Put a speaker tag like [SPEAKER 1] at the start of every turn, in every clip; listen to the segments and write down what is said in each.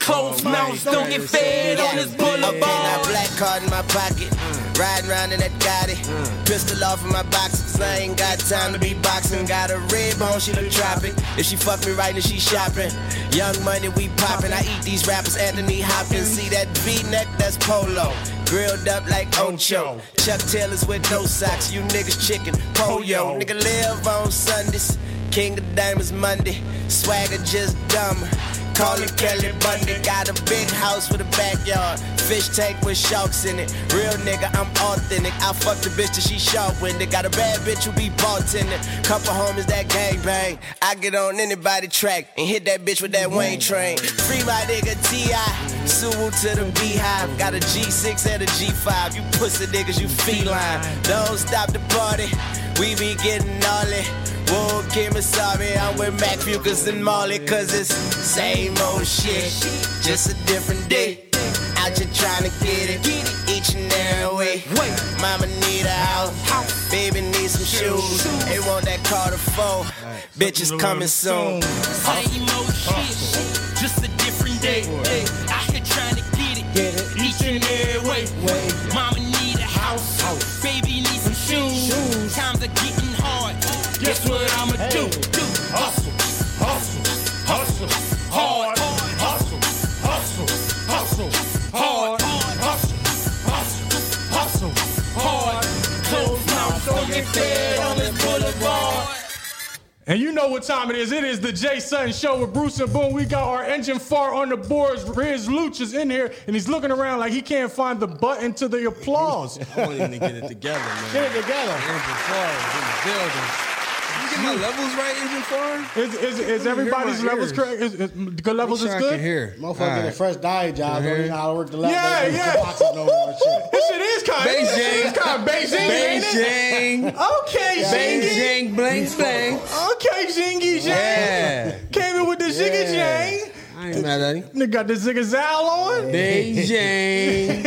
[SPEAKER 1] Post
[SPEAKER 2] Oh,
[SPEAKER 1] mounts don't get fed on this
[SPEAKER 3] Okay, now
[SPEAKER 1] boulevard.
[SPEAKER 3] black card in my pocket. Riding round in that Gotti. Pistol off in my boxes. I ain't got time to be boxing. Got a red bone, she look tropic. If she fuck me right, then she shopping. Young money, we popping. I eat these rappers, Anthony Hopkins. See that V neck, that's polo. Grilled up like Ocho. Chuck Taylors with no socks. You niggas chicken. Polio. Nigga live on Sundays. King of Diamonds Monday. Swagger just dumb. Call it Kelly Bundy. Got a big house with a backyard. Fish tank with sharks in it. Real nigga, I'm authentic. I fuck the bitch till she sharp with it. Got a bad bitch who be bartending. Couple homies that gang bang. I get on anybody track and hit that bitch with that Wayne train. Free my nigga T.I. Suwu to the beehive. Got a G6 and a G5. You pussy niggas, you feline. Don't stop the party. We be getting all it. Whoa, Kim Asami, I'm with Mac Fucus and Molly, cause it's same old shit, just a different day. Out here trying to get it, each and every way. Mama need a house, baby need some shoes. They want that car to phone, bitches coming soon.
[SPEAKER 1] Same old shit, just a different day. Out here trying to get it, each and every way. Mama need a house, baby need some shoes. Times are getting hard. Guess what I'ma do? Do hustle, hustle, hustle, hard, hustle, hustle, hustle, hard, hustle, hustle, hustle, hard. Close mouth, don't get fed on this boulevard.
[SPEAKER 4] And you know what time it is. It is the Jay Sutton Show with Bruce and Boone. We got our engine far on the boards. Riz Luch is in here, and he's looking around like he can't find the button to the applause.
[SPEAKER 2] I want him to get it together, man.
[SPEAKER 4] Get it together.
[SPEAKER 2] Engine Far is in the building. You get my levels right, Engine Far?
[SPEAKER 4] Is, is,
[SPEAKER 2] Let me
[SPEAKER 4] is
[SPEAKER 2] hear
[SPEAKER 4] everybody's
[SPEAKER 2] my
[SPEAKER 4] levels
[SPEAKER 2] ears.
[SPEAKER 4] correct? Is, is, good levels
[SPEAKER 2] Make sure
[SPEAKER 4] is
[SPEAKER 2] I
[SPEAKER 4] good?
[SPEAKER 2] can hear.
[SPEAKER 5] Motherfucker
[SPEAKER 2] All
[SPEAKER 5] get a
[SPEAKER 2] right.
[SPEAKER 5] fresh diet job. Don't even know how to work the lap.
[SPEAKER 4] Yeah,
[SPEAKER 5] don't even
[SPEAKER 4] yeah.
[SPEAKER 5] know boxes no more and shit.
[SPEAKER 4] This shit is kind of
[SPEAKER 2] Beijing.
[SPEAKER 4] It's kind of Beijing, ain't it?
[SPEAKER 2] Beijing.
[SPEAKER 4] Okay, Zingy.
[SPEAKER 2] Beijing, blank, blank.
[SPEAKER 4] Okay, Zingy Zhang.
[SPEAKER 2] Yeah.
[SPEAKER 4] Came in with the Ziggy
[SPEAKER 2] Yeah.
[SPEAKER 4] Zhang.
[SPEAKER 2] I ain't mad at him.
[SPEAKER 4] Nigga got the Ziggazal on.
[SPEAKER 2] Beijing.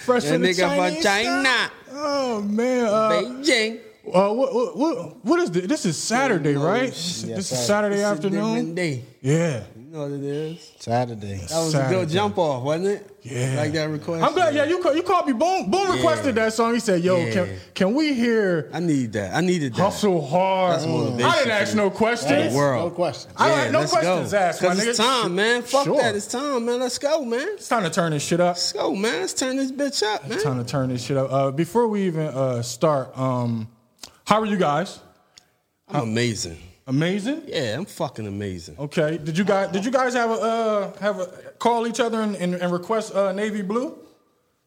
[SPEAKER 4] Fresh
[SPEAKER 2] That
[SPEAKER 4] from the
[SPEAKER 2] nigga from
[SPEAKER 4] Chinese
[SPEAKER 2] China.
[SPEAKER 4] shop. Oh man, uh,
[SPEAKER 2] Beijing.
[SPEAKER 4] uh, what, what, what, what is this? This is Saturday,
[SPEAKER 2] Oh,
[SPEAKER 4] right? This, this is Saturday
[SPEAKER 2] It's a different
[SPEAKER 4] afternoon.
[SPEAKER 2] day.
[SPEAKER 4] Yeah,
[SPEAKER 2] You know what it is.
[SPEAKER 5] Saturday.
[SPEAKER 2] That was a
[SPEAKER 4] Saturday.
[SPEAKER 2] good jump off, wasn't it?
[SPEAKER 4] Yeah.
[SPEAKER 2] Like that request.
[SPEAKER 4] I'm glad. Yeah, you call, you called me. Boom, boom. Requested that song. He said, "Yo,
[SPEAKER 2] Yeah.
[SPEAKER 4] can can we hear
[SPEAKER 2] I need that. I needed that.
[SPEAKER 4] hustle hard?"
[SPEAKER 2] That's motivation
[SPEAKER 4] I didn't ask
[SPEAKER 2] for
[SPEAKER 4] no
[SPEAKER 5] Hey,
[SPEAKER 4] questions.
[SPEAKER 2] World.
[SPEAKER 5] No question.
[SPEAKER 4] I don't have no
[SPEAKER 2] let's go.
[SPEAKER 4] questions asked, my
[SPEAKER 2] 'Cause it's
[SPEAKER 4] nigga.
[SPEAKER 2] time, man. Fuck
[SPEAKER 4] Sure.
[SPEAKER 2] that. It's time, man. Let's go, man.
[SPEAKER 4] It's time to turn this shit up.
[SPEAKER 2] Let's go, man. Let's turn this bitch up, man.
[SPEAKER 4] Time to turn this shit up. Uh, before we even uh, start, um, how are you guys?
[SPEAKER 2] I'm amazing.
[SPEAKER 4] Amazing.
[SPEAKER 2] Yeah, I'm fucking amazing.
[SPEAKER 4] Okay. Did you guys did you guys have a uh, have a call each other and, and, and request uh, navy blue?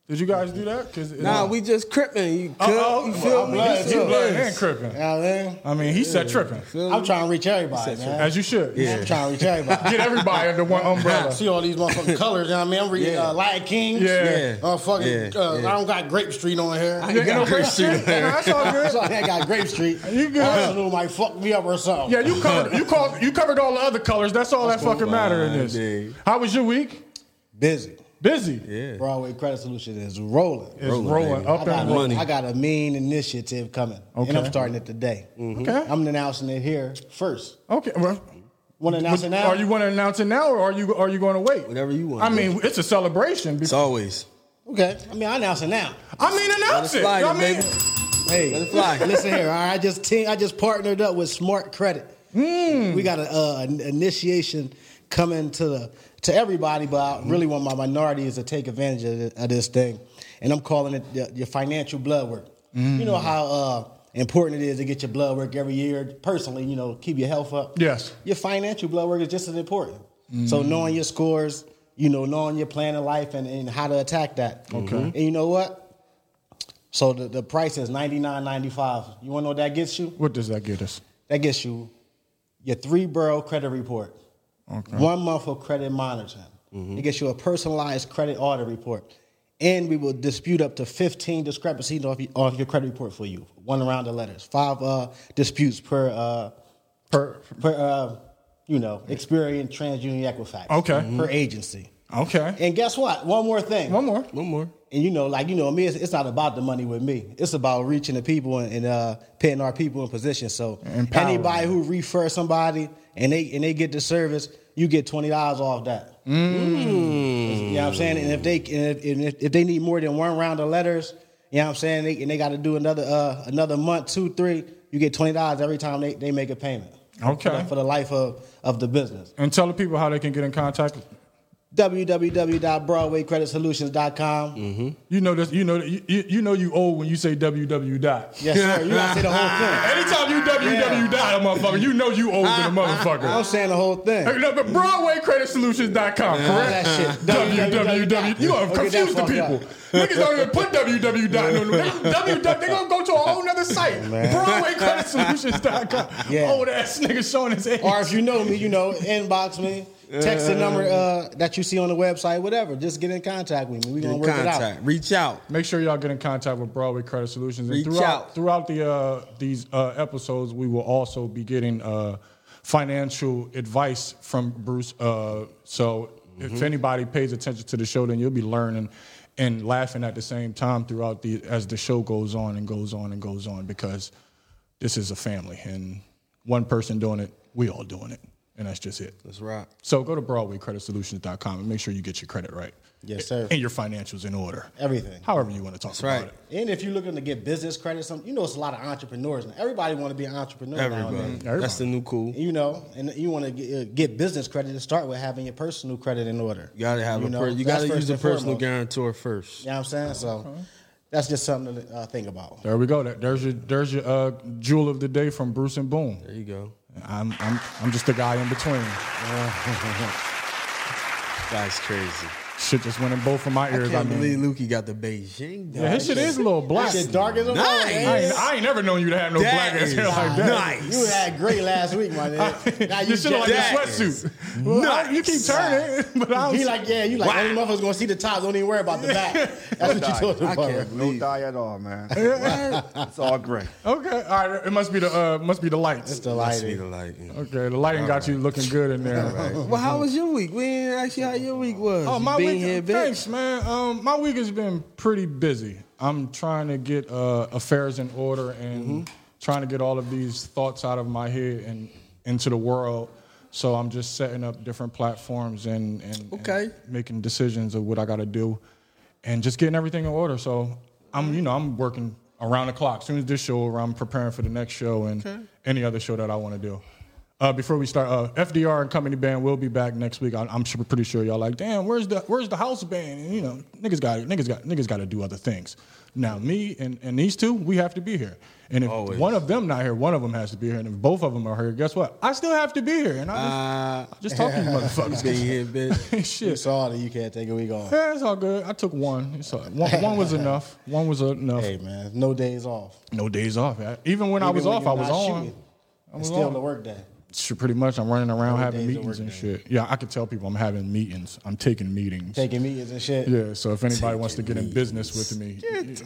[SPEAKER 4] Did you guys do that? Cause
[SPEAKER 2] Nah, we just cripping. You, could,
[SPEAKER 4] Oh,
[SPEAKER 2] you feel
[SPEAKER 4] I'm
[SPEAKER 2] me?
[SPEAKER 4] glad
[SPEAKER 2] You
[SPEAKER 4] too.
[SPEAKER 2] feel
[SPEAKER 4] Blood
[SPEAKER 2] me?
[SPEAKER 4] and
[SPEAKER 5] You
[SPEAKER 4] cripping.
[SPEAKER 5] know what I mean?
[SPEAKER 4] I mean, he said tripping,
[SPEAKER 5] I'm trying to reach everybody, man.
[SPEAKER 4] as you should.
[SPEAKER 5] I'm trying to reach everybody.
[SPEAKER 4] Get everybody under one umbrella.
[SPEAKER 5] See all these motherfucking colors, you know what I mean? I'm reading
[SPEAKER 2] Yeah.
[SPEAKER 5] uh, Lion King.
[SPEAKER 4] Yeah.
[SPEAKER 2] Yeah.
[SPEAKER 5] Uh, fucking,
[SPEAKER 2] Yeah,
[SPEAKER 5] uh,
[SPEAKER 2] yeah.
[SPEAKER 5] I don't got Grape Street on here.
[SPEAKER 2] I ain't got Grape Street on there.
[SPEAKER 4] That's all good.
[SPEAKER 5] So I ain't got Grape Street.
[SPEAKER 4] You good.
[SPEAKER 5] Arsenal might fuck me up or something.
[SPEAKER 4] Yeah, you covered you called you covered all the other colors. That's all that fucking matter in this.
[SPEAKER 2] dude.
[SPEAKER 4] How was your week?
[SPEAKER 5] Busy.
[SPEAKER 4] Busy.
[SPEAKER 2] Yeah.
[SPEAKER 5] Broadway Credit Solution is rolling.
[SPEAKER 4] It's rolling,
[SPEAKER 2] Rolling, baby.
[SPEAKER 4] up
[SPEAKER 5] I
[SPEAKER 4] and
[SPEAKER 5] got,
[SPEAKER 4] rolling.
[SPEAKER 2] money.
[SPEAKER 5] I got a mean initiative coming, and I'm
[SPEAKER 4] Okay.
[SPEAKER 5] starting it today.
[SPEAKER 4] Okay.
[SPEAKER 5] I'm announcing it here first.
[SPEAKER 4] Okay. Well,
[SPEAKER 5] Want to announce it now?
[SPEAKER 4] Are you going to announce it now, or are you are you going to wait?
[SPEAKER 2] Whatever you want.
[SPEAKER 4] I mean, it's a celebration.
[SPEAKER 2] It's always.
[SPEAKER 5] okay. I mean, I announce it now.
[SPEAKER 4] I mean, announce it.
[SPEAKER 2] slide
[SPEAKER 4] I
[SPEAKER 2] it,
[SPEAKER 4] mean,
[SPEAKER 2] baby.
[SPEAKER 5] Hey,
[SPEAKER 2] Let it fly.
[SPEAKER 5] listen here. All right, I just team, I just partnered up with Smart Credit. We got a uh, an initiation coming to the to everybody, but I really want my minorities to take advantage of this, of this thing, and I'm calling it your, your financial blood work. You know how. Uh, Important it is to get your blood work every year. Personally, you know, keep your health up.
[SPEAKER 4] Yes.
[SPEAKER 5] Your financial blood work is just as important. So knowing your scores, you know, knowing your plan in life and, and how to attack that. Okay. And you know what? So the, the price is ninety nine ninety five. You wanna know what that gets you?
[SPEAKER 4] what does that get us?
[SPEAKER 5] That gets you your three borough credit report, one month of credit monitoring.
[SPEAKER 4] Mm-hmm.
[SPEAKER 5] It gets you a personalized credit audit report. And we will dispute up to 15 discrepancies off, y- off your credit report for you. One round of letters, five uh, disputes per, uh,
[SPEAKER 4] Per
[SPEAKER 5] per uh, you know, Experian, TransUnion, Equifax.
[SPEAKER 4] Okay.
[SPEAKER 5] Per agency.
[SPEAKER 4] okay.
[SPEAKER 5] And guess what? One more thing
[SPEAKER 4] One more.
[SPEAKER 2] One more.
[SPEAKER 5] and you know, like you know, me, it's, it's not about the money with me. It's about reaching the people and, and uh, putting our people in position. So
[SPEAKER 4] Empowering.
[SPEAKER 5] anybody who refers somebody and they and they get the service, you get twenty dollars off that. You know what I'm saying? And if they and if, and if, if they need more than one round of letters, you know what I'm saying? They, and they got to do another uh, another month, two, three. You get twenty dollars every time they, they make a payment.
[SPEAKER 4] Okay.
[SPEAKER 5] For the, for the life of of the business.
[SPEAKER 4] And tell the people how they can get in contact.
[SPEAKER 5] www.broadwaycreditsolutions.com.
[SPEAKER 4] You know this. You know you, you you know you old when you say www dot.
[SPEAKER 5] Yes, sir. You gotta say the whole thing.
[SPEAKER 4] Anytime you www dot a motherfucker, you know you old than a motherfucker.
[SPEAKER 5] I'm saying the whole thing.
[SPEAKER 4] Hey, no, but BroadwayCreditSolutions.com, correct?
[SPEAKER 5] That shit.
[SPEAKER 4] www. You gonna
[SPEAKER 5] Don't get
[SPEAKER 4] confuse the
[SPEAKER 5] that
[SPEAKER 4] people.
[SPEAKER 5] fucked
[SPEAKER 4] Niggas don't even put www dot. No, no, they, www, they gonna go to a whole nother site. BroadwayCreditSolutions.com.
[SPEAKER 5] Yeah.
[SPEAKER 4] Old ass nigga showing his age.
[SPEAKER 5] Or if you know me, you know, inbox me, text the number uh, that you see on the website, whatever. Just get in contact with me. We're
[SPEAKER 2] Get
[SPEAKER 5] gonna
[SPEAKER 2] in
[SPEAKER 5] work it out.
[SPEAKER 2] contact. Reach out.
[SPEAKER 4] Make sure y'all get in contact with Broadway Credit Solutions. And
[SPEAKER 2] Reach
[SPEAKER 4] throughout
[SPEAKER 2] out.
[SPEAKER 4] throughout the uh, these uh, episodes, we will also be getting uh, financial advice from Bruce. Uh, so if anybody pays attention to the show, then you'll be learning and laughing at the same time throughout the as the show goes on and goes on and goes on because this is a family and one person doing it, we all doing it, and that's just it.
[SPEAKER 2] Let's rock.
[SPEAKER 4] So go to BroadwayCreditSolutions.com and make sure you get your credit right.
[SPEAKER 5] Yes, sir.
[SPEAKER 4] And your financials in order.
[SPEAKER 5] Everything.
[SPEAKER 4] However you want to talk about
[SPEAKER 2] right.
[SPEAKER 4] it.
[SPEAKER 5] And if you're looking to get business credit, something you know, it's a lot of entrepreneurs. Now. Everybody want to be an entrepreneur
[SPEAKER 2] Everybody.
[SPEAKER 5] nowadays.
[SPEAKER 4] Everybody.
[SPEAKER 2] That's the new cool.
[SPEAKER 5] You know, and you want to get, uh, get business credit to start with having your personal credit in order.
[SPEAKER 2] You gotta have a.
[SPEAKER 5] know,
[SPEAKER 2] per- you
[SPEAKER 5] that's
[SPEAKER 2] gotta
[SPEAKER 5] first
[SPEAKER 2] use a
[SPEAKER 5] and
[SPEAKER 2] personal Uh-huh.
[SPEAKER 5] foremost.
[SPEAKER 2] guarantor first.
[SPEAKER 5] You know what I'm saying? So that's just something to uh, think about.
[SPEAKER 4] There we go. There- There's your there's your uh, jewel of the day from Bruce and Boom.
[SPEAKER 2] There you go.
[SPEAKER 4] I'm I'm I'm just the guy in between.
[SPEAKER 2] That's crazy.
[SPEAKER 4] Shit just went in both of my
[SPEAKER 2] I
[SPEAKER 4] ears. I,
[SPEAKER 2] can't
[SPEAKER 4] mean,
[SPEAKER 2] believe Lukey got the Beijing.
[SPEAKER 4] yeah, his shit is a little black.
[SPEAKER 5] Shit dark as a
[SPEAKER 2] Nice.
[SPEAKER 5] wall, man.
[SPEAKER 4] I ain't, I ain't never known you to have no
[SPEAKER 2] That
[SPEAKER 4] black ass
[SPEAKER 2] is
[SPEAKER 4] hair like that.
[SPEAKER 2] nice.
[SPEAKER 5] You had great last week, my nigga. Now
[SPEAKER 4] you should like a
[SPEAKER 2] jacked.
[SPEAKER 4] sweatsuit. Well, I- you keep turning, but I don't.
[SPEAKER 5] He like, yeah, you like, only motherfuckers gonna see the top, don't even worry about the back. That's what you
[SPEAKER 2] I
[SPEAKER 5] talking about.
[SPEAKER 2] can't
[SPEAKER 6] No
[SPEAKER 2] believe.
[SPEAKER 6] dye at all, man. it's all gray.
[SPEAKER 4] okay, all right. It must be the uh, must be the lights.
[SPEAKER 2] Must be
[SPEAKER 5] Delighted.
[SPEAKER 2] the lighting.
[SPEAKER 4] Okay, the lighting got you looking good in there.
[SPEAKER 2] Well, how was your week? We didn't ask you how your week was.
[SPEAKER 4] Oh,
[SPEAKER 2] You
[SPEAKER 4] my
[SPEAKER 2] been
[SPEAKER 4] week.
[SPEAKER 2] here, bitch.
[SPEAKER 4] thanks, man. Um, my week has been pretty busy. I'm trying to get uh, affairs in order and
[SPEAKER 2] Mm-hmm.
[SPEAKER 4] trying to get all of these thoughts out of my head and into the world. So I'm just setting up different platforms and and, and
[SPEAKER 2] Okay.
[SPEAKER 4] making decisions of what I got to do, and just getting everything in order. So I'm, you know, I'm working around the clock. As soon as this show, over, I'm preparing for the next show and any other show that I want to do. Uh, before we start, uh, FDR and Company Band will be back next week. I, I'm sure, pretty sure y'all like, damn, where's the where's the house band? And you know, niggas got niggas got niggas got to do other things. Now me and, and these two, we have to be here. And if
[SPEAKER 2] Always.
[SPEAKER 4] one of them not here, one of them has to be here. And if both of them are here, guess what? I still have to be here. And I
[SPEAKER 2] Uh,
[SPEAKER 4] just, just talk to you motherfuckers.
[SPEAKER 2] been here, bitch.
[SPEAKER 5] You
[SPEAKER 4] Shit.
[SPEAKER 5] saw that you can't take a week off.
[SPEAKER 4] Yeah, it's all good. I took one. It's all, one, one was enough. One was enough.
[SPEAKER 5] Hey man, no days off.
[SPEAKER 4] No days off. man. Even when I
[SPEAKER 5] Even
[SPEAKER 4] was
[SPEAKER 5] when
[SPEAKER 4] off,
[SPEAKER 5] you're
[SPEAKER 4] I was
[SPEAKER 5] not
[SPEAKER 4] on.
[SPEAKER 5] shooting,
[SPEAKER 4] I was
[SPEAKER 5] It's still
[SPEAKER 4] on.
[SPEAKER 5] the work day.
[SPEAKER 4] Shit, pretty much I'm running around having
[SPEAKER 5] days at
[SPEAKER 4] meetings
[SPEAKER 5] work
[SPEAKER 4] and
[SPEAKER 5] day.
[SPEAKER 4] shit. Yeah, I could tell people I'm having meetings. I'm taking meetings.
[SPEAKER 5] Taking meetings and shit.
[SPEAKER 4] yeah, so if anybody wants to get in business with me,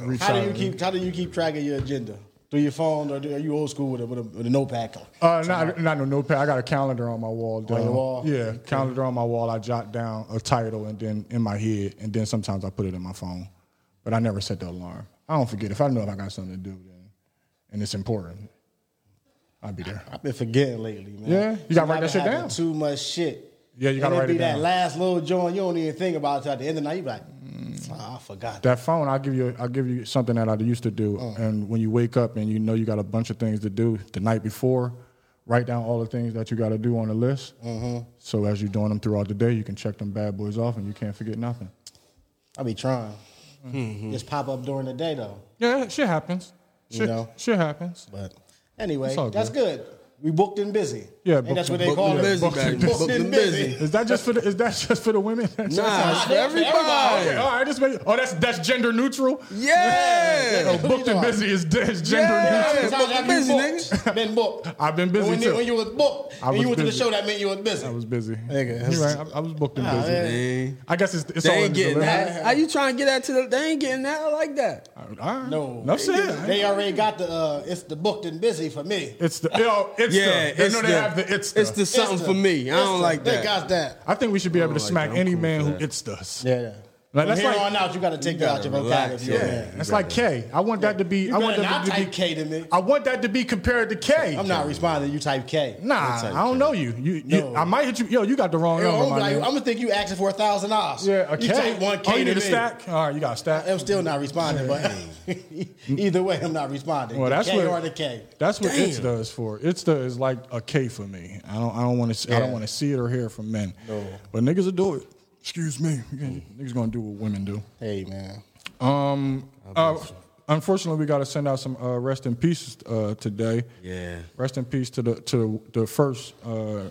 [SPEAKER 4] reach out
[SPEAKER 5] How do you
[SPEAKER 4] to me.
[SPEAKER 5] keep how do you keep track of your agenda? Through your phone or do, are you old school with a with a, with a notepad?
[SPEAKER 4] Uh, not, not no notepad. I got a calendar on my wall. dog.
[SPEAKER 5] your wall?
[SPEAKER 4] Yeah, calendar on my wall. I jot down a title and then in my head, and then sometimes I put it in my phone. But I never set the alarm. I don't forget. If I know if I got something to do, then and it's important, I'll be there.
[SPEAKER 5] I've been forgetting lately, man.
[SPEAKER 4] Yeah, you gotta write
[SPEAKER 5] I've
[SPEAKER 4] that shit
[SPEAKER 5] been having
[SPEAKER 4] down.
[SPEAKER 5] Too much shit.
[SPEAKER 4] Yeah, you gotta
[SPEAKER 5] and
[SPEAKER 4] write
[SPEAKER 5] be
[SPEAKER 4] it down.
[SPEAKER 5] that last little joint you don't even think about until at the end of the night. You be like, "Ah, I forgot.
[SPEAKER 4] That phone, I'll give you. I'll give you something that I used to do.
[SPEAKER 5] Mm.
[SPEAKER 4] And when you wake up and you know you got a bunch of things to do the night before, write down all the things that you got to do on the list.
[SPEAKER 5] Mm-hmm.
[SPEAKER 4] So as you're doing them throughout the day, you can check them bad boys off, and you can't forget nothing.
[SPEAKER 5] I be trying.
[SPEAKER 4] Mm-hmm.
[SPEAKER 5] Just pop up during the day though.
[SPEAKER 4] Yeah, shit happens. Shit,
[SPEAKER 5] You know?
[SPEAKER 4] shit happens.
[SPEAKER 5] But anyway,
[SPEAKER 4] It's all
[SPEAKER 5] that's good. We booked and busy.
[SPEAKER 4] Yeah,
[SPEAKER 5] and that's
[SPEAKER 4] booked
[SPEAKER 5] what
[SPEAKER 4] and-
[SPEAKER 5] they call
[SPEAKER 2] booked and
[SPEAKER 5] it.
[SPEAKER 2] busy, baby.
[SPEAKER 5] booked,
[SPEAKER 2] Booked
[SPEAKER 5] and
[SPEAKER 2] and
[SPEAKER 5] busy.
[SPEAKER 2] busy.
[SPEAKER 4] Is that just for the? Is that just for the women?
[SPEAKER 2] Nah, it's for
[SPEAKER 5] That's for everybody.
[SPEAKER 2] everybody.
[SPEAKER 4] All right, this way. Oh, that's that's gender neutral.
[SPEAKER 2] Yeah.
[SPEAKER 4] Oh, booked and busy is, is gender
[SPEAKER 2] Yeah.
[SPEAKER 4] neutral.
[SPEAKER 5] Sometimes
[SPEAKER 2] booked
[SPEAKER 5] I've
[SPEAKER 2] and
[SPEAKER 5] been
[SPEAKER 2] busy,
[SPEAKER 5] booked. Been booked.
[SPEAKER 4] I've been busy
[SPEAKER 5] when,
[SPEAKER 4] too.
[SPEAKER 5] You, when you was booked
[SPEAKER 4] I
[SPEAKER 5] and you
[SPEAKER 4] was
[SPEAKER 5] went to the
[SPEAKER 4] busy.
[SPEAKER 5] show, that meant you was busy.
[SPEAKER 4] I was busy.
[SPEAKER 5] Nigga,
[SPEAKER 4] You're right. I, I was booked and busy.
[SPEAKER 5] man.
[SPEAKER 4] I guess it's, it's all
[SPEAKER 2] They
[SPEAKER 4] in
[SPEAKER 2] ain't
[SPEAKER 4] the
[SPEAKER 2] getting
[SPEAKER 4] delivery.
[SPEAKER 2] that. How you trying to get that to the? They ain't getting that like that.
[SPEAKER 4] All right.
[SPEAKER 5] No.
[SPEAKER 4] Enough said.
[SPEAKER 5] They already got the uh, it's the booked and busy for me.
[SPEAKER 4] It's the yo, it's
[SPEAKER 2] Yeah,
[SPEAKER 4] the. They
[SPEAKER 2] it's
[SPEAKER 4] know they
[SPEAKER 2] the-
[SPEAKER 4] have the it's the.
[SPEAKER 2] It's the something
[SPEAKER 5] It's the-
[SPEAKER 2] for me. I
[SPEAKER 5] it's
[SPEAKER 2] don't
[SPEAKER 5] the-
[SPEAKER 2] like
[SPEAKER 5] They
[SPEAKER 2] that.
[SPEAKER 5] got that.
[SPEAKER 4] I think we should be able to
[SPEAKER 2] like
[SPEAKER 4] smack
[SPEAKER 2] that. I'm
[SPEAKER 4] any
[SPEAKER 2] cool
[SPEAKER 4] man
[SPEAKER 2] with
[SPEAKER 4] who
[SPEAKER 2] that.
[SPEAKER 4] it's the.
[SPEAKER 5] Yeah. yeah.
[SPEAKER 4] Like,
[SPEAKER 5] From
[SPEAKER 4] that's
[SPEAKER 5] here
[SPEAKER 4] like
[SPEAKER 5] on out, you got to take that out your
[SPEAKER 7] relax,
[SPEAKER 5] vocabulary.
[SPEAKER 7] yeah.
[SPEAKER 5] man.
[SPEAKER 4] that's like K. I want that to be. I
[SPEAKER 5] You
[SPEAKER 4] want
[SPEAKER 5] better
[SPEAKER 4] that
[SPEAKER 5] not
[SPEAKER 4] to be.
[SPEAKER 5] type K to me.
[SPEAKER 4] I want that to be compared to K.
[SPEAKER 5] I'm not responding. You type K.
[SPEAKER 4] Nah,
[SPEAKER 5] type
[SPEAKER 4] I don't
[SPEAKER 5] K.
[SPEAKER 4] know you. You, you
[SPEAKER 5] No.
[SPEAKER 4] I might hit you. Yo, you got the wrong
[SPEAKER 5] Yo,
[SPEAKER 4] number,
[SPEAKER 5] I'm,
[SPEAKER 4] my
[SPEAKER 5] like, I'm
[SPEAKER 4] nigga.
[SPEAKER 5] gonna think you asking for a thousand dollars.
[SPEAKER 4] Yeah, a K.
[SPEAKER 5] You type one K
[SPEAKER 4] oh, you
[SPEAKER 5] to
[SPEAKER 4] need a
[SPEAKER 5] me.
[SPEAKER 4] stack. All right, you got a stack.
[SPEAKER 5] I'm still not responding, but either way, I'm not responding.
[SPEAKER 4] Well,
[SPEAKER 5] The
[SPEAKER 4] that's
[SPEAKER 5] K
[SPEAKER 4] what
[SPEAKER 5] or the K.
[SPEAKER 4] That's what it's does for. It's the is like a K for me. I don't I don't want to I don't
[SPEAKER 5] Yeah.
[SPEAKER 4] want to see it or hear it from men. But niggas will do it. Excuse me. Niggas gonna do what women do.
[SPEAKER 5] Hey man,
[SPEAKER 4] Um, uh, unfortunately, we got to send out some uh, rest in peace uh, today.
[SPEAKER 7] Yeah.
[SPEAKER 4] Rest in peace to the to the first, uh,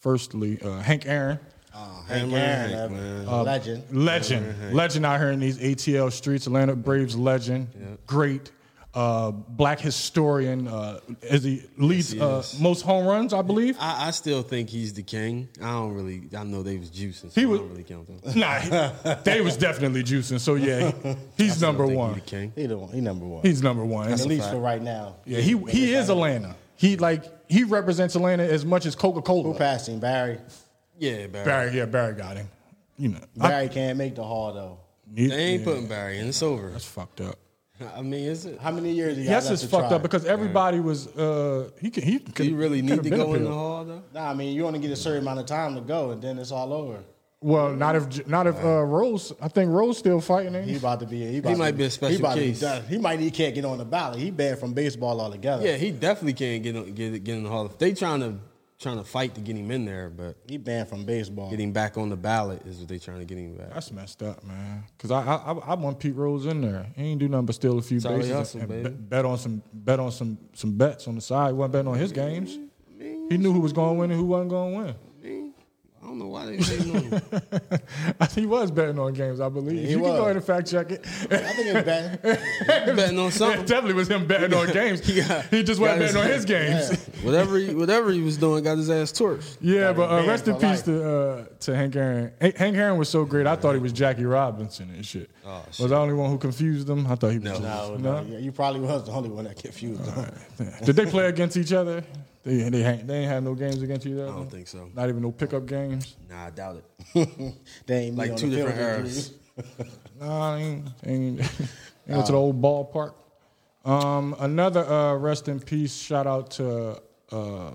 [SPEAKER 4] firstly uh, Hank Aaron,
[SPEAKER 5] Hank Aaron, man. legend.
[SPEAKER 4] legend, legend out here in these ATL streets, Atlanta Braves legend, great. Uh, black historian, uh, as he leads uh, most home runs, I believe.
[SPEAKER 7] I, I still think he's the king. I don't really. I know they was juicing. So
[SPEAKER 4] He
[SPEAKER 7] he
[SPEAKER 4] was-
[SPEAKER 7] I don't really count him.
[SPEAKER 4] Nah, he- they was definitely juicing. So yeah, he- he's number
[SPEAKER 7] I think
[SPEAKER 4] one.
[SPEAKER 7] He the king.
[SPEAKER 5] He the one. He number one.
[SPEAKER 4] He's number one.
[SPEAKER 5] At least for right now.
[SPEAKER 4] Yeah, he he is Atlanta. He like he represents Atlanta as much as Coca Cola.
[SPEAKER 5] Who passed him? Barry.
[SPEAKER 7] Yeah, Barry.
[SPEAKER 4] Barry, yeah, Barry got him. You know, I-
[SPEAKER 5] Barry can't make the hall though.
[SPEAKER 4] he-
[SPEAKER 7] They ain't
[SPEAKER 4] yeah,
[SPEAKER 7] putting Barry in. It's over.
[SPEAKER 4] That's fucked up.
[SPEAKER 7] I mean, is it?
[SPEAKER 5] How many years? You got
[SPEAKER 4] Yes,
[SPEAKER 5] left
[SPEAKER 4] it's
[SPEAKER 5] to
[SPEAKER 4] fucked
[SPEAKER 5] try?
[SPEAKER 4] up because everybody was. Uh, he can, he
[SPEAKER 7] Do
[SPEAKER 4] could,
[SPEAKER 7] you really need to go in the hall though?
[SPEAKER 5] Nah, I mean you only get a certain amount of time to go, and then it's all over.
[SPEAKER 4] Well, not if not if uh, Rose. I think Rose still fighting. ain't
[SPEAKER 5] He
[SPEAKER 4] he?
[SPEAKER 5] about to be. He, about
[SPEAKER 7] might
[SPEAKER 5] to,
[SPEAKER 7] be a special
[SPEAKER 5] he about
[SPEAKER 7] case.
[SPEAKER 5] To be done. He might. He can't get on the ballot. He banned from baseball altogether.
[SPEAKER 7] Yeah, he definitely can't get on- get get in the hall. They trying to trying to fight to get him in there, but
[SPEAKER 5] He banned from baseball.
[SPEAKER 7] getting back on the ballot is what they trying to get him back.
[SPEAKER 4] That's messed up, man. Because I, I I I want Pete Rose in there. He ain't do nothing but steal a few
[SPEAKER 7] Charlie
[SPEAKER 4] bases
[SPEAKER 7] Hustle,
[SPEAKER 4] and
[SPEAKER 7] baby.
[SPEAKER 4] be- bet on some bet on some some bets on the side. wasn't betting on his games. He knew who was going to win and who wasn't going to win.
[SPEAKER 7] I don't know why they hating on him.
[SPEAKER 4] he was betting on games, I believe.
[SPEAKER 5] He
[SPEAKER 4] you can
[SPEAKER 5] was.
[SPEAKER 4] go ahead and fact check it.
[SPEAKER 5] I think it's banned.
[SPEAKER 7] betting on
[SPEAKER 4] It
[SPEAKER 7] something.
[SPEAKER 4] definitely was him betting on games. He,
[SPEAKER 7] got-
[SPEAKER 4] just
[SPEAKER 7] got
[SPEAKER 4] wasn't betting on his
[SPEAKER 7] his-
[SPEAKER 4] games. Yeah,
[SPEAKER 7] Whatever he, whatever he was doing got his ass torched.
[SPEAKER 4] but uh,
[SPEAKER 5] man
[SPEAKER 4] rest in
[SPEAKER 5] for
[SPEAKER 4] peace
[SPEAKER 5] life.
[SPEAKER 4] to uh, to Hank Aaron. Hank Hank Aaron was so great. I thought he was Jackie Robinson and shit. Was I the only one who confused them? I thought he was. just-
[SPEAKER 5] No, no, yeah, you probably was the only one that confused him.
[SPEAKER 4] Did they play against each other? They they, ain't- they ain't had no games against each other.
[SPEAKER 7] I don't think so.
[SPEAKER 4] Not even no pickup games.
[SPEAKER 7] Nah, I doubt it.
[SPEAKER 5] They ain't meet
[SPEAKER 7] Like
[SPEAKER 5] on
[SPEAKER 7] two
[SPEAKER 5] the field
[SPEAKER 7] different
[SPEAKER 5] this
[SPEAKER 7] eras.
[SPEAKER 5] year.
[SPEAKER 4] Nah, I ain't, ain't, ain't went to the old ballpark. Um, another uh, rest in peace shout out to uh,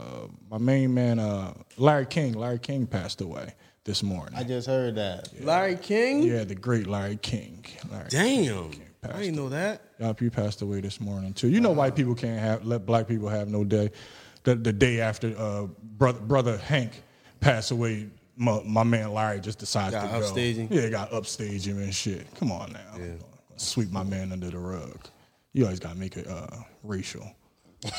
[SPEAKER 4] my main man uh, Larry King. Larry King passed away this morning.
[SPEAKER 5] I just heard that.
[SPEAKER 7] Larry King.
[SPEAKER 4] yeah, the great Larry King. Larry
[SPEAKER 7] Damn, I didn't know that.
[SPEAKER 4] Yep, he passed away this morning too. You know, white people can't have let black people have no day. The, the day after uh, brother brother Hank passed away, my, my man Larry just decided
[SPEAKER 7] Got
[SPEAKER 4] to
[SPEAKER 7] upstaged him?
[SPEAKER 4] go. Yeah, got upstage him and shit. Come on now, sweep my man under the rug. You always gotta make it uh, racial.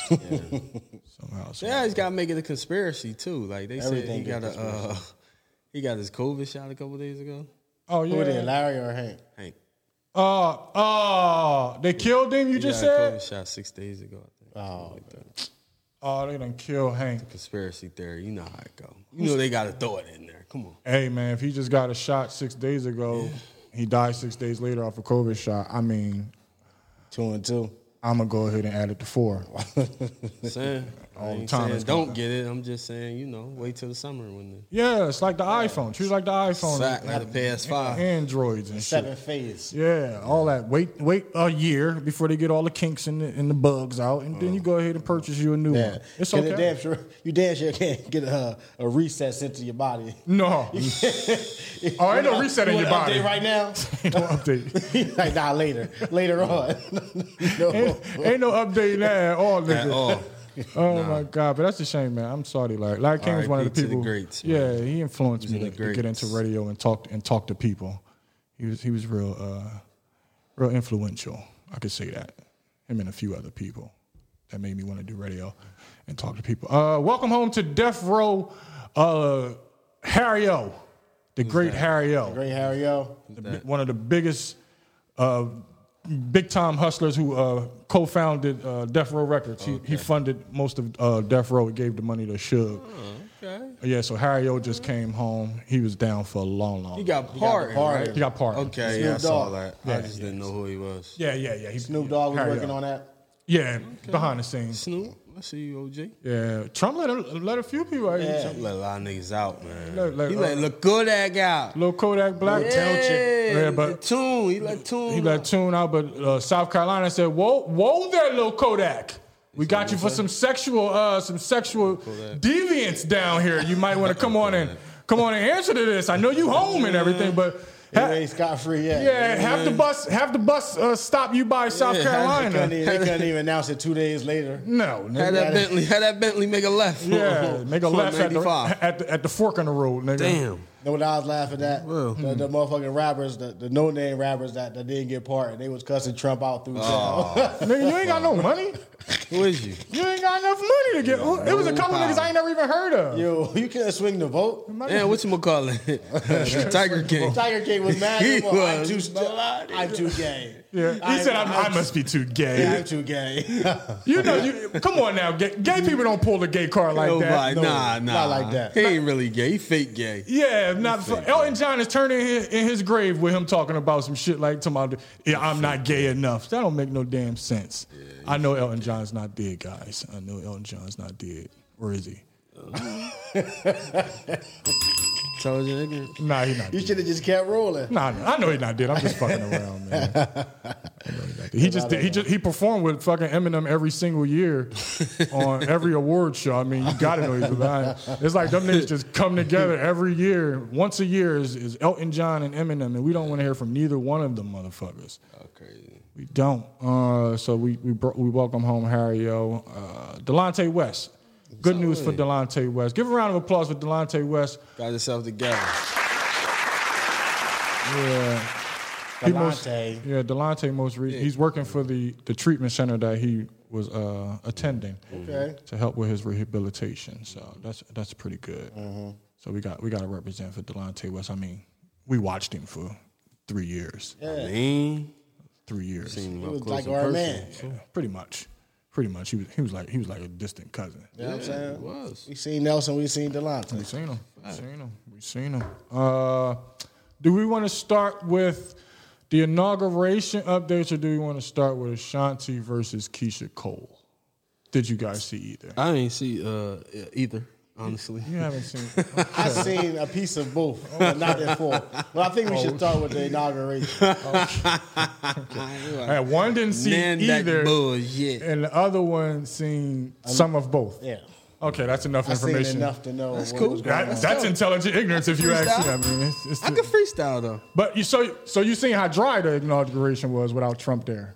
[SPEAKER 4] Somehow, somehow.
[SPEAKER 7] Yeah, he's got to make it a conspiracy too. Like they said, he
[SPEAKER 5] Everything
[SPEAKER 7] got
[SPEAKER 5] is
[SPEAKER 7] a uh, he got his COVID shot a couple days ago.
[SPEAKER 4] Oh
[SPEAKER 5] Who did
[SPEAKER 4] yeah.
[SPEAKER 5] Larry or Hank?
[SPEAKER 7] Hank,
[SPEAKER 4] Oh, oh, they killed him. You
[SPEAKER 7] he
[SPEAKER 4] just
[SPEAKER 7] got a
[SPEAKER 4] said.
[SPEAKER 7] COVID shot six days ago. I think.
[SPEAKER 5] Oh,
[SPEAKER 4] Oh, they done killed Hank.
[SPEAKER 7] Conspiracy theory, you know how it go. You know they got to throw it in there. Come on,
[SPEAKER 4] Hey man, if he just got a shot six days ago, he died six days later off a COVID shot. I mean,
[SPEAKER 5] two and two.
[SPEAKER 4] I'm gonna go ahead and add it to four.
[SPEAKER 7] I'm saying I
[SPEAKER 4] All the
[SPEAKER 7] ain't
[SPEAKER 4] time
[SPEAKER 7] saying
[SPEAKER 4] it's
[SPEAKER 7] don't
[SPEAKER 4] gonna-
[SPEAKER 7] get it. I'm just saying you know wait till the summer when
[SPEAKER 4] yeah, it's like the iPhone. Treat it like the
[SPEAKER 7] the
[SPEAKER 4] iPhone,
[SPEAKER 7] sack like the PS Five.
[SPEAKER 4] Androids and
[SPEAKER 5] Seven
[SPEAKER 4] shit.
[SPEAKER 5] phase.
[SPEAKER 4] Yeah, all that. Wait, wait a year before they get all the kinks and the, and the bugs out, and then you go ahead and purchase you a new
[SPEAKER 5] Uh, Yeah,
[SPEAKER 4] one. It's
[SPEAKER 5] 'Cause it
[SPEAKER 4] okay.
[SPEAKER 5] Damn sure, you damn sure can't get a, a recess into your body.
[SPEAKER 4] no, Oh, ain't no reset in
[SPEAKER 5] You
[SPEAKER 4] your
[SPEAKER 5] want
[SPEAKER 4] body.
[SPEAKER 5] an update right now.
[SPEAKER 4] ain't no update.
[SPEAKER 5] like nah, later, later on. no.
[SPEAKER 4] ain't, ain't no update that at all, nigga.
[SPEAKER 7] At all.
[SPEAKER 4] Oh my God, but that's a shame, man. I'm sorry, Larry. Larry King was one of the
[SPEAKER 7] RIP to the
[SPEAKER 4] people.
[SPEAKER 7] greats,
[SPEAKER 4] yeah, he influenced
[SPEAKER 7] These
[SPEAKER 4] me
[SPEAKER 7] are
[SPEAKER 4] to,
[SPEAKER 7] the
[SPEAKER 4] to get
[SPEAKER 7] greats.
[SPEAKER 4] into radio and talk and talk to people. He was he was real uh, real influential. I could say that. Him and a few other people that made me want to do radio and talk to people. Uh, welcome home to Death Row, uh, Harry O, the great Harry O
[SPEAKER 5] Great Harry O.
[SPEAKER 4] the bi- one of the biggest uh, big time hustlers who uh, co-founded uh, Death Row Records. He, he funded most of uh, Death Row. He gave the money to Suge.
[SPEAKER 7] Oh, Okay,
[SPEAKER 4] Yeah, so Harry O just came home. He was down for a long, long.
[SPEAKER 7] he got part.
[SPEAKER 5] pardon.
[SPEAKER 7] Right?
[SPEAKER 4] he got pardoned.
[SPEAKER 7] Okay,
[SPEAKER 5] Snoop
[SPEAKER 7] yeah, I saw
[SPEAKER 5] Dogg.
[SPEAKER 7] that. I just didn't know who he was.
[SPEAKER 4] Yeah, yeah, yeah. He,
[SPEAKER 5] Snoop Dogg was working on that.
[SPEAKER 4] Yeah, behind the scenes.
[SPEAKER 7] Snoop. I see you, OG.
[SPEAKER 4] Yeah, Trump let a, let a few people out.
[SPEAKER 5] Yeah.
[SPEAKER 4] here.
[SPEAKER 7] Let a lot of niggas out, man.
[SPEAKER 4] Let- let-
[SPEAKER 7] he let
[SPEAKER 4] uh,
[SPEAKER 7] look good at out.
[SPEAKER 4] Little Kodak Black.
[SPEAKER 7] Yeah,
[SPEAKER 4] Yeah, but-
[SPEAKER 7] Tune. He let Tune.
[SPEAKER 4] He let Tune out, but uh, South Carolina said, "Whoa, whoa there, little Kodak. We got you for some sexual, uh, some sexual deviance down here. You might want to come on and come on and answer to this. I know you home and everything, but ha-
[SPEAKER 5] It ain't scot free yet.
[SPEAKER 4] yeah, have the bus, have the bus uh, stop you by South
[SPEAKER 7] Yeah,
[SPEAKER 5] They couldn't,
[SPEAKER 4] Carolina.
[SPEAKER 5] even, they couldn't even announce it two days later.
[SPEAKER 4] No, nigga.
[SPEAKER 7] had that Bentley. Had that Bentley make a left.
[SPEAKER 4] yeah, make a
[SPEAKER 7] For
[SPEAKER 4] left at the,
[SPEAKER 7] 95.
[SPEAKER 4] at the at the fork in the road, nigga.
[SPEAKER 7] Damn.
[SPEAKER 5] Know what I was laughing at? The, the motherfucking rappers, the, the no name rappers that, that didn't get part, and they was cussing Trump out through town.
[SPEAKER 4] nigga, you ain't got no money.
[SPEAKER 7] Who is you?
[SPEAKER 4] You ain't got enough money to get. It was a couple
[SPEAKER 7] power.
[SPEAKER 4] niggas I ain't never even heard of.
[SPEAKER 5] Yo, you couldn't swing the vote.
[SPEAKER 7] Yeah, what you gonna call it? Tiger King.
[SPEAKER 5] Tiger King was mad.
[SPEAKER 7] He
[SPEAKER 5] He was.
[SPEAKER 7] was.
[SPEAKER 5] I'm, too, I'm too gay.
[SPEAKER 4] Yeah, he
[SPEAKER 5] I-
[SPEAKER 4] said I'm,
[SPEAKER 5] I-
[SPEAKER 4] I must be too gay.
[SPEAKER 5] Yeah, I'm too gay.
[SPEAKER 4] You know, you come on now. Gay, gay people don't pull the gay card like that.
[SPEAKER 7] Nobody.
[SPEAKER 5] No,
[SPEAKER 7] nah, nah.
[SPEAKER 5] not like that.
[SPEAKER 7] He ain't really gay. He fake gay.
[SPEAKER 4] Yeah, not for, Elton John is turning in, in his grave with him talking about some shit like tomorrow. Yeah, I'm not gay enough. That don't make no damn sense. I know Elton John's not dead, guys. I know Elton John's not dead. Or is he?
[SPEAKER 7] Intelligent ignorant.
[SPEAKER 4] Nah, he's not.
[SPEAKER 5] you
[SPEAKER 4] Dead.
[SPEAKER 5] should have just kept rolling.
[SPEAKER 4] Nah, I know he's not dead. I'm just fucking around, man. I know he's not dead. He just did, he just he performed with fucking Eminem every single year on every award show. I mean, you gotta know he's alive. It's like them niggas just come together every year. Once a year is, is Elton John and Eminem, and we don't want to hear from neither one of them motherfuckers.
[SPEAKER 7] Oh, crazy.
[SPEAKER 4] We don't. Uh, so we we br- we welcome home Harrio, uh, Delonte West. Good news for Delonte West. Give a round of applause for Delonte West.
[SPEAKER 7] Got yourself together.
[SPEAKER 4] Yeah. He most-
[SPEAKER 5] Delonte.
[SPEAKER 4] yeah, Delonte most re- he's working for the the treatment center that he was uh, attending
[SPEAKER 5] Okay.
[SPEAKER 4] to help with his rehabilitation. So that's that's pretty good. So we got we got to represent for Delonte West. I mean, we watched him for three years.
[SPEAKER 7] I mean,
[SPEAKER 4] Three years.
[SPEAKER 7] seen him
[SPEAKER 5] He
[SPEAKER 7] up
[SPEAKER 5] was
[SPEAKER 7] close
[SPEAKER 5] like
[SPEAKER 7] in
[SPEAKER 5] our
[SPEAKER 7] person.
[SPEAKER 5] man.
[SPEAKER 4] Yeah, pretty much. Pretty much. He was he was like he was like a distant cousin.
[SPEAKER 5] You know what I'm
[SPEAKER 7] Yeah, he
[SPEAKER 5] saying?
[SPEAKER 7] was.
[SPEAKER 5] We seen Nelson, we seen
[SPEAKER 4] We
[SPEAKER 5] Delonte.
[SPEAKER 4] seen him. We seen him. We seen him. Uh, do we want to start with the inauguration updates, or do we want to start with Ashanti versus Keisha Cole? Did you guys see either?
[SPEAKER 7] I ain't see uh, either, honestly.
[SPEAKER 4] You haven't seen.
[SPEAKER 5] I seen a piece of both, but not in full. But I think we should start with the inauguration.
[SPEAKER 4] All right, one didn't see
[SPEAKER 7] Man,
[SPEAKER 4] either,
[SPEAKER 7] that bullshit.
[SPEAKER 4] and the other one seen some of both.
[SPEAKER 5] Yeah.
[SPEAKER 4] Okay, that's enough
[SPEAKER 5] I seen
[SPEAKER 4] information.
[SPEAKER 5] enough to know
[SPEAKER 7] That's
[SPEAKER 5] what
[SPEAKER 7] cool.
[SPEAKER 5] was going
[SPEAKER 4] That-
[SPEAKER 5] on.
[SPEAKER 4] that's intelligent ignorance, if you ask me. I
[SPEAKER 7] Freestyle?
[SPEAKER 4] mean, it's, it's
[SPEAKER 7] I
[SPEAKER 4] the-
[SPEAKER 7] could freestyle though.
[SPEAKER 4] but you so so you seen how dry the inauguration was without Trump there.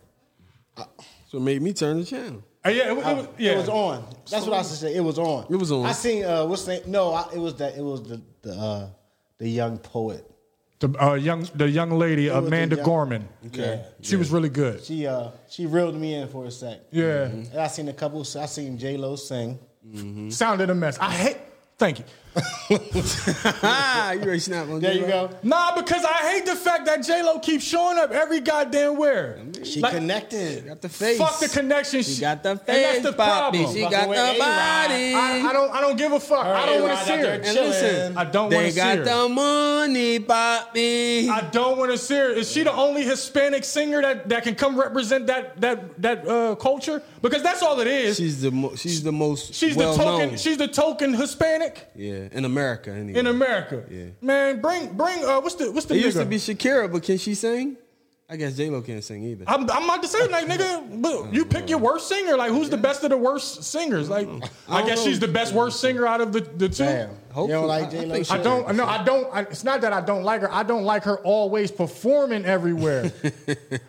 [SPEAKER 7] So it made me turn the channel.
[SPEAKER 4] Uh, yeah, it, wa- it was, yeah,
[SPEAKER 5] It was on. That's what I should say. It was on.
[SPEAKER 7] It was on.
[SPEAKER 5] I seen uh what's the no, I, it was that it was the the uh the young poet.
[SPEAKER 4] The uh, young, the young lady,
[SPEAKER 5] was the
[SPEAKER 4] Amanda
[SPEAKER 5] young-
[SPEAKER 4] Gorman.
[SPEAKER 5] Okay.
[SPEAKER 4] She was really good.
[SPEAKER 5] She uh she reeled me in for a sec.
[SPEAKER 4] Yeah.
[SPEAKER 5] And I seen a couple I seen J Lo sing.
[SPEAKER 4] Sounded a mess. I hate. Thank you.
[SPEAKER 7] Ah, you ain't not gonna
[SPEAKER 5] There
[SPEAKER 7] do
[SPEAKER 5] you
[SPEAKER 7] that.
[SPEAKER 5] go.
[SPEAKER 4] Nah, because I hate the fact that J Lo keeps showing up every goddamn where.
[SPEAKER 5] She
[SPEAKER 4] Like,
[SPEAKER 5] connected.
[SPEAKER 7] Got the face.
[SPEAKER 4] Fuck the connection. She
[SPEAKER 7] She got the
[SPEAKER 4] and
[SPEAKER 7] face.
[SPEAKER 4] that's the
[SPEAKER 7] Poppy.
[SPEAKER 4] problem.
[SPEAKER 7] She
[SPEAKER 5] Fucking
[SPEAKER 7] got
[SPEAKER 5] with
[SPEAKER 7] the
[SPEAKER 5] A-Rod.
[SPEAKER 7] body.
[SPEAKER 4] I, I don't. I don't give a fuck. I don't want to
[SPEAKER 5] A-Rod
[SPEAKER 4] see
[SPEAKER 5] out there
[SPEAKER 4] her.
[SPEAKER 7] And listen,
[SPEAKER 5] chilling.
[SPEAKER 4] I don't want
[SPEAKER 7] they
[SPEAKER 4] to see
[SPEAKER 7] got
[SPEAKER 4] her.
[SPEAKER 7] the money, Poppy.
[SPEAKER 4] I don't want to see her. Is she the only Hispanic singer that, that can come represent that that that uh, culture? Because that's all it is.
[SPEAKER 7] she's the mo- she's the most
[SPEAKER 4] she's
[SPEAKER 7] well
[SPEAKER 4] the token.
[SPEAKER 7] known.
[SPEAKER 4] She's the token Hispanic.
[SPEAKER 7] yeah, in America. Anyway.
[SPEAKER 4] in America.
[SPEAKER 7] Yeah.
[SPEAKER 4] Man, bring bring uh what's the what's the
[SPEAKER 7] It
[SPEAKER 4] nigga?
[SPEAKER 7] used to be Shakira, but can she sing? I guess J Lo can't sing either.
[SPEAKER 4] I'm, I'm about to say like nigga,
[SPEAKER 7] Mm-hmm.
[SPEAKER 4] but you pick your worst singer. Like who's the best of the worst singers? Like I,
[SPEAKER 7] don't
[SPEAKER 4] guess
[SPEAKER 7] know.
[SPEAKER 4] she's the best worst
[SPEAKER 7] Mm-hmm.
[SPEAKER 4] singer out of the, the two.
[SPEAKER 5] Damn. You
[SPEAKER 7] Hopefully.
[SPEAKER 5] don't
[SPEAKER 7] I- I
[SPEAKER 5] like J Lo?
[SPEAKER 7] think-
[SPEAKER 4] I don't no I don't I, it's not that I don't like her. I don't like her always performing everywhere.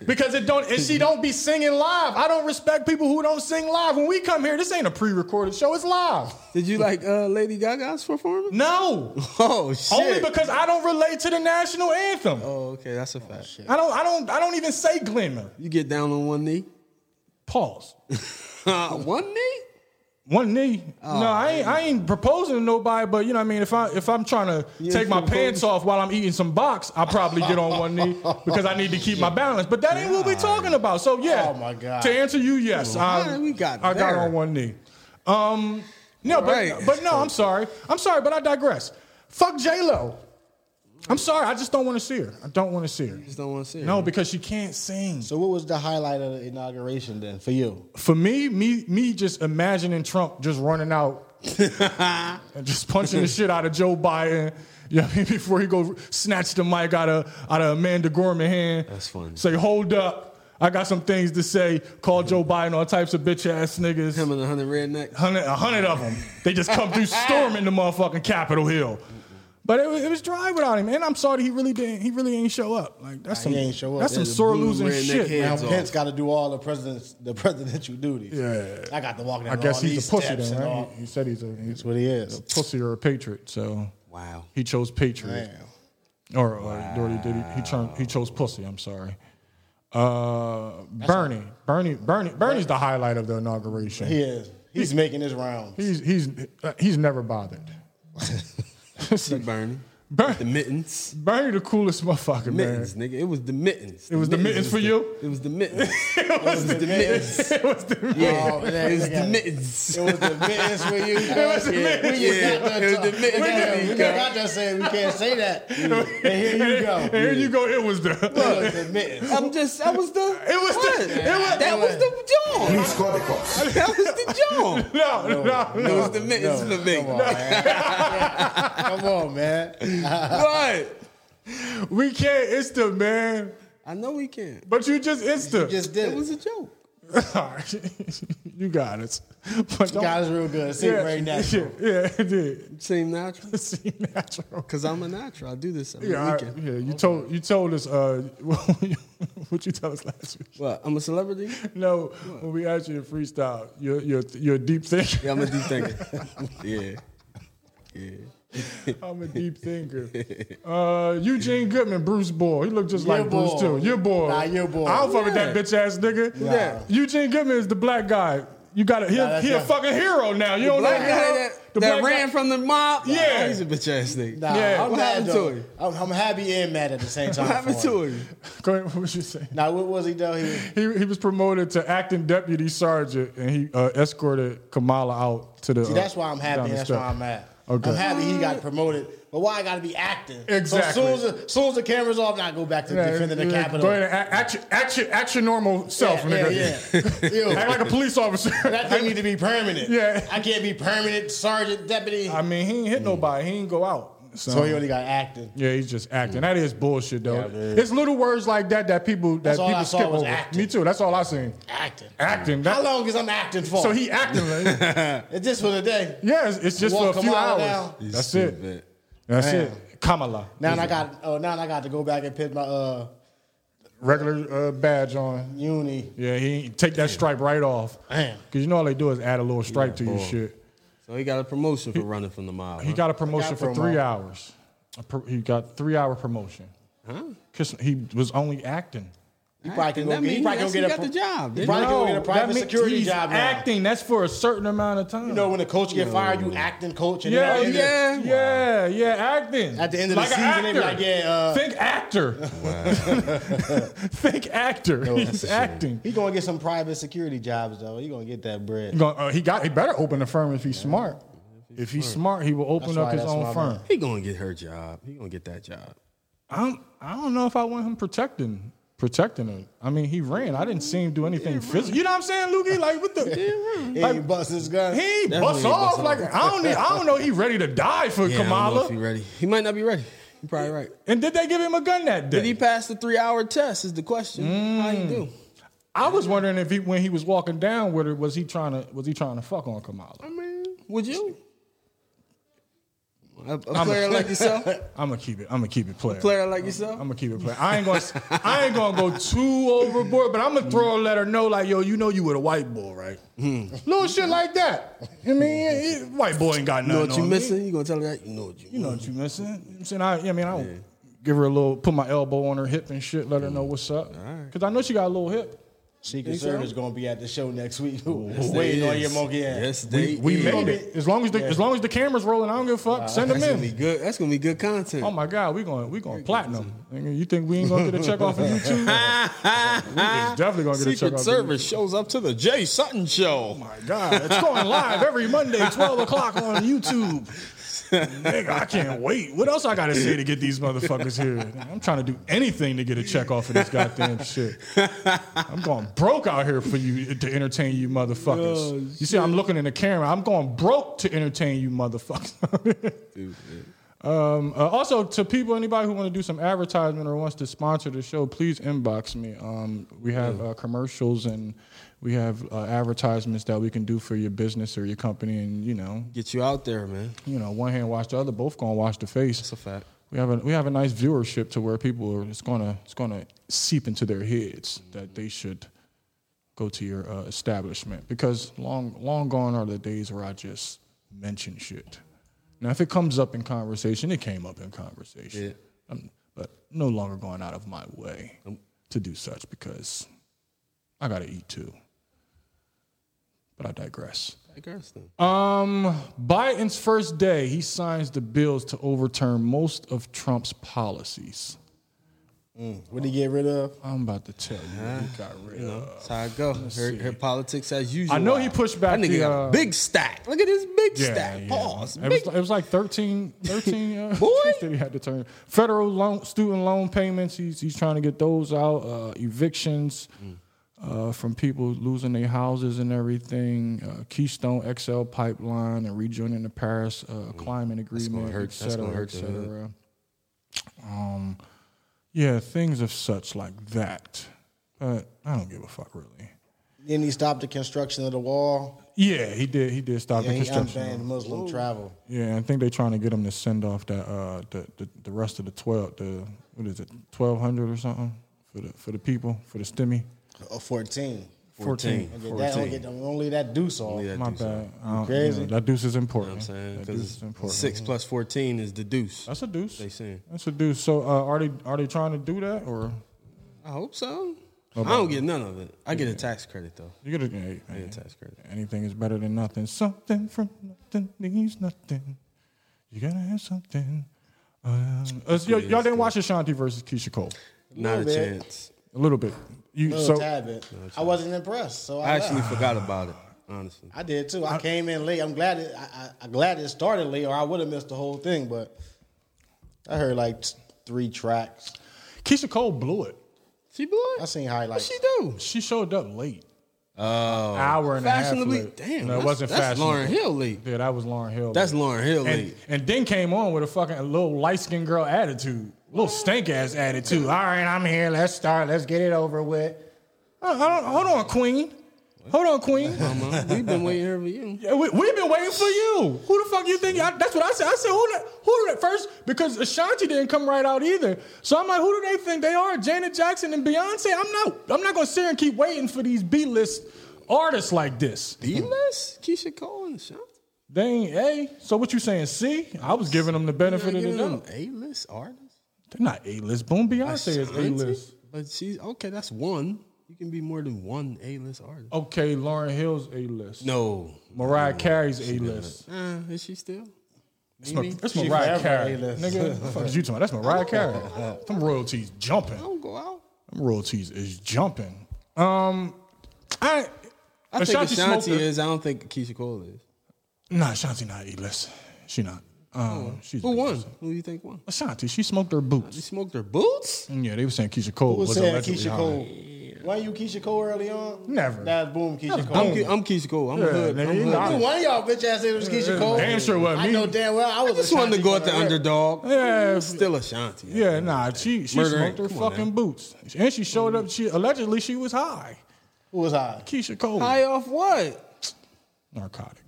[SPEAKER 4] because it don't and she don't be singing live. I don't respect people who don't sing live. When we come here, this ain't a pre-recorded show. It's live.
[SPEAKER 7] Did you like uh, Lady Gaga's performance?
[SPEAKER 4] No.
[SPEAKER 7] Oh shit!
[SPEAKER 4] Only because I don't relate to the national anthem.
[SPEAKER 7] oh okay, that's a fact.
[SPEAKER 4] I don't I don't I don't even say Glenn Miller.
[SPEAKER 7] You get down on one knee.
[SPEAKER 4] Pause.
[SPEAKER 7] Uh, one knee?
[SPEAKER 4] One knee.
[SPEAKER 7] Oh,
[SPEAKER 4] no, I ain't, I ain't proposing to nobody, but you know what I mean? If I if I'm trying to take my pants off while I'm eating some box, I probably get on one knee because I need to keep my balance. But that ain't what we're talking about. So yeah.
[SPEAKER 5] Oh, my God.
[SPEAKER 4] To answer you, yes.
[SPEAKER 7] Alright,
[SPEAKER 4] I,
[SPEAKER 7] we got
[SPEAKER 4] I got
[SPEAKER 7] there.
[SPEAKER 4] on one knee. Um no, but
[SPEAKER 7] Right.
[SPEAKER 4] but no, I'm sorry. I'm sorry, but I digress. Fuck J Lo. I'm sorry, I just don't want to see her. I don't want to see her.
[SPEAKER 7] Just don't want to see.
[SPEAKER 4] No,
[SPEAKER 7] it.
[SPEAKER 4] because she can't sing.
[SPEAKER 5] So what was the highlight of the inauguration then for you?
[SPEAKER 4] For me, me, me, just imagining Trump just running out and just punching the shit out of Joe Biden. You know what I mean? Before he go snatch the mic out of out of Amanda Gorman hand.
[SPEAKER 7] That's funny.
[SPEAKER 4] Say, hold up, I got some things to say. Call Joe Biden all types of bitch ass niggas.
[SPEAKER 7] him and the hundred rednecks.
[SPEAKER 4] hundred, a hundred of them. They just come through storming the motherfucking Capitol Hill. But it was, it was dry without him, and I'm sorry he really didn't. He really ain't show up. Like that's some
[SPEAKER 5] he ain't show up.
[SPEAKER 4] that's some
[SPEAKER 5] There's a
[SPEAKER 4] sore
[SPEAKER 7] blue
[SPEAKER 4] losing
[SPEAKER 7] redneck head.
[SPEAKER 4] shit. man.
[SPEAKER 5] Now
[SPEAKER 7] Hands off.
[SPEAKER 5] Pence got to do all the president's the presidential duties.
[SPEAKER 4] Yeah.
[SPEAKER 5] I got to walk down.
[SPEAKER 4] I guess
[SPEAKER 5] all
[SPEAKER 4] he's
[SPEAKER 5] these
[SPEAKER 4] a pussy
[SPEAKER 5] steps
[SPEAKER 4] then,
[SPEAKER 5] and
[SPEAKER 4] right?
[SPEAKER 5] all.
[SPEAKER 4] He, he said he's a he's
[SPEAKER 5] That's what he is.
[SPEAKER 4] a pussy or a patriot. So
[SPEAKER 7] Wow.
[SPEAKER 4] he chose patriot,
[SPEAKER 5] Damn.
[SPEAKER 4] or, or Doherty did. He, he, turned, he chose pussy. I'm sorry. Uh, Bernie, Bernie, Bernie, Bernie's the highlight of the inauguration.
[SPEAKER 5] He is. He's making his rounds.
[SPEAKER 4] He's he's uh, he's never bothered.
[SPEAKER 7] See Bernie.
[SPEAKER 4] Bernie,
[SPEAKER 7] The mittens.
[SPEAKER 4] Bernie the coolest motherfucker, man.
[SPEAKER 7] Mittens, nigga. It was the mittens.
[SPEAKER 4] was the mittens for
[SPEAKER 7] was the-
[SPEAKER 4] you?
[SPEAKER 7] It was the mittens. it was the mittens.
[SPEAKER 4] It was the
[SPEAKER 7] Yeah.
[SPEAKER 5] Oh, yeah,
[SPEAKER 7] It was
[SPEAKER 5] I got
[SPEAKER 7] the
[SPEAKER 5] it.
[SPEAKER 7] mittens.
[SPEAKER 5] It was the mittens for you. It
[SPEAKER 4] was the mittens.
[SPEAKER 7] Yeah, it was the mittens.
[SPEAKER 5] We
[SPEAKER 7] Nico.
[SPEAKER 5] got just saying we can't say that. And here you go.
[SPEAKER 4] And here you go. It was the.
[SPEAKER 5] It was the mittens.
[SPEAKER 7] I'm just. That was the. It
[SPEAKER 4] was the-
[SPEAKER 7] What?
[SPEAKER 4] it was-
[SPEAKER 7] that was the job. That was the job.
[SPEAKER 4] No, no, no.
[SPEAKER 7] It was the mittens for me.
[SPEAKER 5] Come on, man. Come on, man.
[SPEAKER 7] What?
[SPEAKER 4] We can't insta, man.
[SPEAKER 7] I know we can.
[SPEAKER 4] But you just insta.
[SPEAKER 5] Just
[SPEAKER 7] It
[SPEAKER 5] did it.
[SPEAKER 7] was a joke.
[SPEAKER 4] All right. you got it. But don't,
[SPEAKER 5] God is real good. It seemed very natural.
[SPEAKER 4] Yeah, yeah, it did.
[SPEAKER 7] Seemed natural.
[SPEAKER 4] It seemed natural.
[SPEAKER 7] Cause I'm a natural. I do this every
[SPEAKER 4] Yeah, all right.
[SPEAKER 7] weekend.
[SPEAKER 4] yeah you told you told us uh, what you tell us last week.
[SPEAKER 7] What? I'm a celebrity.
[SPEAKER 4] No, when we asked you to freestyle, you're you're, you're a deep thinker.
[SPEAKER 7] Yeah, I'm a deep thinker. yeah. Yeah.
[SPEAKER 4] I'm a deep thinker. Uh, Eugene Goodman, Bruce Boy. He looked just
[SPEAKER 5] Your
[SPEAKER 4] like Bruce
[SPEAKER 5] boy.
[SPEAKER 4] too. Your boy.
[SPEAKER 5] Nah, your boy.
[SPEAKER 4] I don't fuck with
[SPEAKER 7] Yeah.
[SPEAKER 4] that bitch ass nigga.
[SPEAKER 5] Yeah.
[SPEAKER 4] Eugene Goodman is the black guy. You got to he,
[SPEAKER 5] that's
[SPEAKER 4] he a
[SPEAKER 5] right.
[SPEAKER 4] fucking hero now. You don't
[SPEAKER 7] Black
[SPEAKER 4] know
[SPEAKER 7] guy
[SPEAKER 4] him?
[SPEAKER 7] that,
[SPEAKER 4] The
[SPEAKER 7] that
[SPEAKER 4] black
[SPEAKER 7] ran
[SPEAKER 4] guy-
[SPEAKER 7] from the mob.
[SPEAKER 4] Yeah.
[SPEAKER 7] Oh, he's a bitch ass nigga.
[SPEAKER 5] Nah,
[SPEAKER 4] Yeah.
[SPEAKER 5] I'm
[SPEAKER 7] What
[SPEAKER 5] glad
[SPEAKER 7] happened to
[SPEAKER 5] though.
[SPEAKER 7] him?
[SPEAKER 5] I'm, I'm happy and mad at the same time.
[SPEAKER 7] What happened
[SPEAKER 5] for
[SPEAKER 7] to him?
[SPEAKER 4] Go ahead, what was you saying?
[SPEAKER 5] Now, what was he doing? He,
[SPEAKER 4] He, he was promoted to acting deputy sergeant, and he uh, escorted Kamala out to the.
[SPEAKER 5] see, that's why I'm happy. That's why I'm mad.
[SPEAKER 4] Okay.
[SPEAKER 5] I'm happy he got promoted, but why I got to be acting?
[SPEAKER 4] Exactly.
[SPEAKER 5] So as soon as, as soon as the camera's off, now I go back to defending the Capitol.
[SPEAKER 4] Go ahead and act, act, your- act, your- act your normal self,
[SPEAKER 5] yeah,
[SPEAKER 4] nigga.
[SPEAKER 5] yeah, yeah. Ew.
[SPEAKER 4] Act like a police officer.
[SPEAKER 5] That thing need to be permanent.
[SPEAKER 4] Yeah.
[SPEAKER 5] I can't be permanent sergeant deputy.
[SPEAKER 4] I mean, he ain't hit nobody. He ain't go out.
[SPEAKER 5] so he only got acting.
[SPEAKER 4] Yeah, he's just acting. That is bullshit, though. it's little words like that that people that
[SPEAKER 5] That's all
[SPEAKER 4] people
[SPEAKER 5] I saw
[SPEAKER 4] skip
[SPEAKER 5] was
[SPEAKER 4] over.
[SPEAKER 5] acting.
[SPEAKER 4] Me too. That's all I seen.
[SPEAKER 5] Acting.
[SPEAKER 4] Acting.
[SPEAKER 5] How
[SPEAKER 4] That-
[SPEAKER 5] long is I'm acting for?
[SPEAKER 4] so he acting. Like,
[SPEAKER 5] It's just for the day.
[SPEAKER 4] yeah, it's, it's just
[SPEAKER 5] Walk
[SPEAKER 4] for a few
[SPEAKER 5] Kamala
[SPEAKER 4] hours.
[SPEAKER 5] down.
[SPEAKER 4] That's it. That's it. Kamala.
[SPEAKER 5] Now I got. Oh, now I got to go back and put my uh
[SPEAKER 4] Regular uh, badge on.
[SPEAKER 5] uni.
[SPEAKER 4] Yeah, he ain't- take that stripe right off.
[SPEAKER 5] Damn.
[SPEAKER 4] Cause you know all they do is add a little stripe to your shit.
[SPEAKER 7] So he got a promotion for running from the mob.
[SPEAKER 4] He
[SPEAKER 7] huh?
[SPEAKER 4] got a promotion
[SPEAKER 5] got
[SPEAKER 4] for
[SPEAKER 5] promoted.
[SPEAKER 4] three hours. A pro- he got three hour promotion. Cause he was only acting.
[SPEAKER 5] He probably can go
[SPEAKER 7] That
[SPEAKER 5] get. He
[SPEAKER 7] means
[SPEAKER 5] probably
[SPEAKER 7] yes, he
[SPEAKER 5] go get a
[SPEAKER 7] got the job.
[SPEAKER 5] He
[SPEAKER 7] didn't he?
[SPEAKER 5] probably can go get a
[SPEAKER 4] that
[SPEAKER 5] private
[SPEAKER 4] means
[SPEAKER 5] security
[SPEAKER 4] he's
[SPEAKER 5] job. Now.
[SPEAKER 4] Acting. That's for a certain amount of time.
[SPEAKER 5] You know when the coach get fired, you acting coach. And
[SPEAKER 4] Yeah,
[SPEAKER 5] then-
[SPEAKER 4] yeah, yeah, yeah, acting.
[SPEAKER 5] At the end of the
[SPEAKER 4] a
[SPEAKER 5] season, they be
[SPEAKER 4] actor.
[SPEAKER 5] like, yeah, uh,
[SPEAKER 4] think actor. think actor. He's acting.
[SPEAKER 5] He gonna get some private security jobs though. He gonna get that bread.
[SPEAKER 4] He gonna- uh, he got. He better open a firm if he's smart. If he's smart, he will open
[SPEAKER 5] That's
[SPEAKER 4] up
[SPEAKER 5] why-
[SPEAKER 4] his
[SPEAKER 5] that's
[SPEAKER 4] own
[SPEAKER 5] why,
[SPEAKER 4] firm.
[SPEAKER 5] man.
[SPEAKER 7] He gonna get her job. He gonna get that job.
[SPEAKER 4] I'm, I don't know if I want him protecting protecting it. I mean, he ran. I didn't see him do anything physical. You know what I'm saying, Lukey? Like what the?
[SPEAKER 5] He
[SPEAKER 4] Like,
[SPEAKER 5] ain't bust his gun.
[SPEAKER 4] he ain't
[SPEAKER 7] Definitely
[SPEAKER 4] bust
[SPEAKER 7] ain't
[SPEAKER 4] off.
[SPEAKER 7] bust off.
[SPEAKER 4] Like I don't. Need, I don't know. He ready to die for
[SPEAKER 7] Yeah, I don't know if he
[SPEAKER 4] Kamala.
[SPEAKER 7] ready. He might not be ready. He probably right.
[SPEAKER 4] And did they give him a gun that day?
[SPEAKER 7] Did he pass the three hour test? Is the question.
[SPEAKER 4] Mm.
[SPEAKER 7] How you do?
[SPEAKER 4] I was wondering if he, when he was walking down with her, was he trying to was he trying to fuck on Kamala?
[SPEAKER 7] I mean, would you? A, a player like yourself. A
[SPEAKER 4] I'm gonna keep it. I'm gonna keep it player.
[SPEAKER 7] player like yourself.
[SPEAKER 4] I'm gonna keep it player. I ain't gonna I ain't gonna go too overboard, but I'm gonna throw a letter no like yo, you know you with a white boy, right? Little shit like that. I mean, it- it- white boy ain't got
[SPEAKER 7] you know
[SPEAKER 4] nothing.
[SPEAKER 7] what you
[SPEAKER 4] on Me.
[SPEAKER 7] missing? You gonna tell her that? You know what you.
[SPEAKER 4] You know what you missing? You know what I'm saying I, yeah, I mean, I will give her a little, put my elbow on her hip and shit, let her know what's up, because I know she got a little hip.
[SPEAKER 5] Secret Service gonna be at the show next week.
[SPEAKER 7] They
[SPEAKER 5] Waiting on
[SPEAKER 7] is.
[SPEAKER 5] your monkey ass.
[SPEAKER 7] Yes, they
[SPEAKER 4] We
[SPEAKER 7] is.
[SPEAKER 4] made it. As long as the as long as the camera's rolling, I don't give a fuck. Send them
[SPEAKER 7] That's
[SPEAKER 4] in.
[SPEAKER 7] gonna be good. That's gonna be good content.
[SPEAKER 4] Oh my God, we going we going platinum. Nigga, You think we ain't gonna get a check off of YouTube? we is definitely gonna get a check
[SPEAKER 7] Secret
[SPEAKER 4] off.
[SPEAKER 7] Service shows up to the Jay Sutton show.
[SPEAKER 4] Of YouTube. my God, it's going live every Monday, twelve o'clock on YouTube. Nigga, I can't wait. What else I gotta say to get these motherfuckers here? I'm trying to do anything to get a check off of this goddamn shit. I'm going broke out here for you to entertain you motherfuckers. you see, I'm looking in the camera. I'm going broke to entertain you motherfuckers. um, uh, also, to people, anybody who want to do some advertisement or wants to sponsor the show, please inbox me. Um, we have uh, commercials and we have uh, advertisements that we can do for your business or your company, and you know,
[SPEAKER 2] Get you out there, man.
[SPEAKER 4] you know, one hand wash the other, both gonna wash the face.
[SPEAKER 2] That's a fact.
[SPEAKER 4] We have a we have a nice viewership to where people are it's gonna it's gonna seep into their heads that they should go to your uh, establishment because long long gone are the days where I just mention shit. Now, if it comes up in conversation, it came up in conversation. I'm, but no longer going out of my way to do such because I gotta eat too. But I digress.
[SPEAKER 2] I guess then.
[SPEAKER 4] Um, Biden's first day, he signs the bills to overturn most of Trump's policies.
[SPEAKER 5] What did he get rid of?
[SPEAKER 4] I'm about to tell you, what he got rid of.
[SPEAKER 2] That's how I go. Her, her politics as usual.
[SPEAKER 4] I know he pushed back
[SPEAKER 2] That nigga
[SPEAKER 4] the,
[SPEAKER 2] got
[SPEAKER 4] uh,
[SPEAKER 2] a big stack. Look at this big
[SPEAKER 4] Yeah,
[SPEAKER 2] stack.
[SPEAKER 4] yeah.
[SPEAKER 2] Pause.
[SPEAKER 4] It
[SPEAKER 2] Big-
[SPEAKER 4] was, it was like 13, 13 uh,
[SPEAKER 2] Boy.
[SPEAKER 4] things that he had to turn. Federal loan, student loan payments. He's he's trying to get those out. Uh, evictions
[SPEAKER 2] Mm.
[SPEAKER 4] uh, from people losing their houses and everything. Uh, Keystone XL pipeline and rejoining the Paris uh, climate agreement,
[SPEAKER 2] hurt- Mm.
[SPEAKER 4] et
[SPEAKER 2] that's gonna
[SPEAKER 4] cetera, et
[SPEAKER 2] hurt the hood.
[SPEAKER 4] cetera. Um, yeah, things of such like that. But I don't give a fuck really.
[SPEAKER 5] Then he stopped the construction of the wall.
[SPEAKER 4] Yeah, he did. He did stop
[SPEAKER 5] Yeah,
[SPEAKER 4] the
[SPEAKER 5] he
[SPEAKER 4] construction.
[SPEAKER 5] unbanned Muslim travel.
[SPEAKER 4] Yeah, I think they're trying to get him to send off that uh the, the, the rest of the twelve the what is it twelve hundred or something for the for the people for the stimmy.
[SPEAKER 5] Or 14.
[SPEAKER 4] Fourteen.
[SPEAKER 5] Get that, only, get them, only that deuce off.
[SPEAKER 2] Yeah,
[SPEAKER 4] My
[SPEAKER 2] dude, so-
[SPEAKER 4] bad. I don't-
[SPEAKER 5] crazy?
[SPEAKER 4] yeah, that deuce is important.
[SPEAKER 2] I'm saying
[SPEAKER 4] that deuce
[SPEAKER 2] because
[SPEAKER 4] is important.
[SPEAKER 2] six plus fourteen is the deuce.
[SPEAKER 4] That's a deuce.
[SPEAKER 2] They saying.
[SPEAKER 4] That's a deuce. So uh, are they are they trying to do that or
[SPEAKER 2] I hope so.
[SPEAKER 4] Oh,
[SPEAKER 2] I don't get none of it. I get a tax credit though.
[SPEAKER 4] you get a, hey, hey,
[SPEAKER 2] Yeah, tax credit.
[SPEAKER 4] anything is better than nothing. Something from nothing needs nothing. You gotta have something. Um, uh, y'all- y'all didn't watch Ashanti versus Keisha Cole.
[SPEAKER 2] Not a
[SPEAKER 5] bit.
[SPEAKER 2] chance.
[SPEAKER 4] A little bit. You
[SPEAKER 5] Little
[SPEAKER 4] so
[SPEAKER 5] tad bit. I wasn't impressed, so I,
[SPEAKER 2] I
[SPEAKER 5] left.
[SPEAKER 2] actually
[SPEAKER 4] Ah.
[SPEAKER 2] forgot about it. Honestly,
[SPEAKER 5] I did too. I came in late. I'm glad it, I, I, I'm glad it started late, or I would have missed the whole thing. But I heard like t- three tracks.
[SPEAKER 4] Keisha Cole blew it.
[SPEAKER 2] she blew
[SPEAKER 5] I
[SPEAKER 2] it.
[SPEAKER 5] seen highlights.
[SPEAKER 2] She do.
[SPEAKER 4] She showed up late. Oh, hour and a half
[SPEAKER 2] Fashionably,
[SPEAKER 4] late.
[SPEAKER 2] damn.
[SPEAKER 4] no, it
[SPEAKER 2] that's-
[SPEAKER 4] wasn't
[SPEAKER 2] That's
[SPEAKER 4] fashionable.
[SPEAKER 2] Lauren Hill late.
[SPEAKER 4] Yeah, that was Lauren Hill.
[SPEAKER 2] That's Lauren Hill
[SPEAKER 4] and,
[SPEAKER 2] late.
[SPEAKER 4] and then came on with a fucking a little light skinned girl attitude, little stank ass attitude. All right, I'm here. Let's start. Let's get it over with. Uh, hold on, hold on, Queen. Hold on, Queen.
[SPEAKER 2] We've been waiting here for you.
[SPEAKER 4] Yeah, we, we've been waiting for you. Who the fuck you think? I, that's what I said. I said who? the- Who did first? Because Ashanti didn't come right out either. So I'm like, who do they think they are? Janet Jackson and Beyonce? I'm not. I'm not gonna sit here and keep waiting for these B-list artists like this.
[SPEAKER 2] B list, Keisha Cole and Sean.
[SPEAKER 4] They ain't A. So what you saying? C? I was giving them the benefit of the doubt.
[SPEAKER 2] A list artist.
[SPEAKER 4] They're not A-list. Boom, Beyonce is
[SPEAKER 2] Ashanti?
[SPEAKER 4] A-list.
[SPEAKER 2] But she's okay. That's one. You can be more than one A list artist.
[SPEAKER 4] Okay, Lauren Hill's A-list.
[SPEAKER 2] No.
[SPEAKER 4] Mariah Carey's A-list.
[SPEAKER 2] Uh, is she still?
[SPEAKER 4] That's, Ma- that's
[SPEAKER 5] She
[SPEAKER 4] Mariah
[SPEAKER 5] forever
[SPEAKER 4] Carey.
[SPEAKER 5] A-list.
[SPEAKER 4] Nigga, the fuck is you talking? about? That's Mariah Carey. Them royalties jumping.
[SPEAKER 2] I don't go out.
[SPEAKER 4] Them royalties is jumping. Um, I,
[SPEAKER 2] I
[SPEAKER 4] Ashanti
[SPEAKER 2] think Ashanti
[SPEAKER 4] smoked her-
[SPEAKER 2] is. I don't think Keisha Cole is.
[SPEAKER 4] Nah, Ashanti not A-list. She not. Um, she's
[SPEAKER 2] Who
[SPEAKER 4] a
[SPEAKER 2] won?
[SPEAKER 4] B-list.
[SPEAKER 2] Who do you think won?
[SPEAKER 4] Ashanti. She smoked her
[SPEAKER 2] She
[SPEAKER 4] boots.
[SPEAKER 2] smoked her boots.
[SPEAKER 4] Yeah, they were saying Keisha Cole
[SPEAKER 5] Who was
[SPEAKER 4] was
[SPEAKER 5] saying
[SPEAKER 4] allegedly
[SPEAKER 5] Keisha
[SPEAKER 4] high.
[SPEAKER 5] Cole? Why you Keisha Cole early on?
[SPEAKER 4] Never.
[SPEAKER 5] That's boom Keisha
[SPEAKER 4] was
[SPEAKER 5] Cole.
[SPEAKER 2] I'm, Ke- I'm Keisha Cole. I'm
[SPEAKER 4] Hmm. Yeah,
[SPEAKER 2] hood.
[SPEAKER 4] nigga,
[SPEAKER 2] I'm
[SPEAKER 4] you
[SPEAKER 2] hood.
[SPEAKER 4] know
[SPEAKER 2] I
[SPEAKER 4] I'm-
[SPEAKER 5] One of y'all bitch ass it was Keisha Cole.
[SPEAKER 4] Uh, Damn sure wasn't
[SPEAKER 5] I
[SPEAKER 4] me.
[SPEAKER 5] know damn well I was.
[SPEAKER 2] just wanted to go at the
[SPEAKER 5] Ashanti
[SPEAKER 2] underdog.
[SPEAKER 4] Yeah,
[SPEAKER 2] Still Ashanti.
[SPEAKER 4] Yeah, nah, she she
[SPEAKER 2] Murder
[SPEAKER 4] smoked
[SPEAKER 2] Inc.
[SPEAKER 4] her
[SPEAKER 2] Come on
[SPEAKER 4] fucking boots, and she showed up. She allegedly she was high.
[SPEAKER 5] Who was I?
[SPEAKER 4] Keisha Cole,
[SPEAKER 2] High off what?
[SPEAKER 4] narcotic,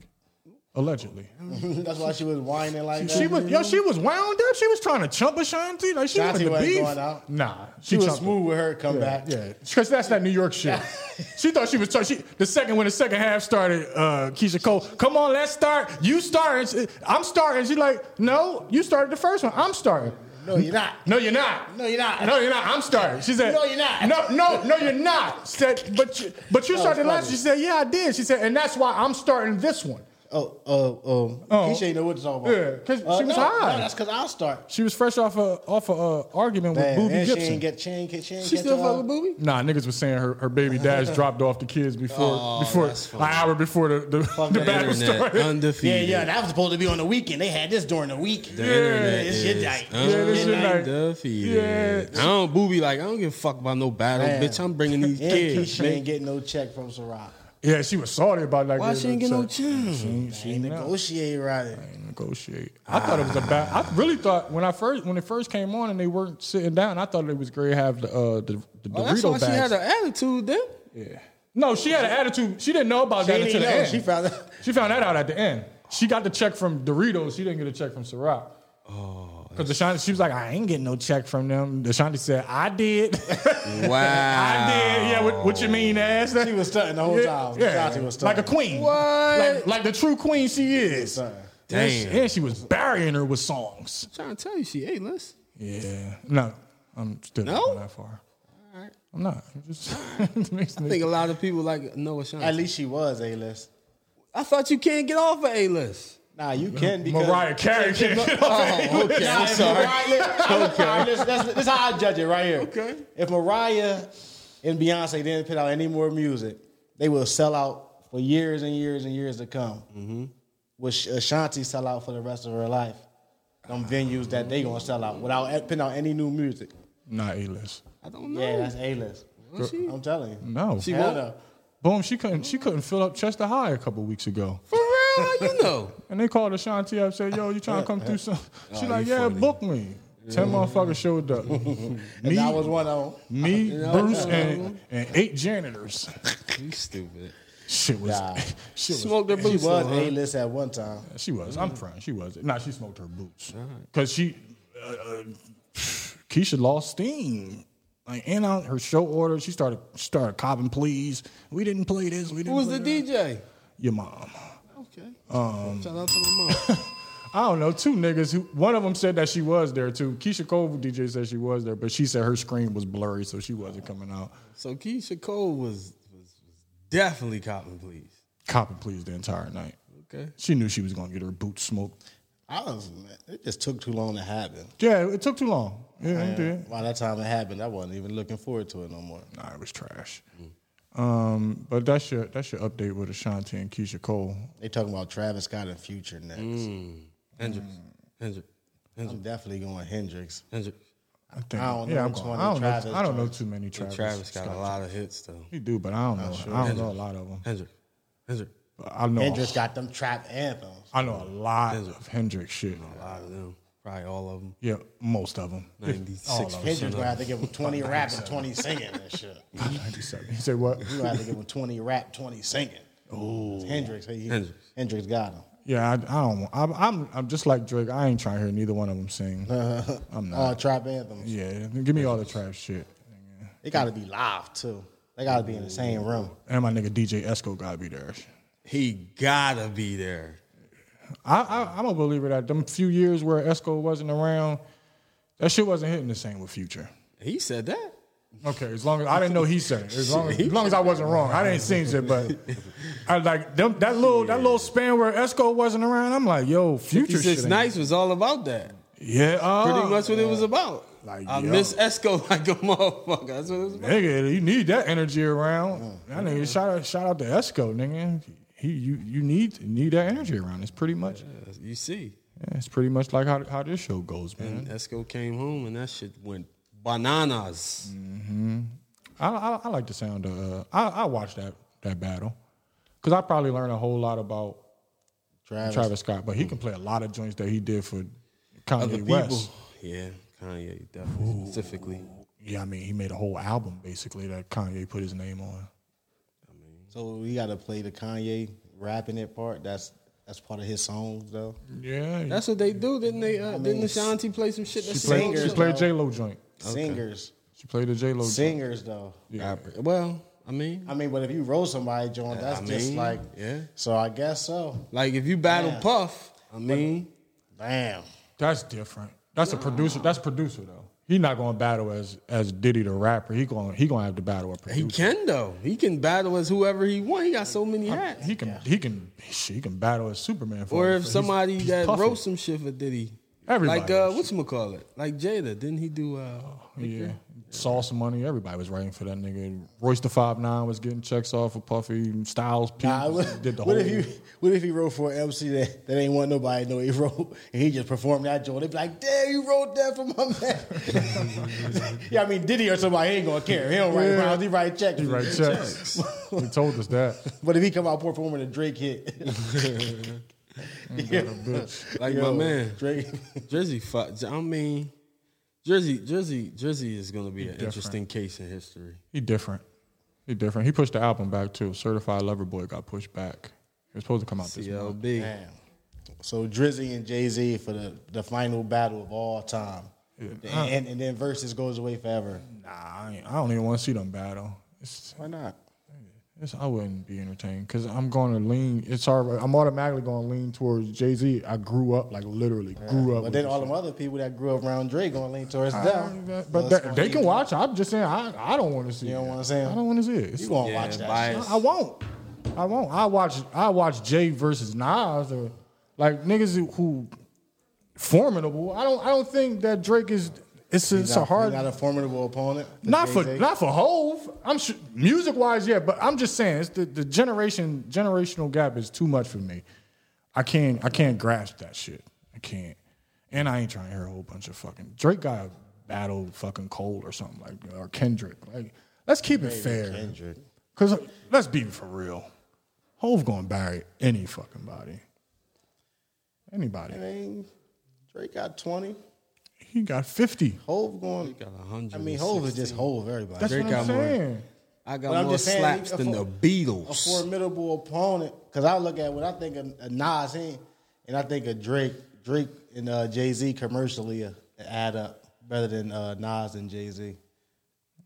[SPEAKER 4] allegedly.
[SPEAKER 5] That's why she was whining like that.
[SPEAKER 4] She was yo, she was wound up. She was trying to chump Ashanti. Like she wanted
[SPEAKER 5] Ashanti
[SPEAKER 4] to
[SPEAKER 5] wasn't
[SPEAKER 4] beef.
[SPEAKER 5] going out.
[SPEAKER 4] Nah,
[SPEAKER 5] She was
[SPEAKER 4] chumped her.
[SPEAKER 5] smooth with her comeback.
[SPEAKER 4] Yeah, because that's that New York shit. she thought she was. She the second when the second half started, uh, Keisha Cole, come on, let's start. You start. and she- I'm starting. She like, no, you started the first one. I'm starting.
[SPEAKER 5] No, you're not.
[SPEAKER 4] No, you're not.
[SPEAKER 5] No, you're not.
[SPEAKER 4] No, you're not. I'm starting. She said.
[SPEAKER 5] No, you're not.
[SPEAKER 4] No, no, no, you're not. Said, but you, but you started
[SPEAKER 5] funny.
[SPEAKER 4] last. She said, yeah, I did. She said, and that's why I'm starting this one.
[SPEAKER 5] Oh, oh, oh.
[SPEAKER 4] Oh.
[SPEAKER 5] Keisha ain't know what to talk about. Uh,
[SPEAKER 4] Yeah, 'cause she was
[SPEAKER 5] no,
[SPEAKER 4] high.
[SPEAKER 5] No, that's because I'll start.
[SPEAKER 4] She was fresh off a off a uh, argument
[SPEAKER 5] Damn,
[SPEAKER 4] with Booby
[SPEAKER 5] and she
[SPEAKER 4] Gibson.
[SPEAKER 5] ain't get, she ain't get, she ain't
[SPEAKER 7] She
[SPEAKER 5] get
[SPEAKER 7] still
[SPEAKER 5] to,
[SPEAKER 7] fuck
[SPEAKER 5] uh,
[SPEAKER 7] with Booby?
[SPEAKER 4] nah, niggas was saying her, her baby dad's dropped off the kids before before
[SPEAKER 7] Oh, that's
[SPEAKER 4] an hour before the the, the
[SPEAKER 5] that
[SPEAKER 4] battle
[SPEAKER 7] Internet
[SPEAKER 4] started.
[SPEAKER 5] Yeah,
[SPEAKER 7] undefeated.
[SPEAKER 5] yeah, that was supposed to be on the weekend. They had this during the week.
[SPEAKER 7] The internet
[SPEAKER 5] this
[SPEAKER 7] is
[SPEAKER 5] shit like-
[SPEAKER 4] Yeah, this shit like-
[SPEAKER 7] undefeated. I don't booby like I don't give a fuck about no battle,
[SPEAKER 5] Damn.
[SPEAKER 7] bitch. I'm bringing these
[SPEAKER 5] Yeah,
[SPEAKER 7] kids.
[SPEAKER 5] Keisha ain't
[SPEAKER 7] man.
[SPEAKER 5] getting no check from Ciroc.
[SPEAKER 4] Yeah, she was salty about it, like
[SPEAKER 7] Why
[SPEAKER 4] that,
[SPEAKER 7] she ain't get no
[SPEAKER 4] so-
[SPEAKER 7] chance?
[SPEAKER 4] She, she
[SPEAKER 5] Ain't
[SPEAKER 4] ain't know.
[SPEAKER 5] negotiate right.
[SPEAKER 4] negotiate. I thought it was a bad. I really thought when I first when it first came on and they weren't sitting down, I thought it was great to have the uh, the, the
[SPEAKER 7] Oh, that's why
[SPEAKER 4] Dorito
[SPEAKER 7] she had
[SPEAKER 4] bags.
[SPEAKER 7] an attitude then.
[SPEAKER 4] no, she had an attitude. She didn't know about
[SPEAKER 5] She
[SPEAKER 4] that
[SPEAKER 5] didn't
[SPEAKER 4] until the
[SPEAKER 5] know.
[SPEAKER 4] end.
[SPEAKER 5] She found out.
[SPEAKER 4] She found that out at the end. She got the check from Doritos. She didn't get a check from Ciroc. Oh, because Deshanti, she was like, I ain't getting no check from them. Deshanti said, I did,
[SPEAKER 7] Wow.
[SPEAKER 4] I did. Yeah, what, what you mean, ass?
[SPEAKER 5] She was stunting the whole
[SPEAKER 4] yeah,
[SPEAKER 5] time.
[SPEAKER 4] yeah.
[SPEAKER 5] Shanti was stunting.
[SPEAKER 4] like a queen,
[SPEAKER 7] What?
[SPEAKER 4] Like, like the true queen she is. And she-
[SPEAKER 7] Damn.
[SPEAKER 4] and she was burying her with songs.
[SPEAKER 7] trying to tell you she ain't listen.
[SPEAKER 4] Yeah. No, I'm still not
[SPEAKER 7] No?
[SPEAKER 4] going that far. I'm not. I'm just
[SPEAKER 7] I think a lot of people like Noah Sean.
[SPEAKER 5] At least she was A list.
[SPEAKER 7] I thought you can't get off of A list.
[SPEAKER 5] Nah, you can because
[SPEAKER 4] Mariah Carey can't get off
[SPEAKER 7] Oh, okay.
[SPEAKER 5] Nah,
[SPEAKER 7] I'm
[SPEAKER 5] if
[SPEAKER 7] sorry.
[SPEAKER 5] Mariah, okay. This, that's, this is how I judge it right here. Okay. If Mariah and Beyonce didn't put out any more music, they will sell out for years and years and years to come. Mm-hmm. Will Sh- Ashanti sell out for the rest of her life? Them venues that they gonna sell out without e- putting out any new music.
[SPEAKER 4] Not A-list.
[SPEAKER 7] I don't know.
[SPEAKER 5] Yeah, that's A list. I'm telling you.
[SPEAKER 4] No.
[SPEAKER 7] She
[SPEAKER 5] Hell
[SPEAKER 7] won't.
[SPEAKER 5] no.
[SPEAKER 4] Boom. She couldn't. She couldn't fill up Chester High a couple weeks ago,
[SPEAKER 7] For real? How you know?
[SPEAKER 4] and they called Ashanti up. Said, "Yo, you trying to come through some?" She
[SPEAKER 7] you
[SPEAKER 4] like, "Yeah,
[SPEAKER 7] funny.
[SPEAKER 4] book me." Ten motherfuckers showed up. me,
[SPEAKER 5] That was one of them.
[SPEAKER 4] me, Bruce, and, and eight janitors.
[SPEAKER 7] You stupid.
[SPEAKER 4] Shit was.
[SPEAKER 5] Nah.
[SPEAKER 4] Shit was.
[SPEAKER 7] Smoke the
[SPEAKER 5] She
[SPEAKER 7] boots.
[SPEAKER 5] was A list at one time.
[SPEAKER 4] She was. I'm fine. She was. Nah, she smoked her boots because she, uh, uh, Keisha lost steam. Like and on her show order, she started she started copping pleas. We didn't play this. We didn't.
[SPEAKER 7] Who was the
[SPEAKER 4] play that.
[SPEAKER 7] DJ?
[SPEAKER 4] Your mom.
[SPEAKER 7] Okay.
[SPEAKER 4] Um,
[SPEAKER 7] Shout out to my mom.
[SPEAKER 4] I don't know. Two niggas. Who, one of them said that she was there too. Keisha Cole DJ said she was there, but she said her screen was blurry, so she wasn't coming out.
[SPEAKER 7] So Keisha Cole was was, was definitely copping, please.
[SPEAKER 4] Copping pleas the entire night.
[SPEAKER 7] Okay.
[SPEAKER 4] She knew she was gonna get her boots smoked.
[SPEAKER 5] I was. It just took too long to happen.
[SPEAKER 4] Yeah, it took too long. Yeah, it did.
[SPEAKER 5] By that time it happened, I wasn't even looking forward to it no more.
[SPEAKER 4] Nah, it was trash.
[SPEAKER 5] Mm-hmm.
[SPEAKER 4] Um, but that's your that's your update with Ashanti and Keisha Cole.
[SPEAKER 5] They talking about Travis Scott and Future next.
[SPEAKER 4] Mm.
[SPEAKER 7] Hendrix.
[SPEAKER 4] Hmm.
[SPEAKER 7] Hendrix.
[SPEAKER 5] I'm definitely going Hendrix.
[SPEAKER 7] Hendrix.
[SPEAKER 4] I, think,
[SPEAKER 5] don't know
[SPEAKER 4] yeah, I'm
[SPEAKER 5] which
[SPEAKER 4] going-
[SPEAKER 5] one
[SPEAKER 4] I don't,
[SPEAKER 5] is
[SPEAKER 4] know,
[SPEAKER 5] Travis,
[SPEAKER 4] I don't know too many Travis.
[SPEAKER 7] Travis got a lot of hits though.
[SPEAKER 4] He do, but I don't
[SPEAKER 5] Oh,
[SPEAKER 4] know. I don't know a lot of them.
[SPEAKER 7] Hendrix. Hendrix.
[SPEAKER 4] I know
[SPEAKER 5] Hendrix got them trap anthems.
[SPEAKER 4] I know a lot
[SPEAKER 7] Hendrix.
[SPEAKER 4] of Hendrix shit.
[SPEAKER 5] Oh.
[SPEAKER 7] A lot of them. Probably all of them.
[SPEAKER 4] Yeah, most of them.
[SPEAKER 7] Ninety six
[SPEAKER 5] Hendrix
[SPEAKER 7] percent.
[SPEAKER 5] gonna have to give him 20 rap and 20 singing and shit. You
[SPEAKER 4] Ninety-seven. You say what?
[SPEAKER 5] gonna have to give him 20 rap, 20 singing. Oh, Hendrix, he, Hendrix,
[SPEAKER 7] Hendrix.
[SPEAKER 5] got him.
[SPEAKER 4] Yeah, I, I don't. want- I'm, I'm I'm just like Drake. I ain't trying to hear neither one of them sing.
[SPEAKER 5] Uh.
[SPEAKER 4] I'm not.
[SPEAKER 5] All trap anthems.
[SPEAKER 4] yeah, give me all the trap shit.
[SPEAKER 5] They gotta be live too. They gotta be in the same room.
[SPEAKER 4] And my nigga DJ Esco gotta be there.
[SPEAKER 7] He gotta be there.
[SPEAKER 4] I, I I'm a believer that them few years where Esco wasn't around, that shit wasn't hitting the same with Future.
[SPEAKER 7] He said that.
[SPEAKER 4] Okay, as long as I didn't know he said it. As long as, as, long as I wasn't wrong, I didn't see it, but I like them, that little that little span where Esco wasn't around. I'm like, yo, Future shit.
[SPEAKER 7] Six
[SPEAKER 4] ain't-
[SPEAKER 7] Nights was all about that.
[SPEAKER 4] Yeah, uh,
[SPEAKER 7] Pretty much what it was about.
[SPEAKER 4] Like,
[SPEAKER 7] I
[SPEAKER 4] yo.
[SPEAKER 7] miss Esco like a motherfucker. That's what it was about.
[SPEAKER 4] Nigga, you need that energy around. That nigga, shout out, shout out to Esco, nigga. He, you, you need you need that energy around. It's pretty much,
[SPEAKER 7] You see.
[SPEAKER 4] yeah, it's pretty much like how how this show goes, man.
[SPEAKER 7] And Esco came home and that shit went bananas.
[SPEAKER 4] Mm-hmm. I, I, I like the sound of. Uh, I, I watched that that battle because I probably learned a whole lot about
[SPEAKER 5] Travis,
[SPEAKER 4] Travis Scott, but he can play a lot of joints that he did for Kanye
[SPEAKER 7] Other people.
[SPEAKER 4] West.
[SPEAKER 7] Yeah, Kanye definitely specifically.
[SPEAKER 4] Yeah, I mean, he made a whole album basically that Kanye put his name on.
[SPEAKER 5] So we gotta play the Kanye rapping it part. That's that's part of his songs though.
[SPEAKER 4] Yeah,
[SPEAKER 7] That's what they do, didn't they? Uh, didn't Ashanti play some shit? That's
[SPEAKER 4] she played,
[SPEAKER 5] singers,
[SPEAKER 4] she played J Lo joint.
[SPEAKER 5] Singers,
[SPEAKER 4] She played the J Lo.
[SPEAKER 5] singers though.
[SPEAKER 7] Well, I mean,
[SPEAKER 5] I mean, but if you roll somebody, John, that's
[SPEAKER 7] I
[SPEAKER 5] just
[SPEAKER 7] mean,
[SPEAKER 5] like
[SPEAKER 7] yeah.
[SPEAKER 5] So I guess so.
[SPEAKER 7] like if you battle
[SPEAKER 5] Yeah.
[SPEAKER 7] Puff, I mean,
[SPEAKER 5] Damn.
[SPEAKER 4] That's different. That's a producer. That's producer though. He's not going to battle as as Diddy the rapper. He going he going to have to battle a producer.
[SPEAKER 7] He can though. He can battle as whoever he want. He got so many hats.
[SPEAKER 4] He can he can shit, he can battle as Superman. For
[SPEAKER 7] Or
[SPEAKER 4] him.
[SPEAKER 7] if
[SPEAKER 4] He's-
[SPEAKER 7] somebody
[SPEAKER 4] he's
[SPEAKER 7] that
[SPEAKER 4] puffing.
[SPEAKER 7] wrote some shit for Diddy.
[SPEAKER 4] Everybody
[SPEAKER 7] Like uh
[SPEAKER 4] wrote
[SPEAKER 7] whatchamacallit? call it? Like Jada. Didn't he do uh
[SPEAKER 4] yeah, saw some money. Everybody was writing for that nigga. Royce the Five Nine was getting checks off of Puffy. Styles P
[SPEAKER 5] Nah, what,
[SPEAKER 4] did the whole.
[SPEAKER 5] what if he what if he wrote for an MC that, that ain't want nobody to know he wrote and he just performed that joint? They'd be like, damn, you wrote that for my man. yeah, I mean Diddy or somebody he ain't gonna care. He don't write
[SPEAKER 4] Yeah.
[SPEAKER 5] rounds, he write checks.
[SPEAKER 4] he write checks. he told us that.
[SPEAKER 5] But if he come out performing a Drake hit, yeah.
[SPEAKER 7] like
[SPEAKER 5] Yo,
[SPEAKER 7] my man.
[SPEAKER 5] Drake
[SPEAKER 7] Jersey fuck I mean Jersey Jersey Jersey is gonna be an interesting case in history.
[SPEAKER 4] He different. He different. He pushed the album back too. Certified Lover Boy got pushed back. It was supposed to come out
[SPEAKER 5] uh,
[SPEAKER 4] this month.
[SPEAKER 7] CLB.
[SPEAKER 5] Damn. So Drizzy and Jay Z for the, the final battle of all time. And, and, and then verses goes away forever.
[SPEAKER 4] Nah, I, ain't- I don't even want to see them battle. It's,
[SPEAKER 6] Why not?
[SPEAKER 4] it's I wouldn't be entertained because I'm going to lean. It's alright. I'm automatically going to lean towards Jay Z. I grew up like literally grew up.
[SPEAKER 5] But
[SPEAKER 4] with
[SPEAKER 5] then
[SPEAKER 4] this
[SPEAKER 5] all
[SPEAKER 4] shit.
[SPEAKER 5] them other people that grew up around Drake gonna lean towards
[SPEAKER 4] Yeah,
[SPEAKER 5] them.
[SPEAKER 4] that-
[SPEAKER 5] So
[SPEAKER 4] but
[SPEAKER 5] it's
[SPEAKER 4] that-
[SPEAKER 5] gonna
[SPEAKER 4] they
[SPEAKER 5] be-
[SPEAKER 4] can watch. it. I'm just saying I, I don't want to see.
[SPEAKER 5] You don't
[SPEAKER 4] that.
[SPEAKER 5] wanna see 'em?
[SPEAKER 4] I don't want to see it. It's-
[SPEAKER 5] You gonna
[SPEAKER 7] Yeah,
[SPEAKER 5] watch that?
[SPEAKER 7] bias.
[SPEAKER 4] I won't. I won't. I watch. I watch Jay versus Nas or like niggas who- who formidable. I don't. I don't think that Drake is. It's a,
[SPEAKER 5] He's
[SPEAKER 4] it's
[SPEAKER 5] not,
[SPEAKER 4] a hard.
[SPEAKER 5] he's not a formidable opponent.
[SPEAKER 4] Not for
[SPEAKER 5] Jay-Z.
[SPEAKER 4] not for Hove. I'm sure, music wise, yeah, but I'm just saying it's the, the generation generational gap is too much for me. I can't I can't grasp that shit. I can't. And I ain't trying to hear a whole bunch of fucking Drake got battled fucking cold or something like or Kendrick. Like let's keep it fair.
[SPEAKER 5] Kendrick.
[SPEAKER 4] Cause uh, let's be for real. Hove gonna bury any fucking body. Anybody.
[SPEAKER 5] I mean, Drake got twenty.
[SPEAKER 4] He got fifty.
[SPEAKER 5] Hove going.
[SPEAKER 7] Got a hundred.
[SPEAKER 5] I mean, Hove is just Hove. Everybody.
[SPEAKER 4] That's
[SPEAKER 7] Drake
[SPEAKER 4] what I'm
[SPEAKER 7] got more.
[SPEAKER 4] saying.
[SPEAKER 7] I got
[SPEAKER 5] But I'm
[SPEAKER 7] more
[SPEAKER 5] just saying,
[SPEAKER 7] slaps
[SPEAKER 5] a
[SPEAKER 7] than
[SPEAKER 5] for-
[SPEAKER 7] the
[SPEAKER 5] a
[SPEAKER 7] Beatles.
[SPEAKER 5] formidable opponent. Because I look at when I think of of Nas, he ain't- and I think of Drake, Drake and uh, Jay Z commercially uh, add up better than uh, Nas and Jay Z.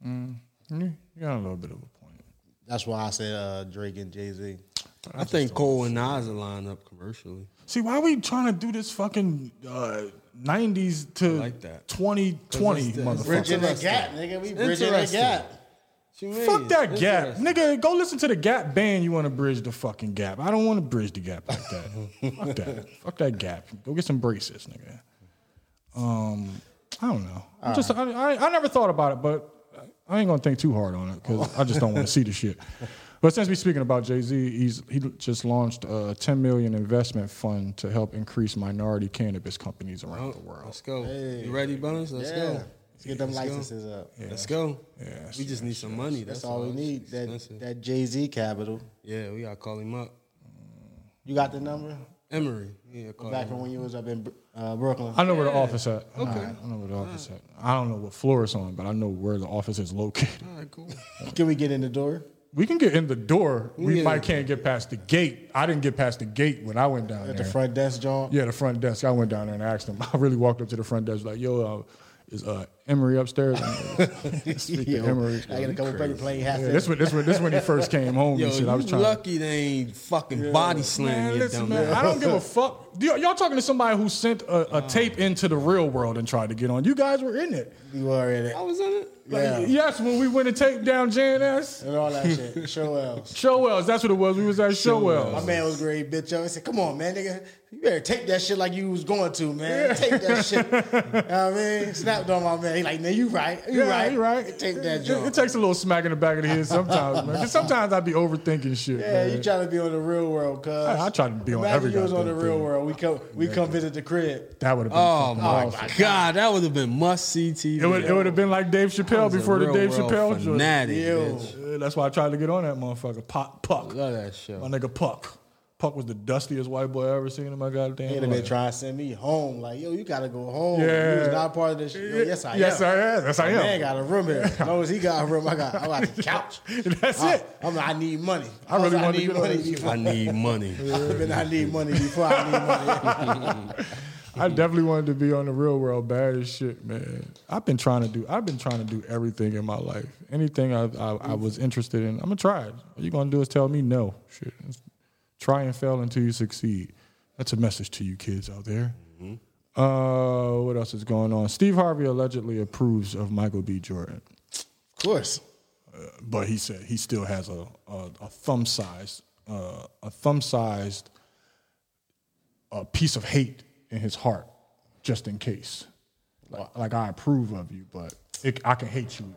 [SPEAKER 4] Mm, You got a little bit of a point.
[SPEAKER 5] That's why I said uh, Drake and Jay Z.
[SPEAKER 7] I think Cole and Nas will line up commercially.
[SPEAKER 4] See, why we trying to do this fucking uh, 90s to
[SPEAKER 7] like that.
[SPEAKER 4] 2020
[SPEAKER 7] It's- it's
[SPEAKER 4] motherfucker?
[SPEAKER 5] Bridging the
[SPEAKER 7] Interesting.
[SPEAKER 5] gap, nigga. We bridging the
[SPEAKER 7] Interesting.
[SPEAKER 5] gap.
[SPEAKER 4] Fuck that gap. Nigga, go listen to the gap band you want to bridge the fucking gap. I don't want to bridge the gap like that. Fuck that. Fuck that gap. Go get some braces, nigga. Um, I don't know. I'm just I, I I never thought about it, but I ain't gonna think too hard on it because I just don't want to see the shit. But since we speaking about Jay Z, he's he just launched a 10 million investment fund to help increase minority cannabis companies around the world.
[SPEAKER 7] Let's go. You ready, Bonus? Let's
[SPEAKER 5] Yeah.
[SPEAKER 7] go.
[SPEAKER 5] Let's get them
[SPEAKER 7] Let's go.
[SPEAKER 5] licenses up.
[SPEAKER 7] Let's go.
[SPEAKER 4] Yeah,
[SPEAKER 7] we just need some money. That's,
[SPEAKER 5] That's all we
[SPEAKER 7] It's
[SPEAKER 5] need. That
[SPEAKER 7] expensive.
[SPEAKER 5] that Jay Z capital.
[SPEAKER 7] yeah, we gotta call him up.
[SPEAKER 5] You got the number
[SPEAKER 7] Emery. Yeah, call
[SPEAKER 5] back
[SPEAKER 7] him.
[SPEAKER 5] from when you was up in uh, Brooklyn.
[SPEAKER 4] I know where the office at. Okay. I know where the office at. I don't know what floor it's on, but I know where the office is located.
[SPEAKER 7] All right, cool.
[SPEAKER 5] Can we get in the door?
[SPEAKER 4] We can get in the door. We
[SPEAKER 7] Yeah.
[SPEAKER 4] might can't get past the gate. I didn't get past the gate when I went down there.
[SPEAKER 5] At the front desk, John.
[SPEAKER 4] Yeah, the front desk. I went down there and asked them. I really walked up to the front desk like, "Yo, uh, is uh, Emery upstairs?" yeah,
[SPEAKER 5] Yo,
[SPEAKER 4] Emery.
[SPEAKER 5] I got a couple paper plane hats.
[SPEAKER 4] this when this when this when he first came home
[SPEAKER 7] Yo,
[SPEAKER 4] and shit. I was
[SPEAKER 7] you
[SPEAKER 4] trying.
[SPEAKER 7] lucky they ain't fucking body
[SPEAKER 4] Man,
[SPEAKER 7] slam you
[SPEAKER 4] listen,
[SPEAKER 7] dumb
[SPEAKER 4] man,
[SPEAKER 7] man.
[SPEAKER 4] I don't give a fuck. Y- y'all talking to somebody who sent a, a tape into the real world and tried to get on. You guys were in it.
[SPEAKER 5] You are in it.
[SPEAKER 7] I was in it.
[SPEAKER 4] Like,
[SPEAKER 5] Yeah.
[SPEAKER 4] Yes, when we went and taped down JNS.
[SPEAKER 5] And all that shit. Show else.
[SPEAKER 4] Showells, that's what it was. We was at Showells.
[SPEAKER 5] My man was great, bitch. I said, come on, man, nigga. You better take that shit like you was going to, man. Take that shit. You know what I mean? Snapped on my man. He like, man, you right. You
[SPEAKER 4] Yeah,
[SPEAKER 5] right.
[SPEAKER 4] you right.
[SPEAKER 5] Take that
[SPEAKER 4] It-
[SPEAKER 5] joint.
[SPEAKER 4] It, takes a little smack in the back of the head sometimes, man. 'Cause sometimes I be overthinking shit.
[SPEAKER 5] Yeah,
[SPEAKER 4] man.
[SPEAKER 5] you trying to be on the real world, cuz.
[SPEAKER 4] I- I try to be on
[SPEAKER 5] Imagine
[SPEAKER 4] every
[SPEAKER 5] you was on the
[SPEAKER 4] goddamn
[SPEAKER 5] real
[SPEAKER 4] thing.
[SPEAKER 5] world. We come, we come visit the crib.
[SPEAKER 4] that would have been.
[SPEAKER 7] Oh
[SPEAKER 4] fucking
[SPEAKER 7] my
[SPEAKER 4] awesome.
[SPEAKER 7] god, that would have been must see TV.
[SPEAKER 4] It would, it would have been like Dave Chappelle before the Dave Chappelle joint. Oh,
[SPEAKER 7] fanatic,
[SPEAKER 5] Yo.
[SPEAKER 7] bitch.
[SPEAKER 4] Yeah, that's why I tried to get on that motherfucker. Pop, Puck.
[SPEAKER 7] Love that show.
[SPEAKER 4] My nigga Puck. Puck was the dustiest white boy I ever seen in my goddamn
[SPEAKER 5] They'd have been
[SPEAKER 4] life.
[SPEAKER 5] trying to send me home. Like, yo, you gotta go home.
[SPEAKER 4] Yeah.
[SPEAKER 5] You was not part of this. shit. Yo, yes, I
[SPEAKER 4] Yes,
[SPEAKER 5] am.
[SPEAKER 4] I am. Yes, I
[SPEAKER 5] My Man
[SPEAKER 4] am.
[SPEAKER 5] got a room here. As long as he got a room, I got I got the couch.
[SPEAKER 4] That's
[SPEAKER 5] I,
[SPEAKER 4] it.
[SPEAKER 5] I'm like, I need money.
[SPEAKER 4] I really
[SPEAKER 5] I
[SPEAKER 4] wanted to
[SPEAKER 5] need
[SPEAKER 4] get on
[SPEAKER 5] money
[SPEAKER 4] that shit.
[SPEAKER 5] before
[SPEAKER 7] I need money.
[SPEAKER 5] been, I need money before I need money.
[SPEAKER 4] I definitely wanted to be on the real world bad as shit, man. I've been trying to do I've been trying to do everything in my life. Anything I I, I was interested in, I'm gonna try it. All you gonna do is tell me no. Shit. It's- try and fail until you succeed. That's a message to you kids out there. Uh, what else is going on? Steve Harvey allegedly approves of Michael B. Jordan,
[SPEAKER 5] Of course.
[SPEAKER 4] but he said he still has a a, a thumb sized uh, a thumb sized a piece of hate in his heart, just in case. Like, like I approve of you, but it, I can hate you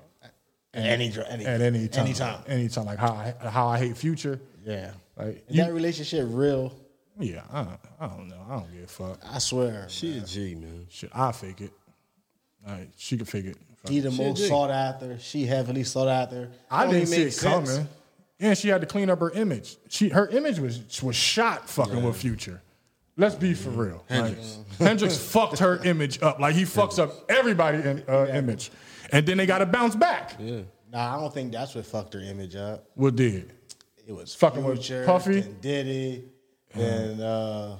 [SPEAKER 5] Any, any,
[SPEAKER 4] at any time.
[SPEAKER 5] Anytime.
[SPEAKER 4] Anytime. Like how I, how I hate future.
[SPEAKER 5] Yeah.
[SPEAKER 4] Like
[SPEAKER 5] Is
[SPEAKER 4] you-
[SPEAKER 5] that relationship real?
[SPEAKER 4] yeah, I don't, I don't know. I don't give a fuck.
[SPEAKER 5] I swear.
[SPEAKER 7] She a G, man.
[SPEAKER 4] Shit, I fake it. Like she can fake it. Fuck
[SPEAKER 5] He the
[SPEAKER 7] She a
[SPEAKER 5] most
[SPEAKER 7] G.
[SPEAKER 5] sought after. She heavily sought after.
[SPEAKER 4] I
[SPEAKER 5] Only
[SPEAKER 4] didn't see it
[SPEAKER 5] makes sense.
[SPEAKER 4] coming. And she had to clean up her image. She her image was was shot fucking with Future. Let's be for real. Hendrix, Hendrix fucked her image up. Like he fucks up everybody in uh, image, and then they got to bounce back.
[SPEAKER 5] Nah, I don't think that's what fucked her image up.
[SPEAKER 4] What did?
[SPEAKER 5] It was
[SPEAKER 4] Fucking with
[SPEAKER 5] Future,
[SPEAKER 4] Puffy? Uh-huh.
[SPEAKER 5] then Diddy, and uh,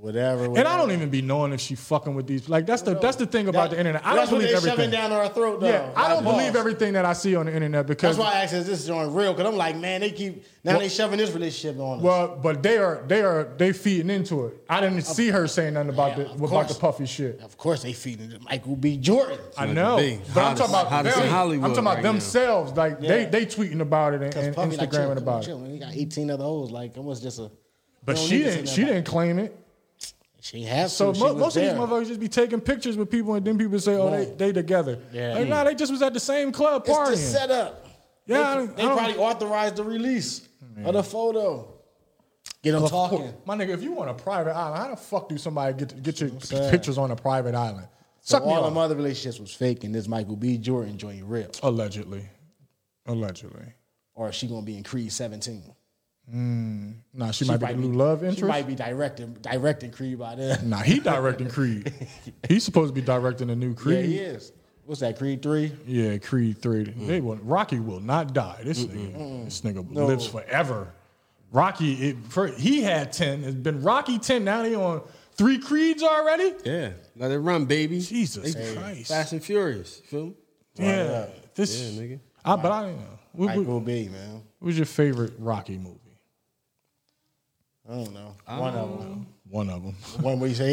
[SPEAKER 5] whatever,
[SPEAKER 4] And
[SPEAKER 5] whatever.
[SPEAKER 4] I don't even be knowing if she fucking with these. Like that's the that's the thing about the internet. I don't
[SPEAKER 5] that's what
[SPEAKER 4] believe
[SPEAKER 5] they
[SPEAKER 4] everything.
[SPEAKER 5] shoving down our throat. Though,
[SPEAKER 4] yeah, I
[SPEAKER 5] Like,
[SPEAKER 4] don't believe
[SPEAKER 5] boss.
[SPEAKER 4] everything that I see on the internet because
[SPEAKER 5] That's why I asked, is this joint real? Because I'm like, man, they keep now they shoving this relationship on us.
[SPEAKER 4] Well, but they are they are they feeding into it. I didn't see her saying nothing about
[SPEAKER 5] Yeah,
[SPEAKER 4] the
[SPEAKER 5] of
[SPEAKER 4] about the
[SPEAKER 5] course.
[SPEAKER 4] puffy shit.
[SPEAKER 5] of course, they feeding it. Michael B. Jordan.
[SPEAKER 4] I know,
[SPEAKER 7] big.
[SPEAKER 4] but I'm
[SPEAKER 7] Hottest-
[SPEAKER 4] talking about
[SPEAKER 7] hottest in
[SPEAKER 4] them. I'm
[SPEAKER 7] Hollywood
[SPEAKER 4] talking about
[SPEAKER 7] right now.
[SPEAKER 4] themselves. Like they
[SPEAKER 5] Yeah.
[SPEAKER 4] they tweeting about it and,
[SPEAKER 5] Because
[SPEAKER 4] and
[SPEAKER 5] Puffy like, chill,
[SPEAKER 4] Instagramming
[SPEAKER 5] about
[SPEAKER 4] about
[SPEAKER 5] chill,
[SPEAKER 4] it.
[SPEAKER 5] man. He got 18 other hoes. Like, it was just a.
[SPEAKER 4] But
[SPEAKER 5] we don't
[SPEAKER 4] she
[SPEAKER 5] need to
[SPEAKER 4] didn't
[SPEAKER 5] see
[SPEAKER 4] she
[SPEAKER 5] nobody.
[SPEAKER 4] didn't claim it.
[SPEAKER 5] She has
[SPEAKER 4] So
[SPEAKER 5] to. She
[SPEAKER 4] mo-
[SPEAKER 5] was
[SPEAKER 4] most
[SPEAKER 5] there.
[SPEAKER 4] of these motherfuckers just be taking pictures with people and then people say, oh, they they together.
[SPEAKER 5] Yeah.
[SPEAKER 4] Like, nah, they just was at the same club partying.
[SPEAKER 5] It's the setup.
[SPEAKER 4] Yeah, I
[SPEAKER 5] they,
[SPEAKER 4] don't-
[SPEAKER 5] they
[SPEAKER 4] I don't-
[SPEAKER 5] probably authorized the release of the photo. Get them
[SPEAKER 4] Of
[SPEAKER 5] talking.
[SPEAKER 4] course. My nigga, if you want a private island, how the fuck do somebody get get your
[SPEAKER 5] saying.
[SPEAKER 4] pictures on a private island?
[SPEAKER 5] So
[SPEAKER 4] Suck me
[SPEAKER 5] all
[SPEAKER 4] off.
[SPEAKER 5] them other relationships was fake, and this Michael B. Jordan joint real,
[SPEAKER 4] Allegedly, allegedly.
[SPEAKER 5] or she gonna be in Creed 17.
[SPEAKER 4] Nah, she, might be the
[SPEAKER 5] be-
[SPEAKER 4] new love
[SPEAKER 5] She
[SPEAKER 4] interest.
[SPEAKER 5] might be directing directing Creed by then.
[SPEAKER 4] Nah, he directing Creed. He's supposed to be directing a new
[SPEAKER 5] Yeah,
[SPEAKER 4] Creed.
[SPEAKER 5] he is. What's that? Creed three.
[SPEAKER 4] Yeah, Creed three.
[SPEAKER 5] Mm.
[SPEAKER 4] They will, Rocky will not die. This nigga, this nigga lives forever. Rocky, it, for, he had ten. It's been Rocky ten. Now they on three Creeds already.
[SPEAKER 7] Yeah, let it run, baby.
[SPEAKER 4] Jesus
[SPEAKER 7] They
[SPEAKER 4] Christ.
[SPEAKER 7] Fast and Furious. Feel me?
[SPEAKER 4] yeah, this.
[SPEAKER 7] Yeah, nigga.
[SPEAKER 4] I, but I don't know. What, what,
[SPEAKER 5] Michael B. Man,
[SPEAKER 4] what was your favorite Rocky movie?
[SPEAKER 5] I don't know. One of them.
[SPEAKER 4] One of them.
[SPEAKER 5] One where you say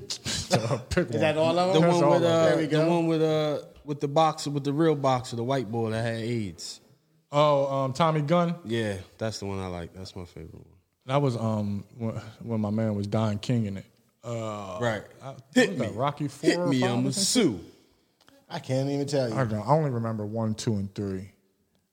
[SPEAKER 4] Pick
[SPEAKER 5] Is that all of
[SPEAKER 7] The
[SPEAKER 5] them?
[SPEAKER 4] That's
[SPEAKER 7] one
[SPEAKER 4] all
[SPEAKER 7] with
[SPEAKER 4] of
[SPEAKER 7] uh,
[SPEAKER 4] them.
[SPEAKER 5] There we go.
[SPEAKER 7] the one with uh, with the boxer, with the real boxer, the white boy that had AIDS.
[SPEAKER 4] Oh, um, Tommy Gunn.
[SPEAKER 7] Yeah, that's the one I like. That's my favorite one.
[SPEAKER 4] That was um when, when my man was Don King in it. Uh,
[SPEAKER 7] Right.
[SPEAKER 4] I-
[SPEAKER 7] Hit
[SPEAKER 4] was that
[SPEAKER 7] me.
[SPEAKER 4] Rocky four.
[SPEAKER 7] Hit
[SPEAKER 4] or
[SPEAKER 7] me,
[SPEAKER 4] five or
[SPEAKER 7] I'ma
[SPEAKER 4] something?
[SPEAKER 7] sue.
[SPEAKER 5] I can't even tell
[SPEAKER 4] I
[SPEAKER 5] you.
[SPEAKER 4] don't know. I only remember one, two, and three.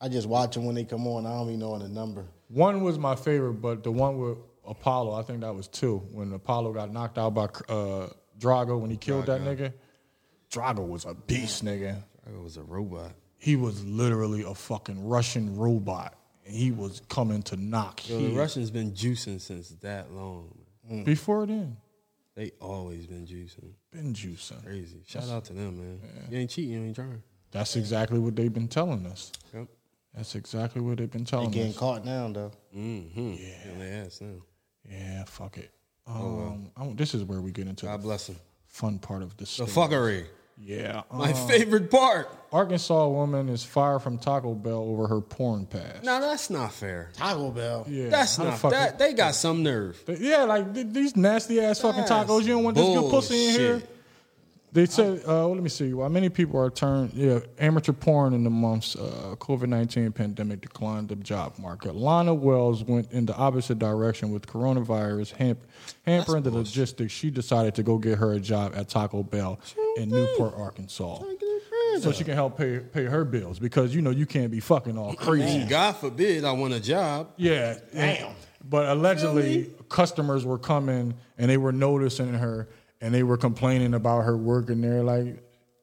[SPEAKER 5] I just watch them when they come on. I don't even know the number.
[SPEAKER 4] One was my favorite, but the one with Apollo, I think that was two. When Apollo got knocked out by uh, Drago when he killed that nigga, Drago was a beast, nigga.
[SPEAKER 7] It was a robot.
[SPEAKER 4] He was literally a fucking Russian robot, and he was coming to knock
[SPEAKER 7] Yo, the
[SPEAKER 4] here.
[SPEAKER 7] Russians been juicing since that long.
[SPEAKER 4] Before then,
[SPEAKER 7] They always been juicing.
[SPEAKER 4] been juicing.
[SPEAKER 7] Crazy. Shout out to them, man. You ain't cheating, you ain't trying.
[SPEAKER 4] That's exactly what they've been telling us.
[SPEAKER 7] Yep.
[SPEAKER 4] That's exactly what they've been
[SPEAKER 5] They
[SPEAKER 4] telling
[SPEAKER 5] getting
[SPEAKER 4] us.
[SPEAKER 5] caught now though.
[SPEAKER 7] Yeah. they ass now.
[SPEAKER 4] Yeah, fuck it. Um, I want- this is where we get into
[SPEAKER 7] Oh, God
[SPEAKER 4] the
[SPEAKER 7] bless them.
[SPEAKER 4] fun part of the Uh,
[SPEAKER 7] The
[SPEAKER 4] story.
[SPEAKER 7] fuckery.
[SPEAKER 4] Yeah. um,
[SPEAKER 7] My favorite part.
[SPEAKER 4] Arkansas woman is fired from Taco Bell over her porn past.
[SPEAKER 7] Now that's not fair.
[SPEAKER 5] Taco Bell.
[SPEAKER 4] yeah,
[SPEAKER 7] That's
[SPEAKER 4] how the
[SPEAKER 7] not
[SPEAKER 4] fuck
[SPEAKER 7] that. They got some nerve.
[SPEAKER 4] it- yeah, like th- these nasty ass fucking
[SPEAKER 7] That's
[SPEAKER 4] tacos. You don't want this good pussy in here.
[SPEAKER 7] bullshit.
[SPEAKER 4] They said, uh, well, let me see. Why many people are turned, yeah, amateur porn in the months uh, COVID 19 pandemic declined the job market. Lana Wells went in the opposite direction with coronavirus hamp- hampering the logistics. She decided to go get her a job at Taco Bell in Newport, Arkansas. So she can help pay, pay her bills because, you know, you can't be fucking all crazy.
[SPEAKER 7] God forbid I want a job.
[SPEAKER 4] Yeah. Damn. But allegedly, customers were coming and they were noticing her and they were complaining about her working there. Like,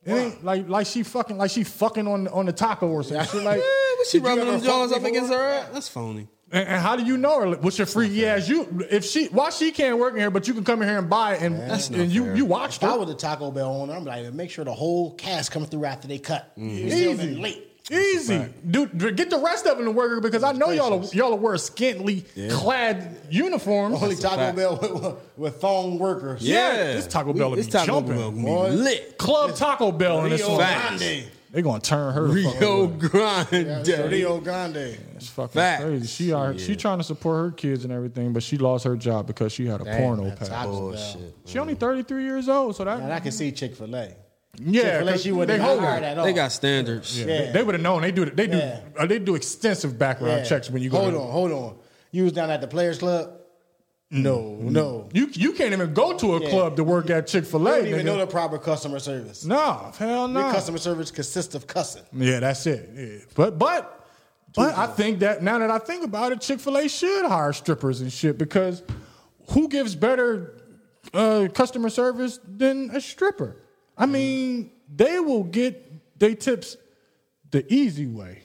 [SPEAKER 4] it ain't, like, like she fucking, like she fucking on on the taco or something. She like,
[SPEAKER 7] Yeah, but she
[SPEAKER 4] Did you
[SPEAKER 7] rubbing
[SPEAKER 4] ever
[SPEAKER 7] them
[SPEAKER 4] fuck
[SPEAKER 7] jaws up
[SPEAKER 4] before?
[SPEAKER 7] against her ass. That's phony.
[SPEAKER 4] And, and how do you know her? What's your free ass? You if she why she can't work in here, but you can come in here and buy it and and you you watched
[SPEAKER 5] If I
[SPEAKER 4] her.
[SPEAKER 5] was a Taco Bell owner, I'm like, make sure the whole cast come through after they cut. It's still
[SPEAKER 4] Easy,
[SPEAKER 5] been late.
[SPEAKER 4] easy, dude. d- Get the rest of them to work because I know y'all are, y'all are wearing scantily clad uniforms.
[SPEAKER 5] Only Taco
[SPEAKER 7] fact.
[SPEAKER 5] Bell with, with, with phone workers.
[SPEAKER 4] Yeah, this Taco Bell
[SPEAKER 7] We-
[SPEAKER 4] be
[SPEAKER 7] Taco
[SPEAKER 4] jumping,
[SPEAKER 7] Bell gonna be
[SPEAKER 4] boy.
[SPEAKER 7] lit.
[SPEAKER 4] Club Taco Bell in this
[SPEAKER 5] Rio
[SPEAKER 4] one.
[SPEAKER 7] facts.
[SPEAKER 5] Grande.
[SPEAKER 4] They gonna turn her. the fuck
[SPEAKER 7] Rio
[SPEAKER 4] away.
[SPEAKER 7] Grande.
[SPEAKER 5] Rio Grande.
[SPEAKER 4] It's fucking
[SPEAKER 7] Facts.
[SPEAKER 4] crazy. She out here- she trying to support her kids and everything, but she lost her job because she had a porno
[SPEAKER 5] that's
[SPEAKER 4] pass.
[SPEAKER 5] bullshit.
[SPEAKER 4] She only thirty three years old, so that
[SPEAKER 5] And I can see Chick Fil A.
[SPEAKER 4] yeah,
[SPEAKER 5] Chick-fil-A,
[SPEAKER 4] 'cause
[SPEAKER 5] she wouldn't
[SPEAKER 4] they
[SPEAKER 5] even
[SPEAKER 4] hold
[SPEAKER 5] hire
[SPEAKER 4] her.
[SPEAKER 5] that
[SPEAKER 7] They
[SPEAKER 5] on.
[SPEAKER 7] got standards.
[SPEAKER 4] They-
[SPEAKER 5] Yeah.
[SPEAKER 4] They would have known. They do. They do.
[SPEAKER 5] Yeah.
[SPEAKER 4] uh, they do extensive background
[SPEAKER 5] Yeah.
[SPEAKER 4] checks when you go.
[SPEAKER 5] Hold
[SPEAKER 4] to-
[SPEAKER 5] on, hold on. You was down at the Players Club? Mm-hmm. No, no.
[SPEAKER 4] You you can't even go to a
[SPEAKER 5] Yeah.
[SPEAKER 4] club to work at Chick Fil
[SPEAKER 5] You
[SPEAKER 4] A.
[SPEAKER 5] don't even know the proper customer service.
[SPEAKER 4] No, hell no.
[SPEAKER 5] Your customer service consists of cussing.
[SPEAKER 4] Yeah, that's it. Yeah. But but but I think that now that I think about it, Chick Fil A should hire strippers and shit because who gives better uh, customer service than a stripper? I mean, they will get they tips the easy way.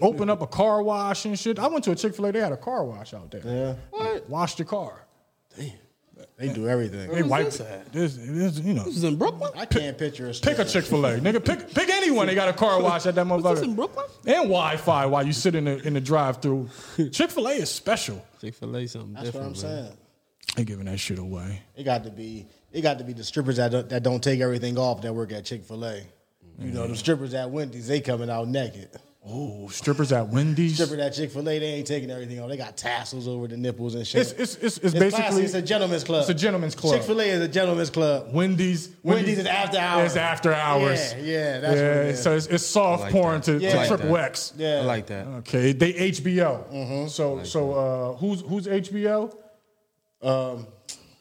[SPEAKER 4] Open up a car wash and shit. I went to a Chick Fil A. They had a car wash out there. Yeah, what? Washed your car.
[SPEAKER 5] They do everything.
[SPEAKER 4] They wiped it. This, this, you know.
[SPEAKER 7] This is in Brooklyn.
[SPEAKER 5] I can't picture a
[SPEAKER 4] Pick a
[SPEAKER 5] stripper.
[SPEAKER 4] Chick Fil A, nigga. Pick pick anyone. They got a car wash at that motherfucker.
[SPEAKER 7] this in Brooklyn?
[SPEAKER 4] And Wi Fi while you sit in the in the drive through. Chick Fil A is special.
[SPEAKER 7] Chick Fil A something
[SPEAKER 5] That's what
[SPEAKER 7] different.
[SPEAKER 5] I'm saying.
[SPEAKER 4] They giving that shit away.
[SPEAKER 5] It got to be it got to be the strippers that don't, that don't take everything off that work at Chick Fil A. You know,
[SPEAKER 4] Mm-hmm.
[SPEAKER 5] the strippers at Wendy's they coming out naked.
[SPEAKER 4] Oh, strippers at Wendy's.
[SPEAKER 5] Stripper at Chick Fil A they ain't taking everything off. They got tassels over the nipples and shit.
[SPEAKER 4] It's it's it's, it's,
[SPEAKER 5] It's classy.
[SPEAKER 4] basically
[SPEAKER 5] it's a gentleman's club.
[SPEAKER 4] it's a gentleman's club.
[SPEAKER 5] Chick Fil A is a gentleman's club.
[SPEAKER 4] Wendy's,
[SPEAKER 5] Wendy's is after hours.
[SPEAKER 4] It's after hours.
[SPEAKER 5] Yeah, yeah, that's
[SPEAKER 4] yeah.
[SPEAKER 5] what it is.
[SPEAKER 4] So it's, it's soft
[SPEAKER 7] like
[SPEAKER 4] porn
[SPEAKER 7] that.
[SPEAKER 4] to,
[SPEAKER 5] Yeah.
[SPEAKER 4] to
[SPEAKER 5] Like
[SPEAKER 4] triple
[SPEAKER 7] that.
[SPEAKER 4] X.
[SPEAKER 5] Yeah, Mm-hmm.
[SPEAKER 7] I like that.
[SPEAKER 4] Okay, they HBO. So so uh, who's who's HBO?
[SPEAKER 5] um,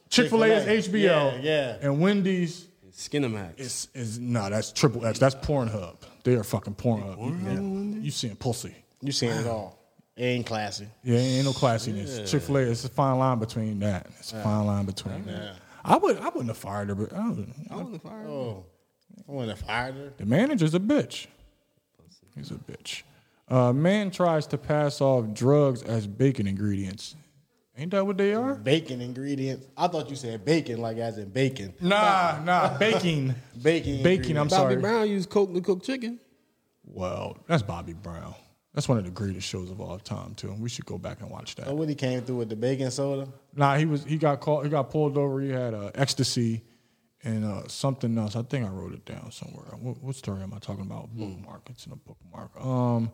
[SPEAKER 4] Chick Fil A is HBO.
[SPEAKER 5] Yeah, yeah.
[SPEAKER 4] And Wendy's
[SPEAKER 7] Skinemax.
[SPEAKER 4] It's is no, that's triple X. That's Pornhub. They are fucking Pornhub. You, you seeing pussy?
[SPEAKER 5] you seen it all. It ain't classy.
[SPEAKER 4] Yeah, ain't no classiness. Chick Fil A. It's a fine line between that. It's a fine line between that. I would. I wouldn't have fired her, but I would,
[SPEAKER 5] Oh, I want to fire her.
[SPEAKER 4] the manager's a bitch. He's a bitch. Uh, man tries to pass off drugs as bacon ingredients. Ain't that what they are?
[SPEAKER 5] Bacon ingredients. I thought you said bacon, like as in bacon.
[SPEAKER 4] Nah, nah, baking, baking.
[SPEAKER 5] Baking.
[SPEAKER 4] I'm
[SPEAKER 5] ingredients.
[SPEAKER 7] Bobby
[SPEAKER 4] sorry.
[SPEAKER 7] Brown used coke to cook chicken.
[SPEAKER 4] Well, that's Bobby Brown. That's one of the greatest shows of all time, too. We should go back and watch that.
[SPEAKER 5] Oh, when he came through with the baking soda.
[SPEAKER 4] Nah, he was he got called he got pulled over. He had uh, ecstasy and uh, something else. I think I wrote it down somewhere. What, what story am I talking about? Bookmark. It's in a bookmark. Um,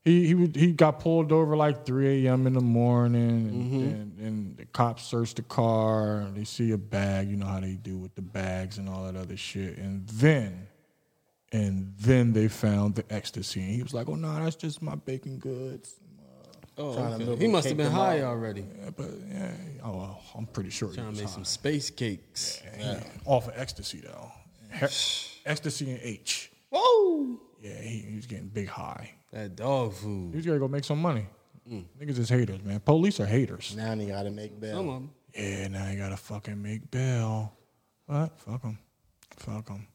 [SPEAKER 4] he he would- he got pulled over like 3 a.m. in the morning, and, and, and the cops searched the car. And they see a bag. You know how they do with the bags and all that other shit. And then. And then they found the ecstasy, and he was like, "Oh no, that's just my baking goods."
[SPEAKER 7] Oh,
[SPEAKER 5] Tryna
[SPEAKER 7] okay.
[SPEAKER 5] milk
[SPEAKER 7] he
[SPEAKER 5] and
[SPEAKER 7] must have
[SPEAKER 5] cake
[SPEAKER 7] been
[SPEAKER 5] them
[SPEAKER 7] high
[SPEAKER 5] out.
[SPEAKER 7] already.
[SPEAKER 4] Yeah, but yeah, oh, well, I'm pretty sure. he
[SPEAKER 7] Trying
[SPEAKER 4] was
[SPEAKER 7] to make
[SPEAKER 4] high.
[SPEAKER 7] some space cakes.
[SPEAKER 4] Yeah. Off of ecstasy though. He- ecstasy and H.
[SPEAKER 7] Whoa!
[SPEAKER 4] Yeah, he, he was getting big high.
[SPEAKER 7] That dog
[SPEAKER 4] He
[SPEAKER 7] food.
[SPEAKER 4] was gonna go make some money. Niggas is haters, man. Police are haters.
[SPEAKER 5] Now he got to make bail.
[SPEAKER 7] Come on.
[SPEAKER 4] Yeah, now you gotta fucking make bail. What? Fuck them. Fuck them.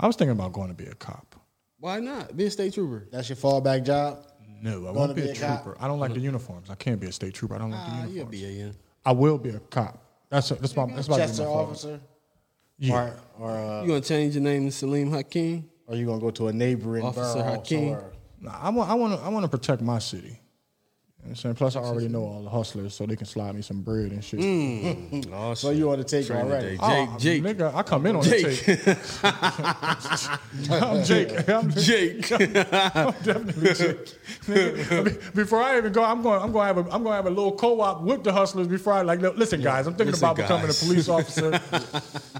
[SPEAKER 4] I was thinking about going to be a cop.
[SPEAKER 7] Why not? Be a state trooper.
[SPEAKER 5] That's your fallback job.
[SPEAKER 4] No, I won't be,
[SPEAKER 5] be
[SPEAKER 4] a,
[SPEAKER 5] a cop?
[SPEAKER 4] trooper. I don't like the uniforms. I can't be a state trooper. I don't like the
[SPEAKER 7] Ah,
[SPEAKER 4] uniforms.
[SPEAKER 7] you'll be a yeah.
[SPEAKER 4] I will be a cop. That's that's my that's my, that's
[SPEAKER 5] Chester
[SPEAKER 4] my officer.
[SPEAKER 5] officer.
[SPEAKER 4] Yeah.
[SPEAKER 5] Or, or uh,
[SPEAKER 7] You gonna change your name to Salim Hakeem?
[SPEAKER 5] Or you gonna go to a neighboring
[SPEAKER 7] Officer
[SPEAKER 5] borough
[SPEAKER 7] Hakeem.
[SPEAKER 5] somewhere?
[SPEAKER 4] Nah, I want I want to I want to protect my city. You know what I'm saying? Plus, I already know all the hustlers, so they can slide me some bread and shit.
[SPEAKER 7] Oh,
[SPEAKER 5] So you on the take already? Oh,
[SPEAKER 7] Jake,
[SPEAKER 4] Ah,
[SPEAKER 7] Jake,
[SPEAKER 4] Nigga, I come in on
[SPEAKER 7] Jake.
[SPEAKER 4] the tape. I'm Jake. I'm
[SPEAKER 7] Jake.
[SPEAKER 4] definitely Jake. Nigga, I mean, before I even go, I'm going. I'm going to have a. I'm going to have a little co-op with the hustlers before I like. look, Listen, guys, I'm thinking
[SPEAKER 7] Listen,
[SPEAKER 4] about becoming a
[SPEAKER 7] guys.
[SPEAKER 4] police officer.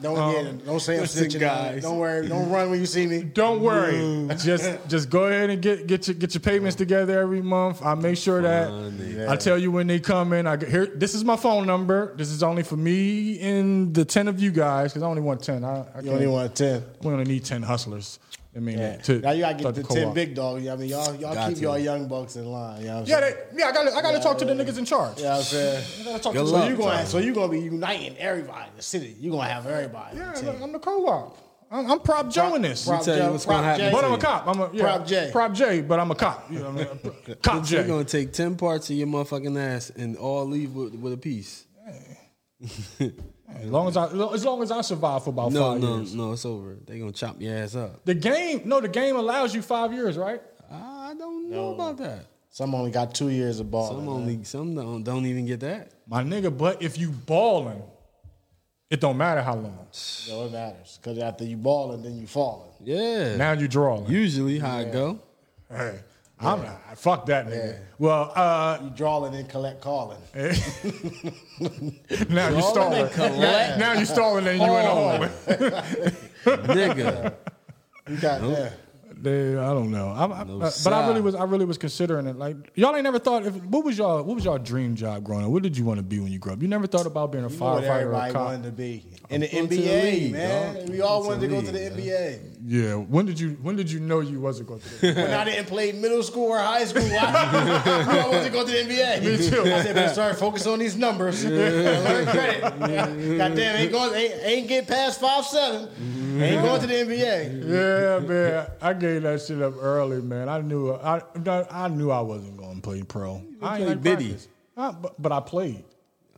[SPEAKER 5] Don't get, don't say I'm
[SPEAKER 7] listen,
[SPEAKER 5] snitching. on you.
[SPEAKER 7] guys.
[SPEAKER 5] Don't worry. Don't run when you see me.
[SPEAKER 4] Don't worry. Just just go ahead and get get your get your payments together every month. I make sure that I tell you when they come in. I get, here. This is my phone number. This is only for me and the ten of you guys because I only want ten. I, I
[SPEAKER 5] You only
[SPEAKER 4] can't-
[SPEAKER 5] want ten.
[SPEAKER 4] We only need ten hustlers. I mean,
[SPEAKER 5] Yeah.
[SPEAKER 4] to
[SPEAKER 5] now you gotta
[SPEAKER 4] start
[SPEAKER 5] get
[SPEAKER 4] the
[SPEAKER 5] the ten
[SPEAKER 4] co-op.
[SPEAKER 5] big dogs. I mean, y'all y'all
[SPEAKER 7] Got
[SPEAKER 5] keep
[SPEAKER 7] to.
[SPEAKER 5] y'all young bucks in line. You know what I'm
[SPEAKER 4] Yeah,
[SPEAKER 5] saying?
[SPEAKER 4] they, yeah. I got to I got to talk to the niggas in charge.
[SPEAKER 5] You know what I'm saying?
[SPEAKER 4] I gotta talk
[SPEAKER 7] Good
[SPEAKER 4] to
[SPEAKER 7] luck.
[SPEAKER 5] So you
[SPEAKER 4] you.
[SPEAKER 5] going so you gonna be uniting everybody in the city. You are gonna have everybody.
[SPEAKER 4] Yeah,
[SPEAKER 5] on the team.
[SPEAKER 4] look, I'm the co-op. I'm, I'm prop Joe in this.
[SPEAKER 5] Prop
[SPEAKER 7] tell you
[SPEAKER 5] J-
[SPEAKER 7] what's gonna
[SPEAKER 5] Prop
[SPEAKER 7] happen.
[SPEAKER 5] J.
[SPEAKER 4] but I'm a cop. I'm a yeah,
[SPEAKER 5] Prop J.
[SPEAKER 4] Prop J, but I'm a cop. You know what I mean? cop
[SPEAKER 7] You're
[SPEAKER 4] J.
[SPEAKER 7] gonna take ten parts of your motherfucking ass and all leave with, with a piece.
[SPEAKER 4] As long as I, as long as I survive for about
[SPEAKER 7] No,
[SPEAKER 4] five
[SPEAKER 7] no,
[SPEAKER 4] years.
[SPEAKER 7] no, it's over. They gonna chop your ass up.
[SPEAKER 4] The game, no, the game allows you five years, right?
[SPEAKER 7] I don't know about that.
[SPEAKER 5] Some only got two years of ball.
[SPEAKER 7] Some only some don't, don't even get that.
[SPEAKER 4] My nigga, but if you balling, It don't matter how long.
[SPEAKER 5] So it matters because after you balling, then you falling.
[SPEAKER 7] Yeah.
[SPEAKER 4] Now you drawing.
[SPEAKER 7] Usually how it go.
[SPEAKER 4] hey, I'm not. Fuck that nigga. Well, uh,
[SPEAKER 5] You drawing and collect calling.
[SPEAKER 4] now you stalling.
[SPEAKER 7] collect.
[SPEAKER 4] now you stalling and you in the hallway.
[SPEAKER 7] Nigga.
[SPEAKER 5] You got there.
[SPEAKER 4] Dude, I don't know. I'm, I, but but I really was. I really was considering it. Like y'all ain't never thought. If what was y'all? What was y'all dream job growing up? What did you want to be when you grew up? You never thought about being a
[SPEAKER 5] You know what
[SPEAKER 4] firefighter or a
[SPEAKER 5] everybody
[SPEAKER 4] cop.
[SPEAKER 5] wanted to be in the
[SPEAKER 7] Going
[SPEAKER 5] NBA,
[SPEAKER 7] to the league,
[SPEAKER 5] man.
[SPEAKER 7] dog.
[SPEAKER 5] We all
[SPEAKER 7] Going to
[SPEAKER 5] wanted to
[SPEAKER 7] the
[SPEAKER 5] go to the
[SPEAKER 7] league,
[SPEAKER 5] NBA.
[SPEAKER 4] Yeah. When did you? When did you know you wasn't going to? do it?
[SPEAKER 5] When I didn't play middle school or high school, I, I wanted to go to the NBA. Me too. I said, better start focus on these numbers. and Learn credit. Goddamn, ain't going, ain't, ain't get past five seven. Ain't going to the NBA.
[SPEAKER 4] yeah, man. I gave that shit up early, man. I knew. I no, I knew I wasn't going to play pro. I ain't
[SPEAKER 7] played
[SPEAKER 4] like
[SPEAKER 7] Biddy.
[SPEAKER 4] practice. Uh, but, but I played,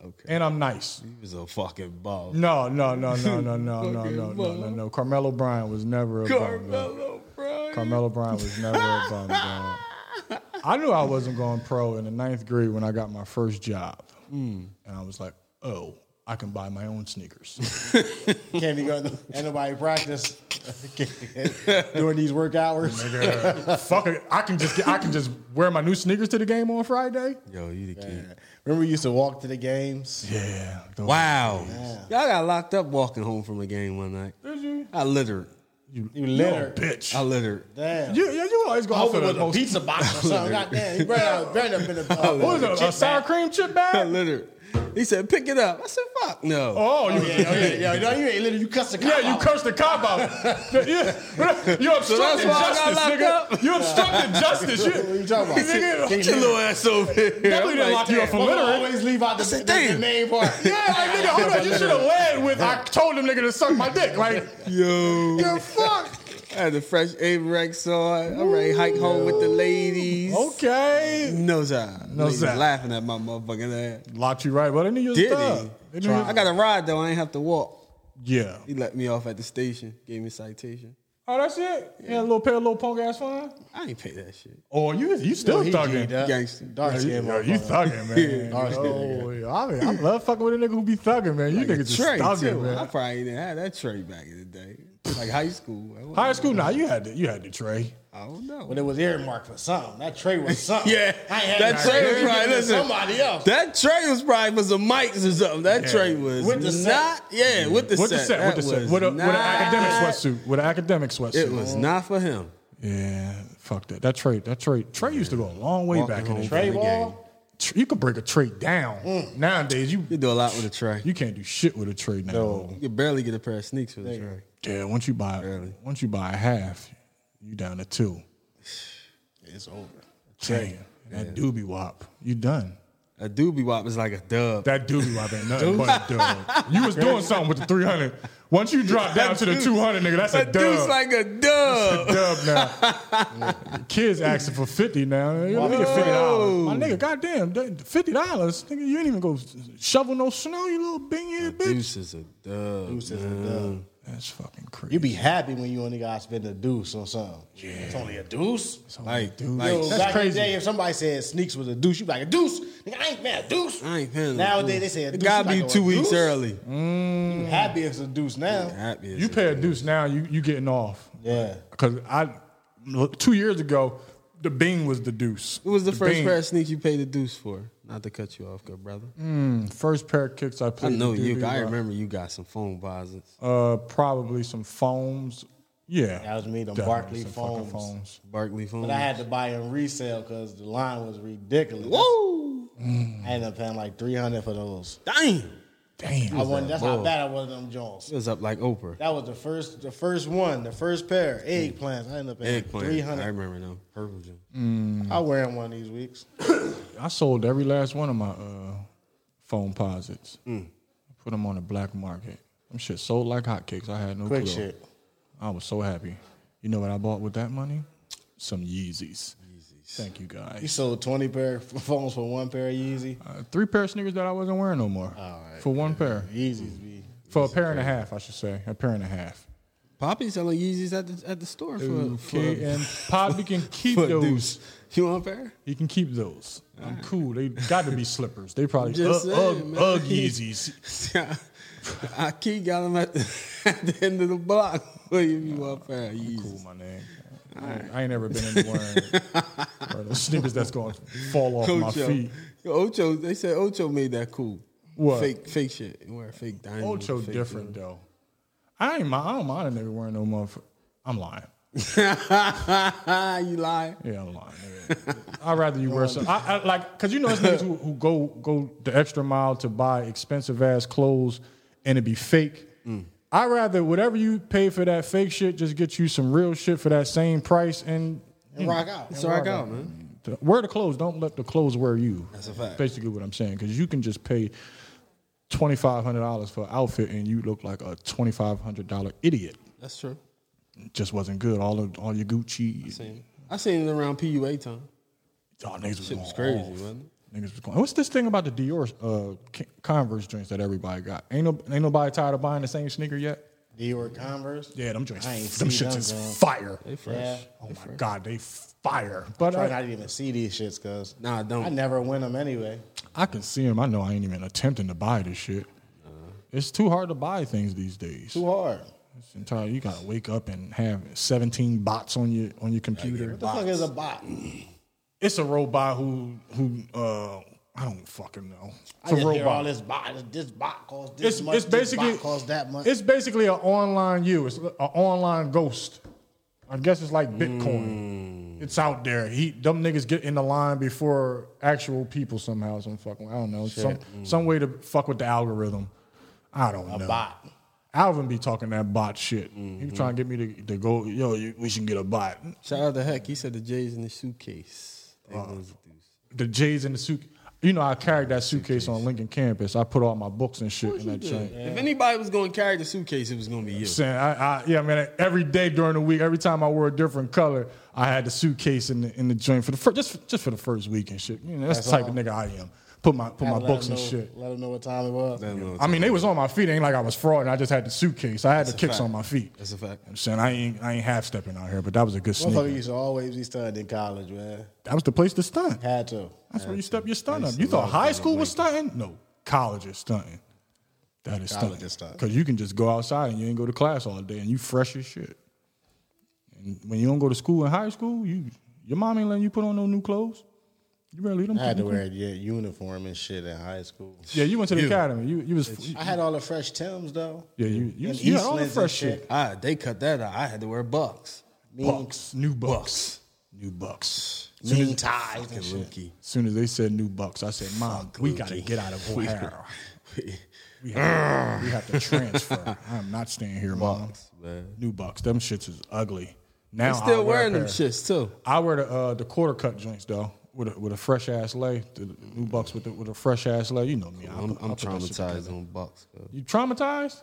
[SPEAKER 7] Okay.
[SPEAKER 4] and I'm nice.
[SPEAKER 7] He was a fucking ball.
[SPEAKER 4] No, no, no, no, no, no, no, no, no, no, no. Carmelo Bryan was never a bum, dog.
[SPEAKER 7] Carmelo Bryant.
[SPEAKER 4] Carmelo Bryant was never a bum, dog. I knew I wasn't going pro in the ninth grade when I got my first job.
[SPEAKER 5] Hmm.
[SPEAKER 4] And I was like, oh, I can buy my own sneakers.
[SPEAKER 5] Can't be going. To, ain't nobody practice during these work hours.
[SPEAKER 4] Fuck it. I can just get, I can just wear my new sneakers to the game on Friday.
[SPEAKER 7] Yo, you the kid.
[SPEAKER 5] Remember, we used to walk to the games.
[SPEAKER 4] Yeah. Those-
[SPEAKER 7] Wow. Y'all got locked up walking home from a game one night. Did you? I littered.
[SPEAKER 5] You
[SPEAKER 4] You a
[SPEAKER 5] littered.
[SPEAKER 4] bitch.
[SPEAKER 7] I littered.
[SPEAKER 5] Damn.
[SPEAKER 4] you, yeah, you always go
[SPEAKER 5] I
[SPEAKER 4] out
[SPEAKER 5] hope
[SPEAKER 4] for
[SPEAKER 5] it
[SPEAKER 4] the
[SPEAKER 5] was a
[SPEAKER 4] most.
[SPEAKER 5] pizza box or something. Goddamn, you better, better have been a uh,
[SPEAKER 4] What was it? A sour cream chip
[SPEAKER 7] I
[SPEAKER 4] bag?
[SPEAKER 7] littered. He said, pick it up. I said, fuck no.
[SPEAKER 4] Oh, you,
[SPEAKER 5] Oh, yeah, oh, yeah, yeah. No, you ain't literally. You cussed the cop
[SPEAKER 4] Yeah, you
[SPEAKER 5] out.
[SPEAKER 4] cursed the cop out. yeah. You obstructed
[SPEAKER 7] why I got
[SPEAKER 4] justice,
[SPEAKER 7] locked
[SPEAKER 4] nigga.
[SPEAKER 7] up?
[SPEAKER 4] You obstructed justice. You,
[SPEAKER 5] What are you talking about?
[SPEAKER 4] Nigga,
[SPEAKER 5] Can
[SPEAKER 7] Get your little ass over here.
[SPEAKER 4] definitely
[SPEAKER 7] I'm
[SPEAKER 4] didn't lock you up for
[SPEAKER 5] Well, we
[SPEAKER 4] littering.
[SPEAKER 5] always leave out the, the, the,
[SPEAKER 7] damn.
[SPEAKER 5] main part.
[SPEAKER 4] Yeah, like nigga, hold on. You should have led with I told them nigga to suck my dick. Like,
[SPEAKER 7] Yo.
[SPEAKER 4] the fuck?
[SPEAKER 7] I had the fresh Averex on. I already hiked home with the ladies.
[SPEAKER 4] Okay.
[SPEAKER 7] No sir. No
[SPEAKER 4] sir.
[SPEAKER 7] laughing at my motherfucking ass.
[SPEAKER 4] Locked you right. Well, they knew you was
[SPEAKER 7] Did
[SPEAKER 4] thug. They
[SPEAKER 7] he?
[SPEAKER 4] knew you was-
[SPEAKER 7] I got a ride though. I ain't have to walk.
[SPEAKER 4] Yeah.
[SPEAKER 7] He let me off at the station. Gave me a citation.
[SPEAKER 4] Oh, that's it? Yeah, a little pay a little punk ass fine?
[SPEAKER 7] I ain't pay that shit.
[SPEAKER 4] Oh, you you still
[SPEAKER 5] he
[SPEAKER 4] thugging.
[SPEAKER 5] G'd up.
[SPEAKER 7] Gangster.
[SPEAKER 5] Dark
[SPEAKER 4] Yeah,
[SPEAKER 5] skin.
[SPEAKER 4] yo, you thugging, man.
[SPEAKER 5] Dark skin,
[SPEAKER 4] oh, yeah. I, mean, I love fucking with a nigga who be thugging, man. You niggas is
[SPEAKER 7] Tray too.
[SPEAKER 4] thugging,
[SPEAKER 7] I
[SPEAKER 4] man.
[SPEAKER 7] probably didn't have that tray back in the day. Like high school. I wasn't-
[SPEAKER 4] High school, nah, you had the, you had the tray.
[SPEAKER 7] I don't know.
[SPEAKER 5] But it was earmarked for something. That tray was something.
[SPEAKER 7] Yeah.
[SPEAKER 5] I ain't had
[SPEAKER 7] That tray
[SPEAKER 5] It
[SPEAKER 7] was
[SPEAKER 5] given
[SPEAKER 7] probably-
[SPEAKER 5] to
[SPEAKER 7] listen.
[SPEAKER 5] Somebody else.
[SPEAKER 7] That tray was probably for some mics or something. That tray was
[SPEAKER 5] With the set.
[SPEAKER 7] not, yeah, with the set.
[SPEAKER 4] With the set,
[SPEAKER 7] That
[SPEAKER 4] with the set,
[SPEAKER 7] was
[SPEAKER 4] with, a, with an
[SPEAKER 7] not-
[SPEAKER 4] academic sweatsuit, with an academic sweatsuit.
[SPEAKER 7] It was not for him.
[SPEAKER 4] Yeah, fuck that. That tray, that tray, Trey used to go a long way
[SPEAKER 7] Walking
[SPEAKER 4] back in
[SPEAKER 7] home
[SPEAKER 4] the
[SPEAKER 7] from
[SPEAKER 5] Tray
[SPEAKER 7] the game.
[SPEAKER 5] ball.
[SPEAKER 4] tr- you could break a tray down.
[SPEAKER 7] Mm.
[SPEAKER 4] Nowadays, you
[SPEAKER 7] You do a lot with a tray.
[SPEAKER 4] you can't do shit with a tray now.
[SPEAKER 7] You can barely get a pair of sneaks with a tray.
[SPEAKER 4] Yeah, once you buy once you buy a half, you down to two.
[SPEAKER 5] It's over.
[SPEAKER 4] Damn, that doobie wop, you done.
[SPEAKER 7] A doobie wop is like a dub.
[SPEAKER 4] That doobie wop ain't nothing but a dub. You was doing something with the three hundred. Once you drop down to the two hundred, nigga, that's a
[SPEAKER 7] That dude's
[SPEAKER 4] dub.
[SPEAKER 7] like a dub.
[SPEAKER 4] dub now. Kids asking for fifty now. You know, get fifty dollars. My nigga, goddamn, that- fifty dollars. Nigga, you ain't even go shovel no snow. You little bing head bitch.
[SPEAKER 7] Deuce is a dub.
[SPEAKER 5] Deuce is a dub.
[SPEAKER 4] That's fucking crazy.
[SPEAKER 5] Mm. You be happy when you only got to spend a deuce on something. Yeah. It's only a deuce.
[SPEAKER 7] Like,
[SPEAKER 4] Dude,
[SPEAKER 7] like
[SPEAKER 5] Yo,
[SPEAKER 4] that's
[SPEAKER 5] back in the
[SPEAKER 4] crazy.
[SPEAKER 5] day, if somebody said sneaks was a deuce, you be like a deuce. Nigga, I ain't mad, deuce.
[SPEAKER 7] I ain't feeling
[SPEAKER 5] Nowadays
[SPEAKER 7] it.
[SPEAKER 5] they say a
[SPEAKER 7] It
[SPEAKER 5] deuce.
[SPEAKER 7] gotta
[SPEAKER 5] You
[SPEAKER 7] be
[SPEAKER 5] like,
[SPEAKER 7] two
[SPEAKER 5] oh, a
[SPEAKER 7] weeks
[SPEAKER 5] deuce?
[SPEAKER 7] early.
[SPEAKER 5] You happy if it's a deuce now.
[SPEAKER 7] Happy as
[SPEAKER 4] You
[SPEAKER 7] a-
[SPEAKER 4] pay a deuce now. You you getting off?
[SPEAKER 5] Yeah.
[SPEAKER 4] Because I two years ago, the Bing was the deuce.
[SPEAKER 7] What was the, first
[SPEAKER 4] Bing.
[SPEAKER 7] pair of sneaks you paid the deuce for? Not to cut you off, good brother.
[SPEAKER 4] First pair of kicks I
[SPEAKER 7] I
[SPEAKER 4] played.
[SPEAKER 7] know
[SPEAKER 4] the
[SPEAKER 7] you.
[SPEAKER 4] doobie
[SPEAKER 7] I
[SPEAKER 4] wop.
[SPEAKER 7] remember you got some phone visors.
[SPEAKER 4] Uh, probably some foams. Yeah,
[SPEAKER 5] That was me, them
[SPEAKER 4] Definitely
[SPEAKER 5] Barkley
[SPEAKER 4] some fucking
[SPEAKER 5] foams.
[SPEAKER 7] Barkley phone.
[SPEAKER 5] But I had to buy in resale because the line was ridiculous.
[SPEAKER 7] Whoa!
[SPEAKER 5] I ended up paying like 300 for those.
[SPEAKER 7] Damn!
[SPEAKER 4] Damn.
[SPEAKER 5] I won, that's how
[SPEAKER 7] boy?
[SPEAKER 5] bad I was at them Jones.
[SPEAKER 7] It was up like Oprah.
[SPEAKER 5] That was the first the first one, the first pair, eggplants. I ended up paying
[SPEAKER 7] Eggplant.
[SPEAKER 5] 300.
[SPEAKER 7] I remember them. Purple Jim.
[SPEAKER 5] I'll wear them one of these weeks.
[SPEAKER 4] I sold every last one of my uh, foam posits. Put them on the black market. Them shit sold like hotcakes. I had no
[SPEAKER 5] Quick
[SPEAKER 4] clue.
[SPEAKER 5] shit.
[SPEAKER 4] I was so happy. You know what I bought with that money? Some Yeezys. Thank you
[SPEAKER 5] You
[SPEAKER 4] guys.
[SPEAKER 5] sold 20 pair of phones for one pair of Yeezy.
[SPEAKER 4] Uh, three pair of sneakers that I wasn't wearing no more. for one pair.
[SPEAKER 5] Yeezys be.
[SPEAKER 4] For a pair and a half, I should say. A pair and a half.
[SPEAKER 7] Poppy selling Yeezys at the at the store for,
[SPEAKER 4] Okay,
[SPEAKER 7] for,
[SPEAKER 4] and Poppy can keep
[SPEAKER 7] for a
[SPEAKER 4] those.
[SPEAKER 7] deuce. You want a pair?
[SPEAKER 4] He can keep those. I'm cool. They got to be slippers. They probably
[SPEAKER 7] Just
[SPEAKER 4] Ugg
[SPEAKER 7] saying,
[SPEAKER 4] Ugg
[SPEAKER 7] man.
[SPEAKER 4] Ugg Yeezys.
[SPEAKER 7] I keep got him at the, at the end of the block. William, you up there? You
[SPEAKER 4] Cool, my name. I ain't never been in the or those sneakers that's gonna fall off my
[SPEAKER 7] Ocho.
[SPEAKER 4] feet.
[SPEAKER 7] Yo, Ocho, they said Ocho made that cool.
[SPEAKER 4] What?
[SPEAKER 7] Fake fake shit. You wear fake diamonds.
[SPEAKER 4] Ocho
[SPEAKER 7] fake
[SPEAKER 4] different though. I ain't. mi- I don't mind a nigga wearing no motherfucker. I'm lying.
[SPEAKER 7] diamonds. you lie.
[SPEAKER 4] Yeah, I'm lying. nigga. I'd rather you wear some. I, I like because you know it's niggas who, who go go the extra mile to buy expensive ass clothes and it be fake. I'd rather whatever you pay for that fake shit, just get you some real shit for that same price and
[SPEAKER 5] And rock out.
[SPEAKER 7] So I got man.
[SPEAKER 4] to wear the clothes. Don't let the clothes wear you. That's
[SPEAKER 7] a fact.
[SPEAKER 4] Basically, what I'm saying, because you can just pay twenty five hundred dollars for an outfit and you look like a twenty five hundred dollar idiot.
[SPEAKER 7] That's true.
[SPEAKER 4] It just wasn't good. All of all your Gucci.
[SPEAKER 7] Same. I seen it around PUA time.
[SPEAKER 4] Oh, niggas was
[SPEAKER 7] Shit
[SPEAKER 4] going
[SPEAKER 7] was crazy,
[SPEAKER 4] off.
[SPEAKER 7] wasn't it?
[SPEAKER 4] Niggas was going. What's this thing about the Dior uh, K- Converse joints that everybody got? Ain't no, ain't nobody tired of buying the same sneaker yet.
[SPEAKER 5] Dior Converse.
[SPEAKER 4] Yeah, them joints,
[SPEAKER 5] I ain't
[SPEAKER 4] them
[SPEAKER 5] see
[SPEAKER 4] shits
[SPEAKER 5] them,
[SPEAKER 4] is
[SPEAKER 5] man.
[SPEAKER 4] fire.
[SPEAKER 7] They fresh.
[SPEAKER 5] Yeah.
[SPEAKER 4] Oh my god, they fire.
[SPEAKER 5] I
[SPEAKER 4] But
[SPEAKER 5] try
[SPEAKER 4] I,
[SPEAKER 5] not to even see these shits because
[SPEAKER 7] Nah, don't.
[SPEAKER 5] I never win them anyway.
[SPEAKER 4] I can see them. I know I ain't even attempting to buy this shit. It's too hard to buy things these days.
[SPEAKER 5] Uh-huh. Too hard.
[SPEAKER 4] It's entirely you gotta wake up and have 17 bots on your on your computer.
[SPEAKER 5] What the fuck is a bot?
[SPEAKER 4] It's a robot who who uh I don't fucking know.
[SPEAKER 5] I
[SPEAKER 4] It's a
[SPEAKER 5] just hear all
[SPEAKER 4] robot.
[SPEAKER 5] this bot. This bot costs this
[SPEAKER 4] It's,
[SPEAKER 5] much.
[SPEAKER 4] it's basically
[SPEAKER 5] this bot costs that much.
[SPEAKER 4] It's basically an online you. It's an online ghost. I guess it's like
[SPEAKER 5] Mm.
[SPEAKER 4] Bitcoin. It's out there. He them niggas get in the line before actual people somehow. Some fucking I don't know. Some
[SPEAKER 5] Mm.
[SPEAKER 4] some way to fuck with the algorithm. I don't know.
[SPEAKER 5] bot. Mm-hmm.
[SPEAKER 4] Alvin be talking that bot shit. He was trying to get me to, to go, yo, you, we should get a bot.
[SPEAKER 7] Shout out to Heck. He said the J's in the suitcase. They was the deuce.
[SPEAKER 4] The J's in the suit. You know, I carried that suitcase on Lincoln campus. I put all my books and shit in that joint.
[SPEAKER 7] If anybody was going to carry the suitcase, it was going to be you.
[SPEAKER 4] Saying, I, I, yeah, man. Every day during the week, every time I wore a different color, I had the suitcase in the in the joint for the first, just for, just for the first week and shit. You know, that's, the type of nigga I am. Put my put my
[SPEAKER 5] Gotta let 'em
[SPEAKER 4] books and
[SPEAKER 5] know-
[SPEAKER 4] shit.
[SPEAKER 5] Let them know what time it was.
[SPEAKER 7] I don't know what
[SPEAKER 4] I mean, they was on my feet. It ain't like I was frauding. I just had the suitcase. I had the kicks
[SPEAKER 7] fact.
[SPEAKER 4] on my feet.
[SPEAKER 7] That's a fact.
[SPEAKER 4] I'm saying I ain't I ain't half stepping out here, but that was a good
[SPEAKER 5] Motherfucker
[SPEAKER 4] sneaker.
[SPEAKER 5] used to always be stunned in college, man.
[SPEAKER 4] That was the place to stunt.
[SPEAKER 5] Had to.
[SPEAKER 4] That's where you step your stunt up. You thought high school was stunting? No, college is stunting. That is
[SPEAKER 5] College
[SPEAKER 4] stunting.
[SPEAKER 5] is stunting.
[SPEAKER 4] Because you can just go outside and you ain't go to class all day and you fresh as shit. And when you don't go to school in high school, you your mom ain't letting you put on no new clothes. You better leave them.
[SPEAKER 5] I had to wear a yeah, uniform and shit in high school.
[SPEAKER 4] Yeah, you went to the academy. You you was
[SPEAKER 5] I had all the fresh Tims though.
[SPEAKER 4] yeah you you,
[SPEAKER 5] And
[SPEAKER 4] you had all the
[SPEAKER 5] Eastlands
[SPEAKER 4] fresh
[SPEAKER 5] and
[SPEAKER 4] shit.
[SPEAKER 5] shit.
[SPEAKER 7] Ah, they cut that out. I had to wear bucks.
[SPEAKER 4] Bucks, new bucks, new bucks.
[SPEAKER 5] Mean ties and shit.
[SPEAKER 7] Lucky.
[SPEAKER 4] As soon as they said new bucks, I said, "Mom, we gotta get out of O'Hara. we, have, we have to transfer. I'm not staying here, mom. New bucks, them shits is ugly. Now
[SPEAKER 7] I'm
[SPEAKER 4] I
[SPEAKER 7] still
[SPEAKER 4] wear a
[SPEAKER 7] wearing them
[SPEAKER 4] pair-
[SPEAKER 7] shits, too.
[SPEAKER 4] I wear the uh, the quarter cut joints though, with a, with a fresh ass lay. The new bucks with the, with a fresh ass lay. You know me. I,
[SPEAKER 7] I'm,
[SPEAKER 4] put- I
[SPEAKER 7] I'm
[SPEAKER 4] put that shit together.
[SPEAKER 7] traumatized on uh, bucks. cuz.
[SPEAKER 4] You traumatized?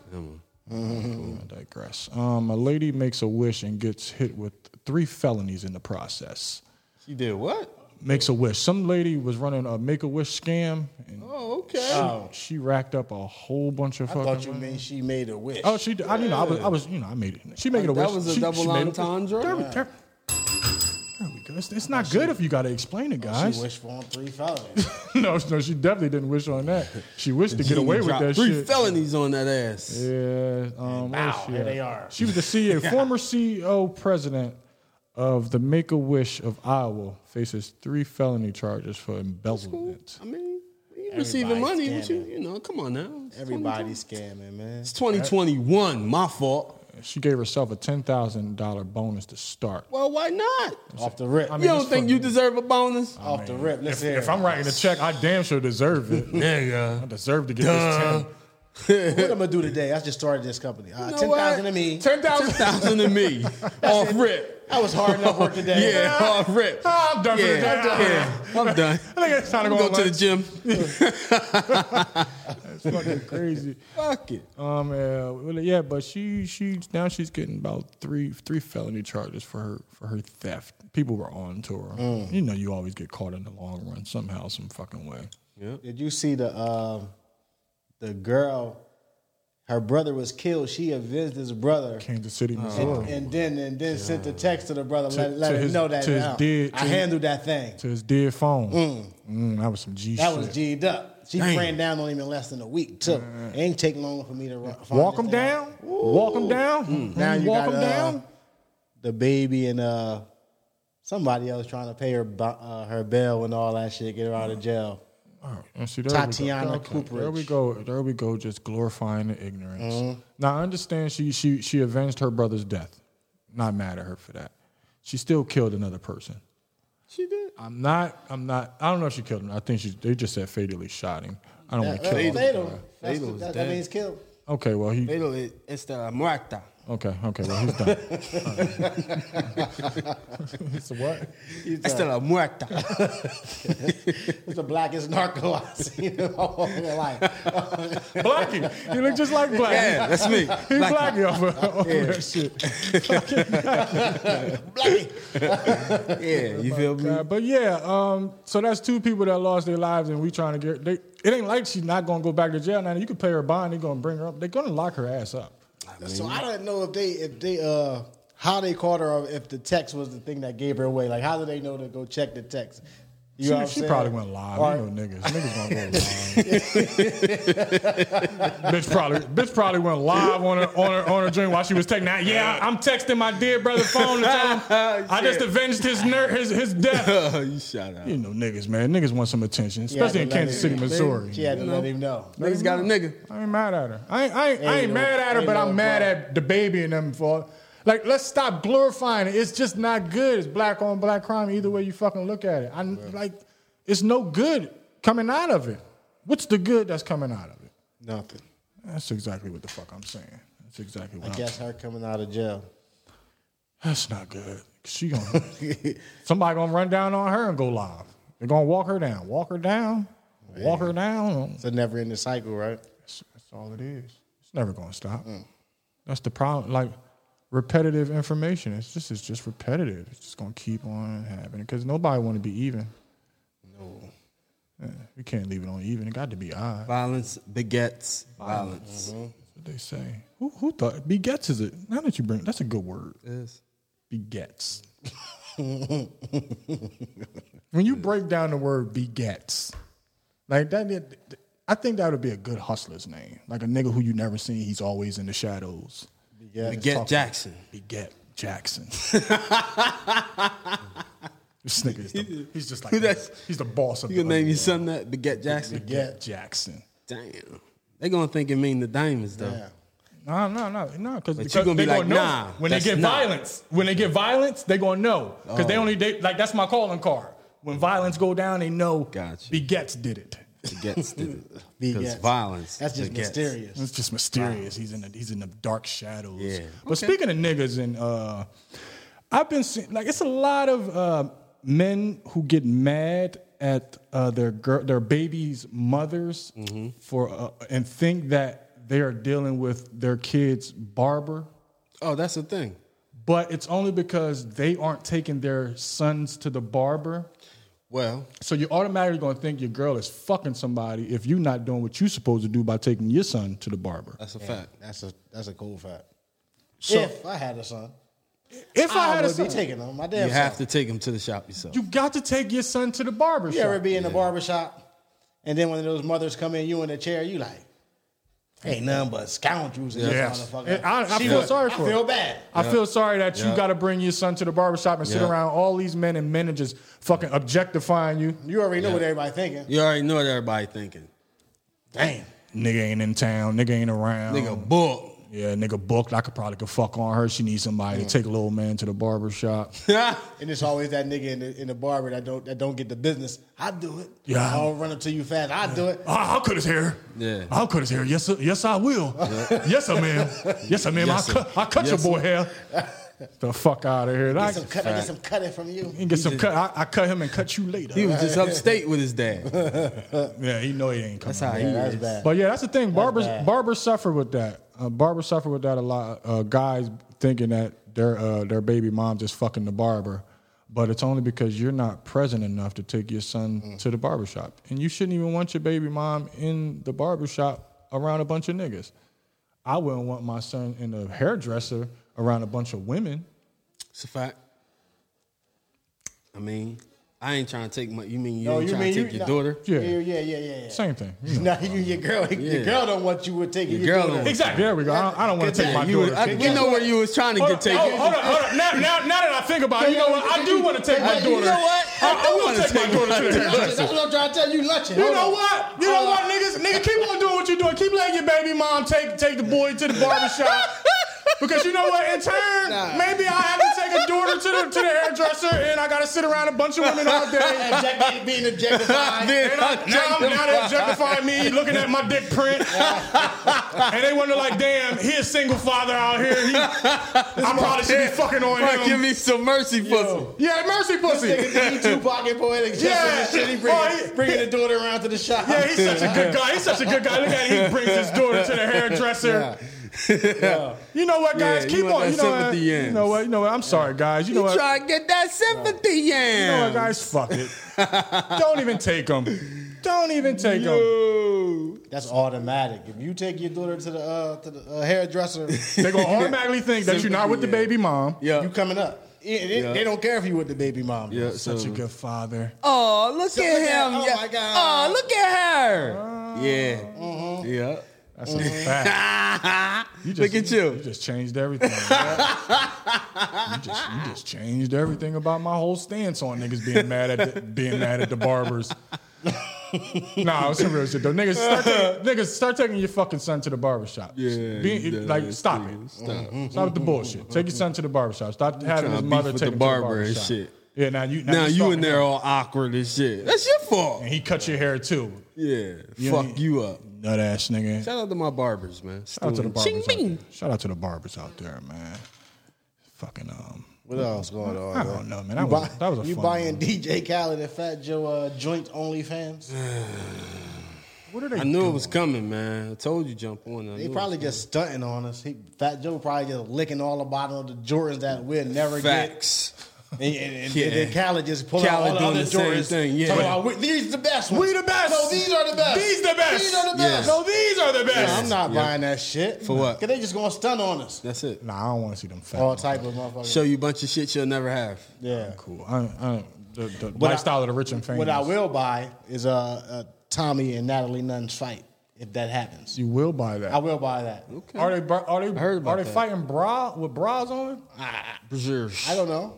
[SPEAKER 4] I digress. Um, a lady makes a wish and gets hit with three felonies in the process.
[SPEAKER 7] She did what?
[SPEAKER 4] Makes a wish. Some lady was running a make a wish scam, and
[SPEAKER 7] Oh, okay.
[SPEAKER 4] Uh, she racked up a whole bunch of
[SPEAKER 5] I
[SPEAKER 4] fucking.
[SPEAKER 5] thought you mean she made a wish.
[SPEAKER 4] oh, she. I, you know, I was, I was, you know, I made it. She making a
[SPEAKER 7] That
[SPEAKER 4] wish.
[SPEAKER 7] was a
[SPEAKER 4] She-
[SPEAKER 7] double
[SPEAKER 4] she made wish.
[SPEAKER 7] entendre? Oh,
[SPEAKER 4] There, we- there- there we go. It's, it's not good if you got to explain it,
[SPEAKER 5] She
[SPEAKER 4] guys.
[SPEAKER 5] wished for him three felonies.
[SPEAKER 4] no, no, she definitely didn't wish on that. She wished to get away with
[SPEAKER 7] Dropped
[SPEAKER 4] that
[SPEAKER 7] three
[SPEAKER 4] shit.
[SPEAKER 7] felonies on that ass.
[SPEAKER 4] Yeah. Um, where is
[SPEAKER 5] Wow,
[SPEAKER 4] she
[SPEAKER 5] here
[SPEAKER 4] at?
[SPEAKER 5] they are.
[SPEAKER 4] She was the CEO, former CEO, president of the Make a Wish of Iowa, faces three felony charges for embezzlement.
[SPEAKER 7] I mean, you receiving
[SPEAKER 5] Everybody's
[SPEAKER 7] money, but you,
[SPEAKER 5] scamming.
[SPEAKER 7] you know, come on now. It's
[SPEAKER 5] Everybody scamming, man.
[SPEAKER 7] 2021, my fault.
[SPEAKER 4] She gave herself a ten thousand dollar bonus to start.
[SPEAKER 7] Well, why not?
[SPEAKER 5] Off the rip.
[SPEAKER 7] You
[SPEAKER 4] mean,
[SPEAKER 7] don't
[SPEAKER 4] it's
[SPEAKER 7] think
[SPEAKER 4] fucking-
[SPEAKER 7] you deserve a bonus?
[SPEAKER 5] Off the rip. Let's hear
[SPEAKER 4] If
[SPEAKER 5] it.
[SPEAKER 4] I'm writing a check, I damn sure deserve it. I
[SPEAKER 7] Nigga.
[SPEAKER 4] deserve to get this ten.
[SPEAKER 5] what am I gonna do today? I just started this company. Uh,
[SPEAKER 7] You know
[SPEAKER 5] ten thousand
[SPEAKER 7] what?
[SPEAKER 5] to me.
[SPEAKER 7] 10,000 10,000 to me. Off rip.
[SPEAKER 5] I was hard enough work today.
[SPEAKER 7] Yeah, off rip.
[SPEAKER 4] Ah, I'm done for the day.
[SPEAKER 7] Yeah, yeah, I'm done.
[SPEAKER 4] I think it's time to go,
[SPEAKER 7] Go
[SPEAKER 4] on
[SPEAKER 7] to the
[SPEAKER 4] lunch.
[SPEAKER 7] gym.
[SPEAKER 4] It's fucking crazy.
[SPEAKER 7] Fuck it.
[SPEAKER 4] Um, uh, well, yeah, but she she now she's getting about three three felony charges for her for her theft. People were on to her. You know, you always get caught in the long run somehow, some fucking way.
[SPEAKER 5] Did you see the um, the girl? Her brother was killed. She avenged his brother,
[SPEAKER 4] Kansas City, Missouri,
[SPEAKER 5] and, and then and then sent the text to the brother, let,
[SPEAKER 4] To-
[SPEAKER 5] let
[SPEAKER 4] to
[SPEAKER 5] him
[SPEAKER 4] his-
[SPEAKER 5] know that
[SPEAKER 4] to his
[SPEAKER 5] now.
[SPEAKER 4] dead-
[SPEAKER 5] I
[SPEAKER 4] to his-
[SPEAKER 5] handled that thing.
[SPEAKER 4] to his dead phone. Mm. that was some G
[SPEAKER 5] That
[SPEAKER 4] shit.
[SPEAKER 5] was G'd up. She ran down on him in less than a week too. It ain't take long for me to ru- find
[SPEAKER 4] Walk
[SPEAKER 5] this
[SPEAKER 4] him
[SPEAKER 5] thing out.
[SPEAKER 4] down. Walk him down. Mm.
[SPEAKER 5] Now you
[SPEAKER 4] walk
[SPEAKER 5] got,
[SPEAKER 4] him
[SPEAKER 5] uh,
[SPEAKER 4] down.
[SPEAKER 5] The baby and uh, somebody else trying to pay her bu- uh, her bail and all that shit, get her out of jail.
[SPEAKER 4] Oh, And see, there we go.
[SPEAKER 5] Tatiana
[SPEAKER 4] There we go. There we go. Just glorifying the ignorance. Now I understand she she she avenged her brother's death. Not mad at her for that. She still killed another person.
[SPEAKER 7] She did.
[SPEAKER 4] I'm not. I'm not. I don't know if she killed him. I think she. They just said fatally shot him. I don't want to kill
[SPEAKER 5] Fatal,
[SPEAKER 4] him.
[SPEAKER 5] fatal. That's
[SPEAKER 7] Fatal
[SPEAKER 5] the-
[SPEAKER 7] is
[SPEAKER 5] That that
[SPEAKER 7] dead.
[SPEAKER 5] means killed.
[SPEAKER 4] Okay. Well, he.
[SPEAKER 7] Pero it- it's the muerta.
[SPEAKER 4] Okay. Okay. Well, he's done. All right. so what?
[SPEAKER 7] It's the muerta.
[SPEAKER 5] It's the blackest narco I've seen in my whole life.
[SPEAKER 4] Blackie. You look just like Blackie.
[SPEAKER 7] Yeah, that's me.
[SPEAKER 4] He Blackie over, over that shit.
[SPEAKER 7] Yeah, you feel me?
[SPEAKER 4] Uh, but yeah, um, so that's two people that lost their lives, and we trying to get. They, it ain't like she's not gonna go back to jail now. You could pay her bond. They gonna bring her up. They gonna lock her ass up.
[SPEAKER 5] so
[SPEAKER 4] Mm-hmm.
[SPEAKER 5] I don't know if they if they uh how they caught her or if the text was the thing that gave her away. Like how do they know to go check the text? You know what I'm
[SPEAKER 4] she she
[SPEAKER 5] saying?
[SPEAKER 4] probably went live.
[SPEAKER 5] Or-
[SPEAKER 4] You know, niggas, niggas gonna go live. bitch probably, bitch probably went live on her on her on her drink while she was taking that. Yeah, I'm texting my dear brother phone to tell him I just avenged his ner- his his death.
[SPEAKER 7] Oh, you shut up.
[SPEAKER 4] You know, niggas, man, niggas want some attention,
[SPEAKER 5] She had
[SPEAKER 4] especially
[SPEAKER 5] to
[SPEAKER 4] in
[SPEAKER 5] let
[SPEAKER 4] Kansas
[SPEAKER 5] him-
[SPEAKER 4] City, Missouri.
[SPEAKER 5] She had to let him know.
[SPEAKER 7] Niggas got a nigga.
[SPEAKER 4] I ain't mad at her. I ain't, I ain't, I ain't
[SPEAKER 5] Ain't no-
[SPEAKER 4] mad at her,
[SPEAKER 5] ain't
[SPEAKER 4] but
[SPEAKER 5] no
[SPEAKER 4] I'm mad
[SPEAKER 5] problem.
[SPEAKER 4] at the baby and them for. Like, let's stop glorifying it. It's just not good. It's black on black crime. Either way you fucking look at it, I like. It's no good coming out of it. What's the good that's coming out of it?
[SPEAKER 5] Nothing.
[SPEAKER 4] That's exactly what the fuck I'm saying. That's exactly what
[SPEAKER 5] I
[SPEAKER 4] I'm
[SPEAKER 5] guess her coming out of jail.
[SPEAKER 4] That's not good. She gonna somebody gonna run down on her and go live. They're gonna walk her down. Walk her down. Walk her down.
[SPEAKER 5] It's a never ending cycle, right?
[SPEAKER 4] That's, that's all it is. It's never going to stop. That's the problem. Like repetitive information. It's just it's just repetitive. It's just going to keep on happening because nobody want to be even. No, we can't leave it on even. It got to be odd.
[SPEAKER 7] Violence begets violence.
[SPEAKER 5] Mm-hmm.
[SPEAKER 4] That's what they say. Who who thought begets is it? Now that you bring that's a good word.
[SPEAKER 7] Yes.
[SPEAKER 4] Begets. when you break down the word begets, like that, I think that would be a good hustler's name. Like a nigga who you never seen, he's always in the shadows.
[SPEAKER 7] Beget Jackson.
[SPEAKER 4] beget Jackson. this nigga is the, he's just like
[SPEAKER 7] Who that's-
[SPEAKER 4] he's the boss of
[SPEAKER 7] You
[SPEAKER 4] the
[SPEAKER 7] gonna name your son that? Beget Jackson?
[SPEAKER 4] beget Jackson.
[SPEAKER 7] Damn. They gonna think it mean the diamonds though.
[SPEAKER 4] No, no, no, no. Cause,
[SPEAKER 7] you
[SPEAKER 4] because
[SPEAKER 7] gonna be
[SPEAKER 4] they
[SPEAKER 7] like,
[SPEAKER 4] know
[SPEAKER 7] nah,
[SPEAKER 4] when they
[SPEAKER 7] that's
[SPEAKER 4] get
[SPEAKER 7] not.
[SPEAKER 4] violence. When they get violence, they gonna know because they
[SPEAKER 7] Oh.
[SPEAKER 4] only they, like that's my calling card. When violence go down, they know
[SPEAKER 7] Gotcha.
[SPEAKER 4] begets did it.
[SPEAKER 7] Begets did it. Because
[SPEAKER 5] Begets.
[SPEAKER 7] violence.
[SPEAKER 5] That's just
[SPEAKER 7] begets.
[SPEAKER 5] mysterious.
[SPEAKER 4] It's just mysterious. He's in the he's in the dark shadows.
[SPEAKER 7] Yeah.
[SPEAKER 4] But speaking of niggas and uh, I've been seeing like it's a lot of uh, men who get mad at uh, their girl, their baby's mothers
[SPEAKER 7] Mm-hmm.
[SPEAKER 4] for uh, and think that they are dealing with their kid's barber,
[SPEAKER 7] Oh, that's the thing.
[SPEAKER 4] but it's only because they aren't taking their sons to the barber.
[SPEAKER 7] Well,
[SPEAKER 4] So you're automatically going to think your girl is fucking somebody if you're not doing what you're supposed to do by taking your son to the barber.
[SPEAKER 7] that's a fact.
[SPEAKER 5] That's a that's a cool fact.
[SPEAKER 4] So-
[SPEAKER 5] if I had a son,
[SPEAKER 4] If
[SPEAKER 5] I,
[SPEAKER 4] I had a
[SPEAKER 5] would
[SPEAKER 4] son,
[SPEAKER 5] be taking him. My damn
[SPEAKER 7] You have
[SPEAKER 5] son.
[SPEAKER 7] to take him to the shop yourself.
[SPEAKER 4] You got to take your son to the barber
[SPEAKER 5] You ever
[SPEAKER 4] shop.
[SPEAKER 5] be in the barber shop, and then when those mothers come in, you in the chair, you like, ain't nothing but scoundrels in
[SPEAKER 4] Yes.
[SPEAKER 5] this motherfucker.
[SPEAKER 4] I- I
[SPEAKER 5] She
[SPEAKER 4] feel
[SPEAKER 5] would-
[SPEAKER 4] sorry for
[SPEAKER 5] I feel
[SPEAKER 4] it.
[SPEAKER 5] bad.
[SPEAKER 4] I feel sorry that you
[SPEAKER 7] Yeah.
[SPEAKER 4] got to bring your son to the barber shop and sit
[SPEAKER 7] Yeah.
[SPEAKER 4] around all these men and men and just fucking objectifying you.
[SPEAKER 5] You already know what everybody thinking.
[SPEAKER 7] You already know what everybody thinking.
[SPEAKER 5] Damn.
[SPEAKER 4] Nigga ain't in town. Nigga ain't around.
[SPEAKER 5] Um,
[SPEAKER 7] Nigga, book.
[SPEAKER 4] Yeah, nigga booked. I could probably could fuck on her. She needs somebody to take a little man to the barber shop.
[SPEAKER 5] And it's always that nigga in the, in the barber that don't that don't get the business. I do it.
[SPEAKER 4] Yeah.
[SPEAKER 5] I'll run up to you fast. I do it.
[SPEAKER 4] I'll cut his hair.
[SPEAKER 7] Yeah.
[SPEAKER 4] I'll cut his hair. Yes, sir. yes, I will. Yes, sir, ma'am. Yes, sir, ma'am.
[SPEAKER 7] Yes, sir.
[SPEAKER 4] I cut, I cut
[SPEAKER 7] Yes,
[SPEAKER 4] your boy hair. the fuck out of here. I
[SPEAKER 5] Some cut, I get some cutting from you.
[SPEAKER 4] can get some cut. I, I cut him and cut you later.
[SPEAKER 7] He was just upstate with his dad.
[SPEAKER 4] yeah, he know he ain't coming.
[SPEAKER 7] That's how he
[SPEAKER 5] That's
[SPEAKER 7] is.
[SPEAKER 5] bad.
[SPEAKER 4] But yeah, that's the thing. Barbers barbers suffer with that. Uh, barbers suffer with that a lot. Uh, guys thinking that their uh, their baby mom just fucking the barber, but it's only because you're not present enough to take your son to the barbershop, and you shouldn't even want your baby mom in the barbershop around a bunch of niggas. I wouldn't want my son in a hairdresser around a bunch of women.
[SPEAKER 7] It's a fact. I mean, I ain't trying to take my. You mean you
[SPEAKER 5] Oh,
[SPEAKER 7] ain't
[SPEAKER 5] you
[SPEAKER 7] trying
[SPEAKER 5] mean
[SPEAKER 7] to
[SPEAKER 5] you
[SPEAKER 7] take your
[SPEAKER 5] no.
[SPEAKER 7] daughter?
[SPEAKER 4] Yeah.
[SPEAKER 5] Yeah, yeah, yeah, yeah. yeah.
[SPEAKER 4] Same thing. you know.
[SPEAKER 5] Now you, your girl,
[SPEAKER 7] Yeah.
[SPEAKER 5] your girl don't want you would take
[SPEAKER 7] Your
[SPEAKER 5] your
[SPEAKER 7] girl
[SPEAKER 5] daughter.
[SPEAKER 7] don't want
[SPEAKER 4] Exactly. There we go. I don't, I don't want to take my
[SPEAKER 7] You,
[SPEAKER 4] daughter.
[SPEAKER 7] I, we know where you was trying to
[SPEAKER 4] Hold
[SPEAKER 7] get
[SPEAKER 4] on,
[SPEAKER 7] taken.
[SPEAKER 4] oh, hold on, hold on. Now, now, now that I think about it, you know what? I do want to take my
[SPEAKER 5] Hey,
[SPEAKER 4] daughter.
[SPEAKER 5] you know what?
[SPEAKER 4] I, I want to take my daughter to the
[SPEAKER 5] That's what I'm trying to tell you. Luncheon.
[SPEAKER 4] You
[SPEAKER 5] Hold
[SPEAKER 4] know
[SPEAKER 5] on.
[SPEAKER 4] what? You know
[SPEAKER 5] Hold
[SPEAKER 4] what,
[SPEAKER 5] on.
[SPEAKER 4] niggas? Nigga, keep on doing what you're doing. Keep letting your baby mom take take the boy to the barbershop. Because you know what? In turn,
[SPEAKER 5] Nah.
[SPEAKER 4] maybe I have to take a daughter to the to the hairdresser and I gotta sit around a bunch of women all day.
[SPEAKER 5] And Jack being objectified.
[SPEAKER 4] And I, now, I'm, now they objectifying me, looking at my dick print, and they wonder like, "Damn, he a single father out here. He, I probably should be fucking on
[SPEAKER 7] Fuck, give
[SPEAKER 4] him."
[SPEAKER 7] me some mercy, pussy.
[SPEAKER 4] Yeah, mercy, pussy.
[SPEAKER 5] Nigga, you Tupac and poetic justice
[SPEAKER 4] Yeah.
[SPEAKER 5] and shit. He
[SPEAKER 4] Oh, he-
[SPEAKER 5] bringing, bringing the daughter around to the shop.
[SPEAKER 4] Yeah, he's such a good guy. He's such a good guy. Look at him. He brings his daughter to the hairdresser. You know what, guys?
[SPEAKER 7] Yeah, you
[SPEAKER 4] Keep
[SPEAKER 7] want that
[SPEAKER 4] on. You know, what?
[SPEAKER 7] sympathy
[SPEAKER 4] you
[SPEAKER 7] yams.
[SPEAKER 4] know what? You know what? I'm sorry, guys. You know what?
[SPEAKER 7] Try to get that sympathy,
[SPEAKER 4] You know what,
[SPEAKER 7] yeah.
[SPEAKER 4] guys? Fuck it. Don't even take them. Don't even take them.
[SPEAKER 5] That's automatic. If you take your daughter to the uh, to the uh, hairdresser,
[SPEAKER 4] They're gonna automatically think that you're not with the
[SPEAKER 7] Sympathy, yeah.
[SPEAKER 4] baby mom.
[SPEAKER 7] Yeah.
[SPEAKER 5] you coming up. It- it-
[SPEAKER 7] Yeah.
[SPEAKER 5] They don't care if you with the baby mom.
[SPEAKER 7] yeah
[SPEAKER 4] Such
[SPEAKER 7] so-
[SPEAKER 4] a good father.
[SPEAKER 7] Oh, look
[SPEAKER 5] So
[SPEAKER 7] at
[SPEAKER 5] look at-
[SPEAKER 7] him.
[SPEAKER 5] oh
[SPEAKER 7] yeah.
[SPEAKER 5] my God.
[SPEAKER 7] Oh, look at her.
[SPEAKER 4] Oh.
[SPEAKER 7] yeah.
[SPEAKER 4] Mm-hmm.
[SPEAKER 7] Yeah.
[SPEAKER 4] That's a fact. You
[SPEAKER 7] Look at you.
[SPEAKER 4] You just changed everything. bruh. you, just, you just changed everything about my whole stance on niggas being mad at the, being mad at the barbers. nah, it's some real shit though. Niggas start, taking, niggas, start taking your fucking son to the barbershop.
[SPEAKER 7] Yeah,
[SPEAKER 4] Be-
[SPEAKER 7] yeah,
[SPEAKER 4] like,
[SPEAKER 7] yeah,
[SPEAKER 4] stop
[SPEAKER 7] yeah,
[SPEAKER 4] it.
[SPEAKER 7] stop.
[SPEAKER 4] Stop with the bullshit. Take your son to the barbershop. Stop having
[SPEAKER 7] tryna
[SPEAKER 4] his
[SPEAKER 7] beef
[SPEAKER 4] mother
[SPEAKER 7] with
[SPEAKER 4] take
[SPEAKER 7] the
[SPEAKER 4] him to the
[SPEAKER 7] barber and
[SPEAKER 4] barbershop.
[SPEAKER 7] shit.
[SPEAKER 4] Yeah, now you now,
[SPEAKER 7] Now you
[SPEAKER 4] stalking
[SPEAKER 7] in there
[SPEAKER 4] him.
[SPEAKER 7] all awkward and shit. That's your fault.
[SPEAKER 4] and he cut your hair too.
[SPEAKER 7] Yeah.
[SPEAKER 4] You-
[SPEAKER 7] Fuck you up.
[SPEAKER 4] Nut ass nigga.
[SPEAKER 7] Shout out to my barbers, man.
[SPEAKER 4] Shout out to the
[SPEAKER 7] Stewie. Ching
[SPEAKER 4] barbers. Out there.
[SPEAKER 7] bing.
[SPEAKER 4] Shout out to the barbers out there, man. Fucking um,
[SPEAKER 5] What else going on?
[SPEAKER 4] I don't know, man. That
[SPEAKER 5] You,
[SPEAKER 4] was,
[SPEAKER 5] buy-
[SPEAKER 4] that was a
[SPEAKER 5] you
[SPEAKER 4] fun
[SPEAKER 5] buying
[SPEAKER 4] one.
[SPEAKER 5] DJ Khaled and Fat Joe uh, joint OnlyFans?
[SPEAKER 4] What are they?
[SPEAKER 7] I knew it was coming, man. I told you jump on. I knew
[SPEAKER 5] They
[SPEAKER 7] it was
[SPEAKER 5] probably just stunting on us. He, Fat Joe probably just licking all the bottom of the Jordans that we'll never get.
[SPEAKER 7] facts.
[SPEAKER 5] And, and, and,
[SPEAKER 7] Yeah.
[SPEAKER 5] and then Khaled just pulling
[SPEAKER 7] Khaled
[SPEAKER 5] out all
[SPEAKER 7] doing
[SPEAKER 5] the other
[SPEAKER 7] the same
[SPEAKER 5] Jordans.
[SPEAKER 7] thing, yeah.
[SPEAKER 5] Talking about, "We- these the best ones.
[SPEAKER 4] We the best.
[SPEAKER 5] No, these are the best.
[SPEAKER 4] These the best.
[SPEAKER 5] These are the best.
[SPEAKER 7] Yeah.
[SPEAKER 4] No, these are the
[SPEAKER 5] No, I'm
[SPEAKER 4] best.
[SPEAKER 5] not buying that shit. For
[SPEAKER 7] what?
[SPEAKER 5] Cause they just gonna stun on us.
[SPEAKER 7] That's it.
[SPEAKER 4] nah, I don't want to see them fat.
[SPEAKER 5] All type of motherfuckers.
[SPEAKER 7] Show you a bunch of shit you'll never have.
[SPEAKER 5] yeah.
[SPEAKER 4] cool. I, I, the the
[SPEAKER 5] What I-
[SPEAKER 4] lifestyle of the rich and famous.
[SPEAKER 5] What I will buy is uh, uh Tommy and Natalie Nunn's fight if that happens.
[SPEAKER 4] You will buy that.
[SPEAKER 5] I will buy that.
[SPEAKER 4] Are they? bra- Are they?
[SPEAKER 7] heard about
[SPEAKER 4] are they
[SPEAKER 7] that.
[SPEAKER 4] fighting bra with bras on?
[SPEAKER 7] Braziers.
[SPEAKER 5] I don't know.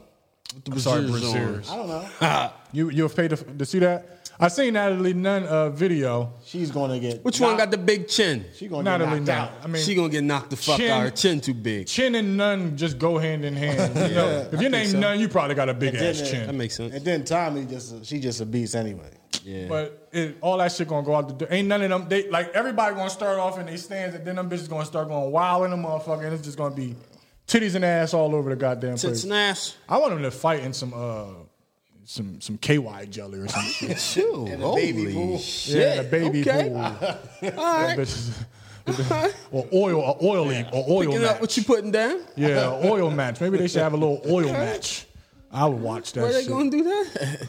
[SPEAKER 4] I'm sorry,
[SPEAKER 7] Braziers on.
[SPEAKER 4] Braziers.
[SPEAKER 5] I don't know.
[SPEAKER 4] You you have paid to, to see that? I seen Natalie Nunn uh, video.
[SPEAKER 5] She's gonna get.
[SPEAKER 7] Which one got the big chin?
[SPEAKER 5] She gonna get
[SPEAKER 4] Natalie
[SPEAKER 5] knocked
[SPEAKER 4] Nunn.
[SPEAKER 5] out.
[SPEAKER 4] I mean,
[SPEAKER 7] she gonna get knocked the fuck
[SPEAKER 4] Chin-
[SPEAKER 7] out. Her chin too big.
[SPEAKER 4] chin and Nunn just go hand in hand. You know, if your name Nunn, you probably got a big
[SPEAKER 5] then
[SPEAKER 4] ass
[SPEAKER 5] it-
[SPEAKER 4] chin.
[SPEAKER 7] That makes sense.
[SPEAKER 5] And then Tommy just she just a beast anyway.
[SPEAKER 7] Yeah.
[SPEAKER 4] But it, all that shit gonna go out the door. Ain't none of them. They like everybody gonna start off in they stands, and then them bitches gonna start going wild in the motherfucker, and it's just gonna be titties and ass all over the goddamn
[SPEAKER 7] Tits
[SPEAKER 4] place.
[SPEAKER 7] and ass.
[SPEAKER 4] I want them to fight in some uh some some KY jelly or some shit.
[SPEAKER 7] Chill.
[SPEAKER 5] a baby pool.
[SPEAKER 7] shit.
[SPEAKER 4] yeah, the baby
[SPEAKER 7] okay.
[SPEAKER 4] pool.
[SPEAKER 7] All
[SPEAKER 4] Them
[SPEAKER 7] right.
[SPEAKER 4] bitches- or oil, or oil, or oil
[SPEAKER 7] Picking
[SPEAKER 4] match.
[SPEAKER 7] up what you putting down.
[SPEAKER 4] yeah, oil match. Maybe they should have a little oil match. I would watch that
[SPEAKER 7] Where they
[SPEAKER 4] shit.
[SPEAKER 7] gonna do that?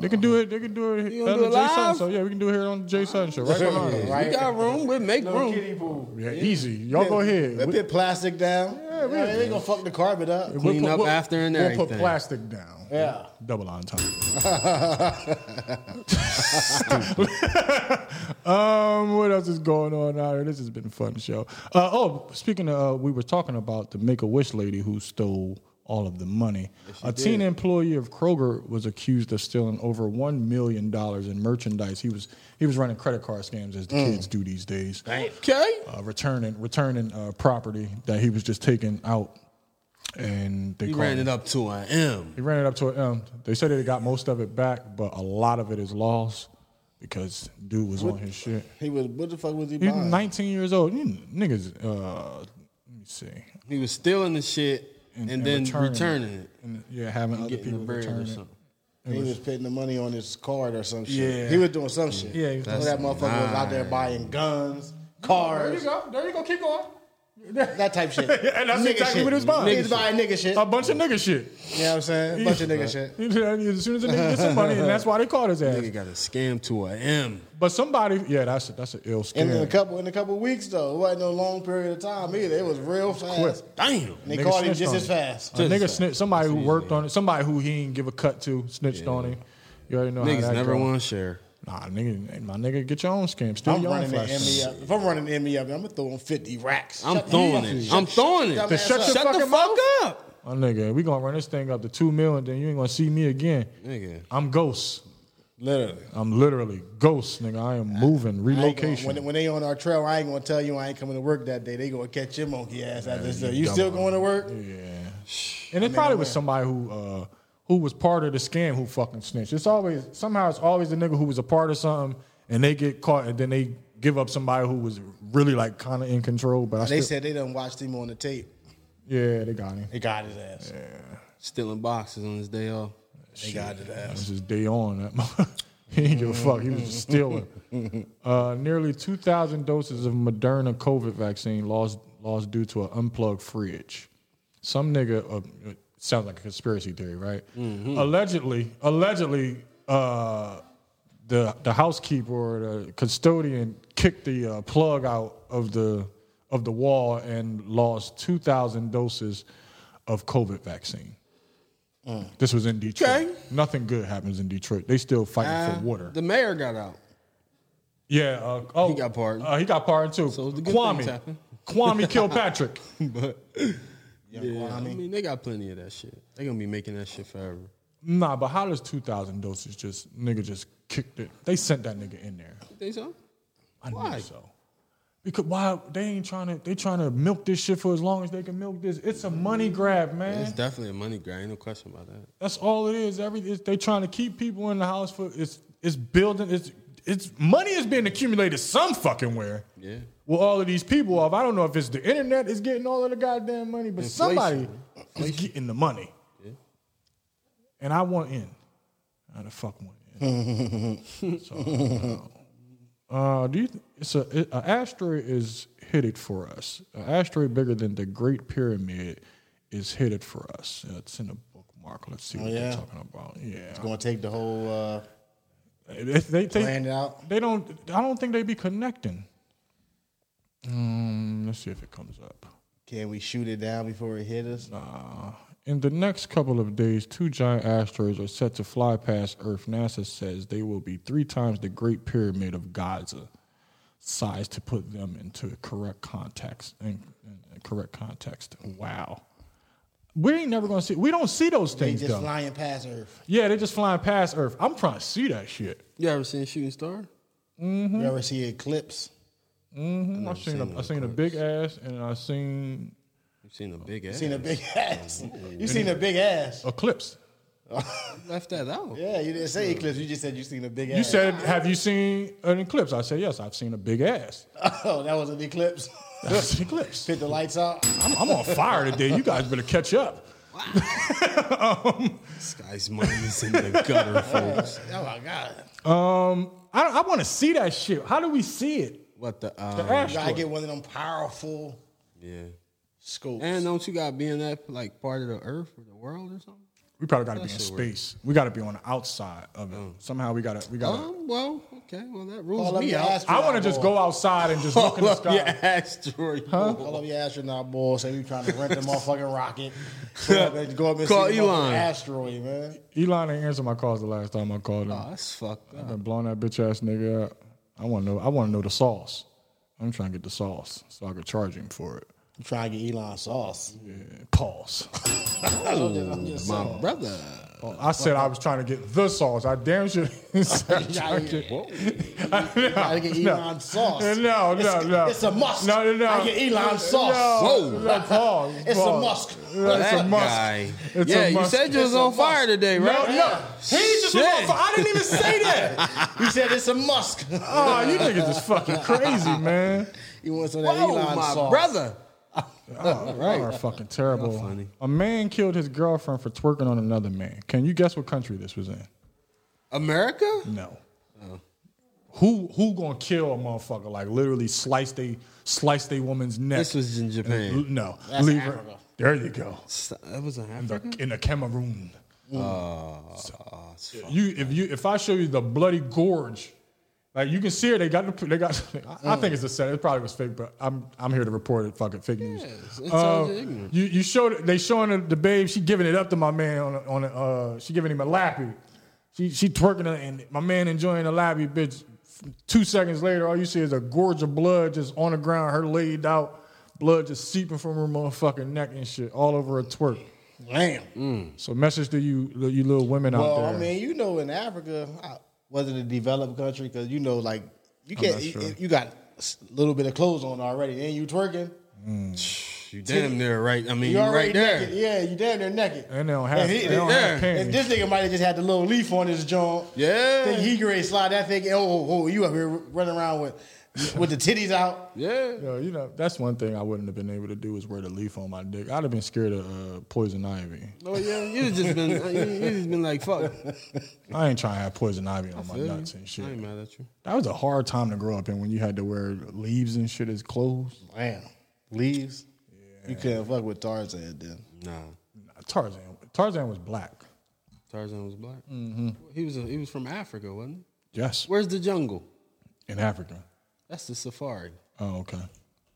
[SPEAKER 4] They can do it. They can do it.
[SPEAKER 7] You gonna
[SPEAKER 4] on
[SPEAKER 7] do it
[SPEAKER 4] the Jay Sutton
[SPEAKER 7] live?
[SPEAKER 4] Show. Yeah, we can do it here on the Jay Sutton Show. Right behind us.
[SPEAKER 7] We got room. We'll make room.
[SPEAKER 4] Yeah, easy. Y'all go ahead.
[SPEAKER 5] A
[SPEAKER 4] We-
[SPEAKER 5] bit plastic down. Yeah, we ain't gonna fuck the carpet up.
[SPEAKER 4] we'll
[SPEAKER 7] Clean
[SPEAKER 4] put-
[SPEAKER 7] up
[SPEAKER 4] we'll-
[SPEAKER 7] after and
[SPEAKER 4] we'll
[SPEAKER 7] everything.
[SPEAKER 4] put plastic down.
[SPEAKER 5] Yeah.
[SPEAKER 4] Double entendre. um, what else is going on out here? This has been a fun show. Uh, oh, speaking of, uh, we were talking about the Make a Wish lady who stole all of the money. a teen employee of Kroger was accused of stealing over one million dollars in merchandise. He was he was running credit card scams as the
[SPEAKER 7] Mm.
[SPEAKER 4] kids do these days.
[SPEAKER 7] Okay.
[SPEAKER 4] Uh, returning returning uh, property that he was just taking out, and they
[SPEAKER 7] He
[SPEAKER 4] called
[SPEAKER 7] ran it up to an M.
[SPEAKER 4] he ran it up to an M. They said they got most of it back, but a lot of it is lost because dude was on his shit.
[SPEAKER 5] He was what the fuck was he
[SPEAKER 4] He's
[SPEAKER 5] buying?
[SPEAKER 4] 19 years old. You niggas, uh, let me see.
[SPEAKER 7] He was stealing the shit and,
[SPEAKER 4] and
[SPEAKER 7] then
[SPEAKER 4] returning
[SPEAKER 7] returning,
[SPEAKER 4] it.
[SPEAKER 7] it.
[SPEAKER 4] And yeah, having other
[SPEAKER 7] Getting the
[SPEAKER 4] people
[SPEAKER 7] bread
[SPEAKER 4] return
[SPEAKER 7] or
[SPEAKER 4] it.
[SPEAKER 7] something.
[SPEAKER 5] He was putting the money on his card or some shit.
[SPEAKER 4] Yeah.
[SPEAKER 5] He was doing some shit.
[SPEAKER 4] Yeah, he was doing
[SPEAKER 5] that motherfucker was out there buying guns, cars,
[SPEAKER 4] go. There you go. Keep going.
[SPEAKER 5] that type shit.
[SPEAKER 4] Yeah, and that's exactly
[SPEAKER 5] shit.
[SPEAKER 4] what he was buying.
[SPEAKER 5] He was buying nigga shit.
[SPEAKER 4] A bunch of nigga shit.
[SPEAKER 5] You know what I'm saying? Bunch of nigga shit.
[SPEAKER 4] You know, As soon as a nigga gets some money, and that's why they called his ass.
[SPEAKER 7] Nigga got a scam to an M.
[SPEAKER 4] But somebody, yeah, that's a, that's an ill scam.
[SPEAKER 5] And in a couple in a couple weeks though, it wasn't no long period of time either. It was real fast.
[SPEAKER 7] Damn.
[SPEAKER 5] And they
[SPEAKER 4] Nigga
[SPEAKER 5] caught him
[SPEAKER 4] snitched
[SPEAKER 5] just
[SPEAKER 4] on
[SPEAKER 5] as
[SPEAKER 4] him.
[SPEAKER 5] fast.
[SPEAKER 4] A nigga snitched. Somebody who worked on it. Somebody who he didn't give a cut to snitched on him. You already know how
[SPEAKER 7] Niggas
[SPEAKER 4] that
[SPEAKER 7] never
[SPEAKER 4] go.
[SPEAKER 7] want to share.
[SPEAKER 4] Nah, nigga, my nigga, get your own scam. Steal
[SPEAKER 5] I'm
[SPEAKER 4] your own
[SPEAKER 5] running the
[SPEAKER 4] flash.
[SPEAKER 5] Emmy up. If I'm running the Emmy up, I'm gonna throw him 50 racks.
[SPEAKER 7] I'm
[SPEAKER 5] Shut the
[SPEAKER 7] throwing
[SPEAKER 5] fuck
[SPEAKER 7] it.
[SPEAKER 5] up.
[SPEAKER 7] I'm throwing
[SPEAKER 5] Shut
[SPEAKER 7] it.
[SPEAKER 5] your
[SPEAKER 4] Shut
[SPEAKER 5] dumb ass
[SPEAKER 4] your
[SPEAKER 5] up.
[SPEAKER 7] Shut the fuck up.
[SPEAKER 4] My nigga, we gonna run this thing up to two mil, and then you ain't gonna see me again.
[SPEAKER 7] Nigga.
[SPEAKER 4] I'm ghost.
[SPEAKER 5] Literally.
[SPEAKER 4] I'm literally ghost, nigga. I am moving
[SPEAKER 5] I ain't gonna-
[SPEAKER 4] relocation.
[SPEAKER 5] When, when they on our trail, I ain't gonna tell you I ain't coming to work that day. They gonna catch your monkey ass out there. So you
[SPEAKER 4] dumb
[SPEAKER 5] still
[SPEAKER 4] one.
[SPEAKER 5] going to work?
[SPEAKER 4] and it probably was somebody who uh, who was part of the scam who fucking snitched. It's always somehow it's always the nigga who was a part of something and they get caught and then they give up somebody who was really like kind of in control. But I
[SPEAKER 5] They
[SPEAKER 4] still,
[SPEAKER 5] said they done watched him on the tape.
[SPEAKER 4] yeah, they got him.
[SPEAKER 5] They got his ass.
[SPEAKER 7] Stealing boxes on his day off.
[SPEAKER 5] They got his ass.
[SPEAKER 4] This is day on. That mo- he didn't give a fuck. He was just stealing. Uh, nearly 2,000 doses of Moderna COVID vaccine lost lost due to an unplugged fridge. Some nigga uh, it sounds like a conspiracy theory, right? Allegedly, allegedly, uh, the the housekeeper or the custodian kicked the uh, plug out of the of the wall and lost 2,000 doses of COVID vaccine. This was in Detroit.
[SPEAKER 7] Mm. Okay.
[SPEAKER 4] Nothing good happens in Detroit. They still fighting
[SPEAKER 7] Ah,
[SPEAKER 4] for water.
[SPEAKER 7] The mayor got out.
[SPEAKER 4] yeah. Uh, oh,
[SPEAKER 7] He got pardoned.
[SPEAKER 4] Uh, he got pardoned too.
[SPEAKER 7] So the good things
[SPEAKER 4] Kwame.
[SPEAKER 7] happen.
[SPEAKER 4] Kwame Kilpatrick.
[SPEAKER 7] Yeah, I mean, they got plenty of that shit. They gonna be making that shit forever.
[SPEAKER 4] nah, but how does two thousand doses just nigga just kicked it? They sent that nigga in there.
[SPEAKER 7] Think so?
[SPEAKER 4] I
[SPEAKER 7] Why?
[SPEAKER 4] knew so. Because why they ain't trying to they trying to milk this shit for as long as they can milk this. It's a money grab, man.
[SPEAKER 7] It's definitely a money grab. Ain't no question about that.
[SPEAKER 4] That's all it is. Every it's, they trying to keep people in the house for it's it's building it's it's money is being accumulated some fucking where.
[SPEAKER 7] Yeah.
[SPEAKER 4] Well, all of these people off. I don't know if it's the internet is getting all of the goddamn money, but somebody is getting the money. And I want in. I the fuck want in. so, I don't know. uh, do you? th- It's a, it, a asteroid is headed for us. An asteroid bigger than the Great Pyramid is headed for us. Uh, It's in the bookmark. Let's see what
[SPEAKER 5] Oh, yeah?
[SPEAKER 4] they're talking about. Yeah,
[SPEAKER 5] Gonna take the whole uh,
[SPEAKER 4] If they take-
[SPEAKER 5] land out.
[SPEAKER 4] they don't. I don't think they be connecting. Um, let's see if it comes up.
[SPEAKER 5] Can we shoot it down before it hit us?
[SPEAKER 4] In the next couple of days, two giant asteroids are set to fly past Earth. NASA says they will be three times the Great Pyramid of Giza size to put them into correct context. In, in correct context. Wow. We ain't never gonna see. We don't see those
[SPEAKER 5] They
[SPEAKER 4] things
[SPEAKER 5] just
[SPEAKER 4] though.
[SPEAKER 5] flying past Earth.
[SPEAKER 4] Yeah, they just flying past Earth. I'm trying to see that shit.
[SPEAKER 7] You ever seen Shooting Star?
[SPEAKER 5] You ever see eclipse?
[SPEAKER 4] I seen, a, I seen a big ass, and I seen
[SPEAKER 7] You seen a big ass?
[SPEAKER 5] Seen a big ass. You seen a big ass.
[SPEAKER 4] eclipse.
[SPEAKER 7] Left that out.
[SPEAKER 5] Yeah, you didn't say eclipse. You just said you seen a big ass.
[SPEAKER 4] You said, "Have you seen an eclipse?" I said, "Yes, I've seen a big ass."
[SPEAKER 5] Oh, that was an eclipse.
[SPEAKER 4] I've seen eclipse.
[SPEAKER 5] Put the lights out.
[SPEAKER 4] I'm, I'm on fire today. You guys better catch up.
[SPEAKER 7] This guy's money is in the gutter, folks.
[SPEAKER 5] Oh my god.
[SPEAKER 4] I, I want to see that shit. How do we see it?
[SPEAKER 7] What the?
[SPEAKER 4] The
[SPEAKER 7] Uh,
[SPEAKER 5] You gotta
[SPEAKER 4] asteroid.
[SPEAKER 5] get one of them powerful
[SPEAKER 7] yeah.
[SPEAKER 5] scopes.
[SPEAKER 7] And don't you gotta be in that like part of the earth or the world or something?
[SPEAKER 4] We probably got to be in
[SPEAKER 7] shit weird.
[SPEAKER 4] space. We got to be on the outside of it. Somehow we got to. We got. to
[SPEAKER 7] Um. Well. Okay. Well, that
[SPEAKER 5] All
[SPEAKER 7] rules
[SPEAKER 5] of
[SPEAKER 7] me
[SPEAKER 5] your
[SPEAKER 7] out.
[SPEAKER 5] astronaut
[SPEAKER 4] I want to just
[SPEAKER 5] balls.
[SPEAKER 4] go outside and just look in the sky.
[SPEAKER 7] Yeah, asteroid.
[SPEAKER 5] All of your astronaut balls say you trying to rent the motherfucking rocket. Go up and, go up and
[SPEAKER 7] Call
[SPEAKER 5] see the
[SPEAKER 7] Elon.
[SPEAKER 5] motherfucking asteroid, man.
[SPEAKER 4] Elon ain't answer my calls the last time I called him.
[SPEAKER 7] Oh, that's fucked up.
[SPEAKER 4] I blown that bitch ass nigga up. I want to know. I want to know the sauce. I'm trying to get the sauce so I could charge him for it.
[SPEAKER 5] You trying to get Elon sauce.
[SPEAKER 4] Pause.
[SPEAKER 5] I'm just, I'm just
[SPEAKER 7] My
[SPEAKER 5] saying.
[SPEAKER 7] brother.
[SPEAKER 4] I said I was trying to get the sauce. I damn sure. didn't say I was trying to get-
[SPEAKER 5] You gotta get Elon sauce.
[SPEAKER 4] No,
[SPEAKER 5] It's-
[SPEAKER 4] no, no.
[SPEAKER 5] It's a must.
[SPEAKER 4] No, no, no.
[SPEAKER 5] I get Elon sauce.
[SPEAKER 4] No, no, pause,
[SPEAKER 5] It's a
[SPEAKER 4] pause.
[SPEAKER 5] must.
[SPEAKER 4] That's a
[SPEAKER 7] That
[SPEAKER 4] must.
[SPEAKER 7] guy.
[SPEAKER 4] It's
[SPEAKER 7] yeah,
[SPEAKER 4] a
[SPEAKER 7] you
[SPEAKER 4] must.
[SPEAKER 7] said you was
[SPEAKER 5] It's a
[SPEAKER 7] on fire
[SPEAKER 5] must.
[SPEAKER 7] today,
[SPEAKER 4] No,
[SPEAKER 7] right?
[SPEAKER 4] no. He just was on
[SPEAKER 7] Shit.
[SPEAKER 4] fire. I didn't even say that.
[SPEAKER 5] He said it's a must.
[SPEAKER 4] oh, you niggas is fucking crazy, man.
[SPEAKER 5] You want some of that
[SPEAKER 7] Oh,
[SPEAKER 5] Elon
[SPEAKER 7] my
[SPEAKER 5] sauce.
[SPEAKER 7] brother.
[SPEAKER 4] Oh, right. are fucking terrible.
[SPEAKER 7] funny.
[SPEAKER 4] A man killed his girlfriend for twerking on another man. Can you guess what country this was in?
[SPEAKER 7] America?
[SPEAKER 4] No. Who who gonna kill a motherfucker? Like literally slice they slice they woman's neck.
[SPEAKER 7] This was in Japan.
[SPEAKER 4] no. Leave her. There you go.
[SPEAKER 7] That was in
[SPEAKER 4] the,
[SPEAKER 7] Africa.
[SPEAKER 4] in the Cameroon.
[SPEAKER 7] Oh, it's fucked.
[SPEAKER 4] You if you if I show you the bloody gorge, like you can see it. They got the they got. I, I
[SPEAKER 7] Mm.
[SPEAKER 4] think it's a set. It probably was fake, but I'm I'm here to report it. Fucking fake news.
[SPEAKER 7] It's- it's all just ignorant.
[SPEAKER 4] Oh, You uh, you showed they showing the, the babe. She giving it up to my man on a, on a, uh she giving him a lappy. She she twerking her, and my man enjoying the lobby, bitch. Two seconds later, all you see is a gorge of blood just on the ground, her laid out, blood just seeping from her motherfucking neck and shit, all over her twerk.
[SPEAKER 5] Damn.
[SPEAKER 4] So message to you, you little women out
[SPEAKER 5] Well,
[SPEAKER 4] there.
[SPEAKER 5] I mean, you know, in Africa, I- was it a developed country? Because you know, like you can't, you- you, got a little bit of clothes on already, and you twerking.
[SPEAKER 7] You damn near right. I mean,
[SPEAKER 5] You
[SPEAKER 7] you
[SPEAKER 5] already
[SPEAKER 7] right there.
[SPEAKER 5] Naked. Yeah, you damn near naked.
[SPEAKER 4] and they don't have,
[SPEAKER 5] And he-
[SPEAKER 4] they don't have
[SPEAKER 7] yeah.
[SPEAKER 5] And
[SPEAKER 4] panties.
[SPEAKER 5] this nigga might have just had the little leaf on his joint.
[SPEAKER 7] Yeah.
[SPEAKER 5] Think he great slide that thing. Oh, oh, oh, you up here running around with with the titties out.
[SPEAKER 7] Yeah.
[SPEAKER 4] Yo, you know, that's one thing I wouldn't have been able to do is wear the leaf on my dick. I'd have been scared of uh, poison ivy.
[SPEAKER 7] Oh yeah. You just been. You, you just been like fuck.
[SPEAKER 4] I ain't trying to have poison ivy on my nuts
[SPEAKER 7] I
[SPEAKER 4] and
[SPEAKER 7] ain't
[SPEAKER 4] shit.
[SPEAKER 7] mad at you.
[SPEAKER 4] That was a hard time to grow up in when you had to wear leaves and shit as clothes.
[SPEAKER 5] Man, leaves. You couldn't fuck with Tarzan then.
[SPEAKER 7] Nah.
[SPEAKER 4] Tarzan, Tarzan was black.
[SPEAKER 7] Tarzan was black. He was. A, he was from Africa, wasn't he?
[SPEAKER 4] Yes,
[SPEAKER 7] Where's the jungle?
[SPEAKER 4] in Africa.
[SPEAKER 7] That's the safari.
[SPEAKER 4] Oh, okay.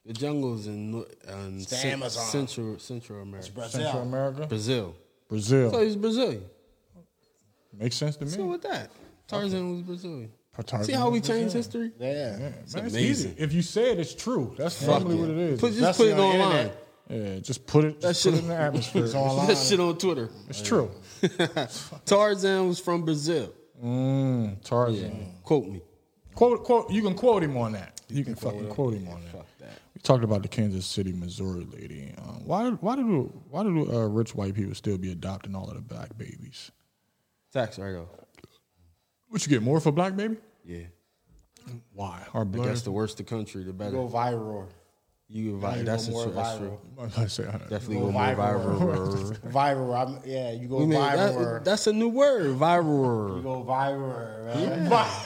[SPEAKER 7] The jungles in, nor- um,
[SPEAKER 5] the
[SPEAKER 7] cen-
[SPEAKER 5] Amazon.
[SPEAKER 7] Central Central America,
[SPEAKER 4] Central America,
[SPEAKER 7] Brazil. So
[SPEAKER 4] Brazil.
[SPEAKER 7] he's Brazilian.
[SPEAKER 4] Makes sense to me.
[SPEAKER 7] So with that, Tarzan was Brazilian.
[SPEAKER 4] Tarzan
[SPEAKER 7] See how we
[SPEAKER 4] was
[SPEAKER 7] change history?
[SPEAKER 5] Yeah.
[SPEAKER 4] Man, it's
[SPEAKER 7] amazing.
[SPEAKER 4] easy. If you say it, it's true. That's normally what it is.
[SPEAKER 7] Put, just
[SPEAKER 5] Especially
[SPEAKER 7] put it
[SPEAKER 5] on the
[SPEAKER 7] online.
[SPEAKER 5] internet.
[SPEAKER 4] yeah, just put it. Just
[SPEAKER 7] That
[SPEAKER 4] put it
[SPEAKER 7] shit-
[SPEAKER 4] in the atmosphere. it's,
[SPEAKER 7] That shit on Twitter.
[SPEAKER 4] true.
[SPEAKER 7] Tarzan was from Brazil.
[SPEAKER 4] Mm, Tarzan.
[SPEAKER 7] Quote me.
[SPEAKER 4] Quote, quote. You can quote him on that. You, can, fucking quote him on that. We talked about the Kansas City, Missouri lady. Um, why, why do, why do uh, rich white people still be adopting all of the black babies?
[SPEAKER 7] Tax write off.
[SPEAKER 4] Would you get more for black baby?
[SPEAKER 7] Yeah.
[SPEAKER 4] Why? Our
[SPEAKER 7] I
[SPEAKER 4] blood.
[SPEAKER 7] guess the worse the country, the better.
[SPEAKER 5] Go viral.
[SPEAKER 7] You
[SPEAKER 5] You
[SPEAKER 7] invite.
[SPEAKER 5] go
[SPEAKER 7] That's, a
[SPEAKER 5] more
[SPEAKER 7] true, that's
[SPEAKER 5] viral.
[SPEAKER 7] true.
[SPEAKER 4] I say, I don't-
[SPEAKER 7] Definitely
[SPEAKER 5] Go
[SPEAKER 7] go more
[SPEAKER 5] viral.
[SPEAKER 7] viral.
[SPEAKER 5] Viral. I'm, yeah, you go
[SPEAKER 7] I mean,
[SPEAKER 5] viral.
[SPEAKER 7] that, that's a new word.
[SPEAKER 5] you
[SPEAKER 7] Viral.
[SPEAKER 5] go viral.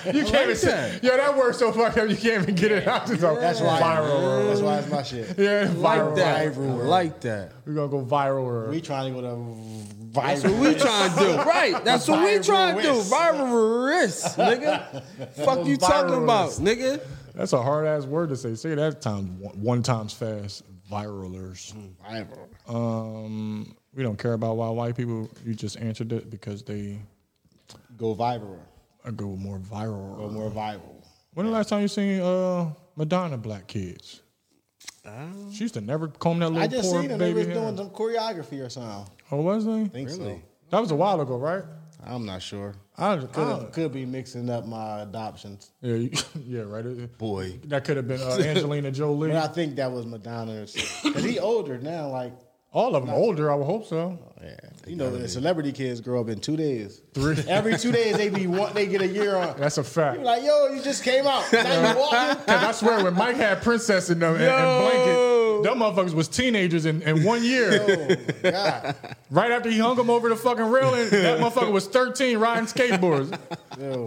[SPEAKER 5] Right?
[SPEAKER 4] You can't even say. Yo, that word so fucked up. You can't even get it out. Just go,
[SPEAKER 5] That's why.
[SPEAKER 4] viral.
[SPEAKER 5] That's why it's my shit.
[SPEAKER 4] Yeah, viral.
[SPEAKER 7] Like that.
[SPEAKER 5] Viral.
[SPEAKER 7] Like that.
[SPEAKER 4] We're gonna go viral.
[SPEAKER 5] We trying to go to viral.
[SPEAKER 7] That's what we trying to do, right? That's what we trying to do.
[SPEAKER 5] Viralist.
[SPEAKER 7] Viralist, nigga. Fuck you talking about, nigga.
[SPEAKER 4] That's a hard ass word to say. Say that times one, one times fast. Viralers.
[SPEAKER 5] Viral.
[SPEAKER 4] Um, we don't care about why white people. You just answered it because they
[SPEAKER 5] Go viral.
[SPEAKER 4] go more viral.
[SPEAKER 5] Go more viral.
[SPEAKER 4] When the last time you seen uh, Madonna Black Kids? She used to never comb that little
[SPEAKER 5] Ah. I just
[SPEAKER 4] poor
[SPEAKER 5] seen them. They
[SPEAKER 4] baby
[SPEAKER 5] was
[SPEAKER 4] hair.
[SPEAKER 5] doing some choreography or something.
[SPEAKER 4] oh, was they?
[SPEAKER 5] think so.
[SPEAKER 4] That was a while ago, right?
[SPEAKER 5] I'm not sure.
[SPEAKER 4] I, I
[SPEAKER 5] Could could be mixing up my adoptions,
[SPEAKER 4] yeah, you- yeah, right. It-
[SPEAKER 7] Boy.
[SPEAKER 4] That could have been uh, Angelina
[SPEAKER 5] but
[SPEAKER 4] Jolie.
[SPEAKER 5] I think that was Madonna's. Cause he older now. Like
[SPEAKER 4] All of them older. I would hope so.
[SPEAKER 5] you know, the celebrity kids grow up in two days. Every two days they be one. They get a year on.
[SPEAKER 4] That's a fact.
[SPEAKER 5] You like yo, you just came out. Now you walking.
[SPEAKER 4] Cause I swear, when Mike had Princess in them and, and blanket, them motherfuckers was teenagers in, in one year.
[SPEAKER 5] Oh, God,
[SPEAKER 4] right after he hung them over the fucking railing, that motherfucker was thirteen riding skateboards.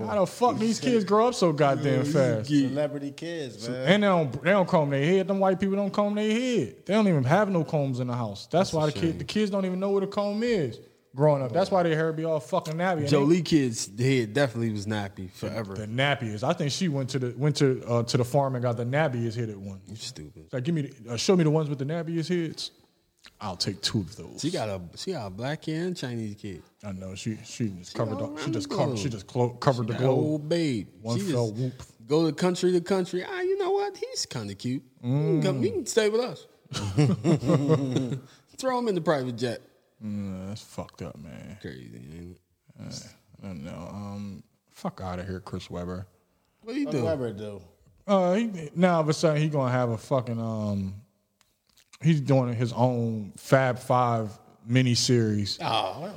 [SPEAKER 4] How the fuck these kids grow up so goddamn fast?
[SPEAKER 5] celebrity kids, man.
[SPEAKER 4] And they don't they don't comb their head. Them white people don't comb their head. They don't even have no combs in the house. That's, why the kid the kids don't even know what a comb is growing up. That's why their hair be all fucking nappy. And they-
[SPEAKER 7] Jolie kid's head definitely was nappy forever.
[SPEAKER 4] the nappiest. I think she went to the went to uh, to the farm and got the nappiest headed one.
[SPEAKER 7] Stupid.
[SPEAKER 4] Like, give me, the, uh, show me the ones with the nappiest heads. I'll take two of those.
[SPEAKER 7] She got a she got a black kid and Chinese kid.
[SPEAKER 4] I know she she just covered.
[SPEAKER 7] all
[SPEAKER 4] The, she just
[SPEAKER 7] around the
[SPEAKER 4] covered. She
[SPEAKER 7] globe.
[SPEAKER 4] just clo- covered the
[SPEAKER 7] That
[SPEAKER 4] globe.
[SPEAKER 7] old Oh, babe.
[SPEAKER 4] One
[SPEAKER 7] she
[SPEAKER 4] fell
[SPEAKER 7] just
[SPEAKER 4] whoop.
[SPEAKER 7] Go to country to country. Ah, you know what? He's kind of cute. You
[SPEAKER 4] Mm.
[SPEAKER 7] can come- you can stay with us. Throw him in the private jet.
[SPEAKER 4] Mm, that's fucked up, man.
[SPEAKER 7] Crazy. Ain't it?
[SPEAKER 4] I don't know. Um, fuck out of here, Chris Webber.
[SPEAKER 7] What he do?
[SPEAKER 5] Whoever do.
[SPEAKER 4] Uh, he, now all of a sudden he gonna have a fucking um. He's doing his own Fab Five mini series.
[SPEAKER 5] Oh, well,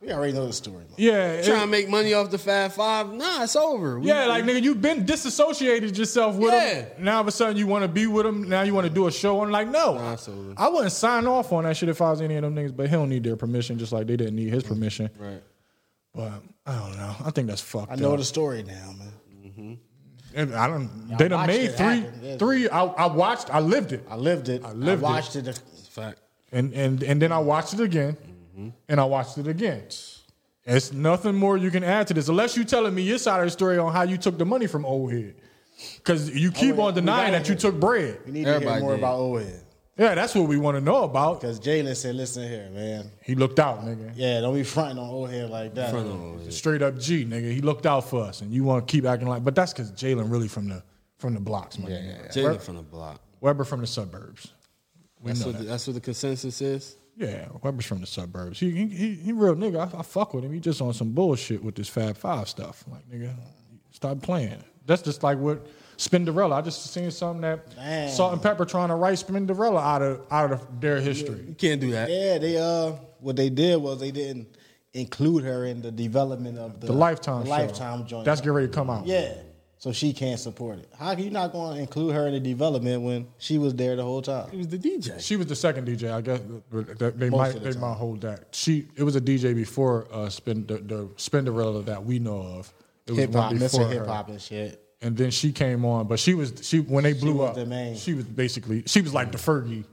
[SPEAKER 5] we already know the story. Man.
[SPEAKER 4] Yeah, it-
[SPEAKER 7] Trying to make money off the Fab Five? Nah, it's over. We-
[SPEAKER 4] Yeah, like nigga, you've been disassociated yourself with him.
[SPEAKER 7] Yeah.
[SPEAKER 4] Now all of a sudden you want to be with him. Now you want to do a show. I'm like, no,
[SPEAKER 7] Nah, it's over.
[SPEAKER 4] I wouldn't sign off on that shit if I was any of them niggas. But he don't need their permission, just like they didn't need his permission.
[SPEAKER 7] Right.
[SPEAKER 4] But I don't know. I think that's fucked.
[SPEAKER 5] I know
[SPEAKER 4] up.
[SPEAKER 5] the story now, man.
[SPEAKER 4] And I don't. They done
[SPEAKER 5] watched
[SPEAKER 4] made
[SPEAKER 5] it
[SPEAKER 4] three,
[SPEAKER 5] happen, yeah.
[SPEAKER 4] three. I, I watched. I lived it,
[SPEAKER 5] I lived it. I
[SPEAKER 4] lived it.
[SPEAKER 5] watched it.
[SPEAKER 7] Fact.
[SPEAKER 4] and and and then I watched it again,
[SPEAKER 5] Mm-hmm.
[SPEAKER 4] and I watched it again. It's nothing more you can add to this, unless you telling me your side of the story on how you took the money from old head, because you keep
[SPEAKER 5] wait,
[SPEAKER 4] on
[SPEAKER 5] Oh, we
[SPEAKER 4] denying
[SPEAKER 5] gotta
[SPEAKER 4] that you
[SPEAKER 5] hear-
[SPEAKER 4] took bread.
[SPEAKER 5] We need to
[SPEAKER 7] Everybody
[SPEAKER 5] hear more
[SPEAKER 7] did.
[SPEAKER 5] about Owen.
[SPEAKER 4] Yeah, that's what we want to know about.
[SPEAKER 5] Because Jalen said, listen here, man.
[SPEAKER 4] He looked out, nigga.
[SPEAKER 5] Yeah, don't be fronting on old head like that.
[SPEAKER 4] Straight up G, nigga. He looked out for us, and you want to keep acting like. But that's because Jalen really from the from the blocks, my nigga.
[SPEAKER 7] Jalen from the block.
[SPEAKER 4] Weber from the suburbs. We
[SPEAKER 7] That's
[SPEAKER 4] know
[SPEAKER 7] what,
[SPEAKER 4] that.
[SPEAKER 7] the, that's what the consensus is.
[SPEAKER 4] Yeah, Weber's from the suburbs. He he he, he real nigga. I, I fuck with him. He just on some bullshit with this Fab Five stuff. Like nigga, stop playing. That's just like what Spinderella. I just seen something that
[SPEAKER 5] Damn.
[SPEAKER 4] Salt and Pepper trying to write Spinderella out of out of their history.
[SPEAKER 7] You can't do that.
[SPEAKER 5] Yeah, they uh, what they did was they didn't include her in the development of the,
[SPEAKER 4] The Lifetime
[SPEAKER 5] the
[SPEAKER 4] show.
[SPEAKER 5] lifetime joint.
[SPEAKER 4] That's getting ready to come out.
[SPEAKER 5] yeah. So she can't support it. How can you not going to include her in the development when she was there the whole
[SPEAKER 7] He
[SPEAKER 5] time?
[SPEAKER 7] was the DJ.
[SPEAKER 4] She was the second DJ, I guess. but that- They
[SPEAKER 5] of
[SPEAKER 4] might
[SPEAKER 5] the
[SPEAKER 4] they might hold that. She it was a DJ before uh, Spin the, the Spinderella that we know of. It was
[SPEAKER 5] Hip hop,
[SPEAKER 4] one before
[SPEAKER 5] Mr.
[SPEAKER 4] her.
[SPEAKER 5] Hip Hop and shit.
[SPEAKER 4] and then she came on. But she was she when they blew
[SPEAKER 5] was
[SPEAKER 4] up,
[SPEAKER 5] the main.
[SPEAKER 4] she was basically she was like the Fergie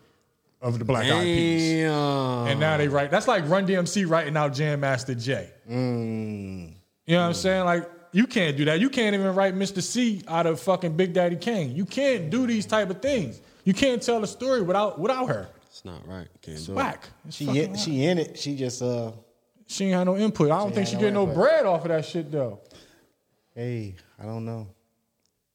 [SPEAKER 4] of the Black Eyed Peas.
[SPEAKER 7] Damn.
[SPEAKER 4] And now they write that's like Run DMC writing out Jam Master J.
[SPEAKER 5] Mm.
[SPEAKER 4] You know what I'm saying? Like you can't do that. You can't even write Mr. C out of fucking Big Daddy Kane. You can't do these type of things. You can't tell a story without without her.
[SPEAKER 7] It's not right. Can't do it.
[SPEAKER 4] Whack. It's
[SPEAKER 5] She
[SPEAKER 4] fucking
[SPEAKER 5] in,
[SPEAKER 4] whack.
[SPEAKER 5] she in it. She just uh,
[SPEAKER 4] She ain't had no input. I don't
[SPEAKER 5] She
[SPEAKER 4] think
[SPEAKER 5] ain't
[SPEAKER 4] she
[SPEAKER 5] no
[SPEAKER 4] getting no
[SPEAKER 5] input.
[SPEAKER 4] bread off of that shit though.
[SPEAKER 5] hey, I don't know.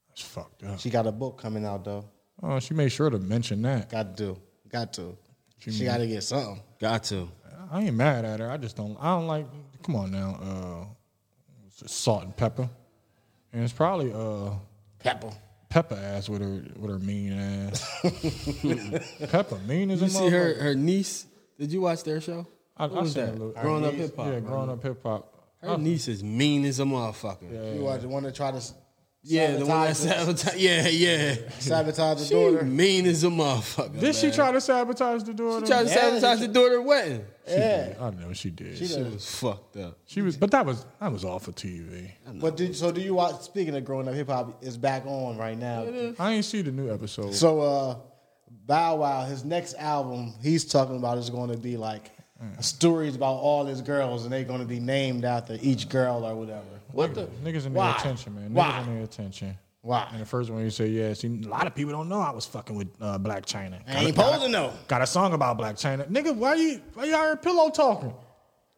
[SPEAKER 4] That's fucked up.
[SPEAKER 5] She got a book coming out though.
[SPEAKER 4] Oh, she made sure to mention that.
[SPEAKER 5] Got to, do. got to. She got to get something.
[SPEAKER 7] Got to.
[SPEAKER 4] I ain't mad at her. I just don't. I don't like. Come on now. Uh, it's just salt and pepper, and it's probably uh,
[SPEAKER 5] Pepper.
[SPEAKER 4] pepper ass with her with her mean ass. pepper mean as a
[SPEAKER 7] You see her
[SPEAKER 4] motherfucker.
[SPEAKER 7] her niece. Did you watch their show?
[SPEAKER 4] I,
[SPEAKER 7] What
[SPEAKER 4] I
[SPEAKER 7] was
[SPEAKER 4] seen
[SPEAKER 7] that?
[SPEAKER 4] a little-
[SPEAKER 7] Growing up
[SPEAKER 4] Yeah,
[SPEAKER 7] hip hop.
[SPEAKER 4] Yeah, growing up hip hop.
[SPEAKER 7] Her niece is mean as a motherfucker. Yeah,
[SPEAKER 5] You are the one that tried to s-
[SPEAKER 7] the one that
[SPEAKER 5] sabotage
[SPEAKER 7] sabotage. Yeah, yeah.
[SPEAKER 5] sabotage the
[SPEAKER 7] She
[SPEAKER 5] daughter.
[SPEAKER 7] mean as a motherfucker.
[SPEAKER 4] Did she
[SPEAKER 7] man.
[SPEAKER 4] try to sabotage the door?
[SPEAKER 7] She tried to
[SPEAKER 5] Yeah,
[SPEAKER 7] sabotage
[SPEAKER 5] she-
[SPEAKER 7] the daughter wedding.
[SPEAKER 5] Yeah.
[SPEAKER 4] I know she did. She,
[SPEAKER 7] She was fucked up.
[SPEAKER 4] was, but that was that was off of TV.
[SPEAKER 5] But do, so do you watch? Speaking of growing up, hip hop is back on right now.
[SPEAKER 4] I ain't see the new episode.
[SPEAKER 5] So uh, Bow Wow, his next album, he's talking about is going to be like stories about all his girls, and they're going to be named after each girl or whatever.
[SPEAKER 7] What the?
[SPEAKER 4] Niggas in
[SPEAKER 5] Why?
[SPEAKER 4] their attention, man. Niggas
[SPEAKER 5] Why?
[SPEAKER 4] in their attention.
[SPEAKER 5] Why?
[SPEAKER 4] And the first one you say, yeah, see, a lot of people don't know I was fucking with uh, Black China.
[SPEAKER 5] I ain't
[SPEAKER 4] Got a-
[SPEAKER 5] supposed to know.
[SPEAKER 4] Got a song about Black China. Nigga, why you why you out here pillow talking?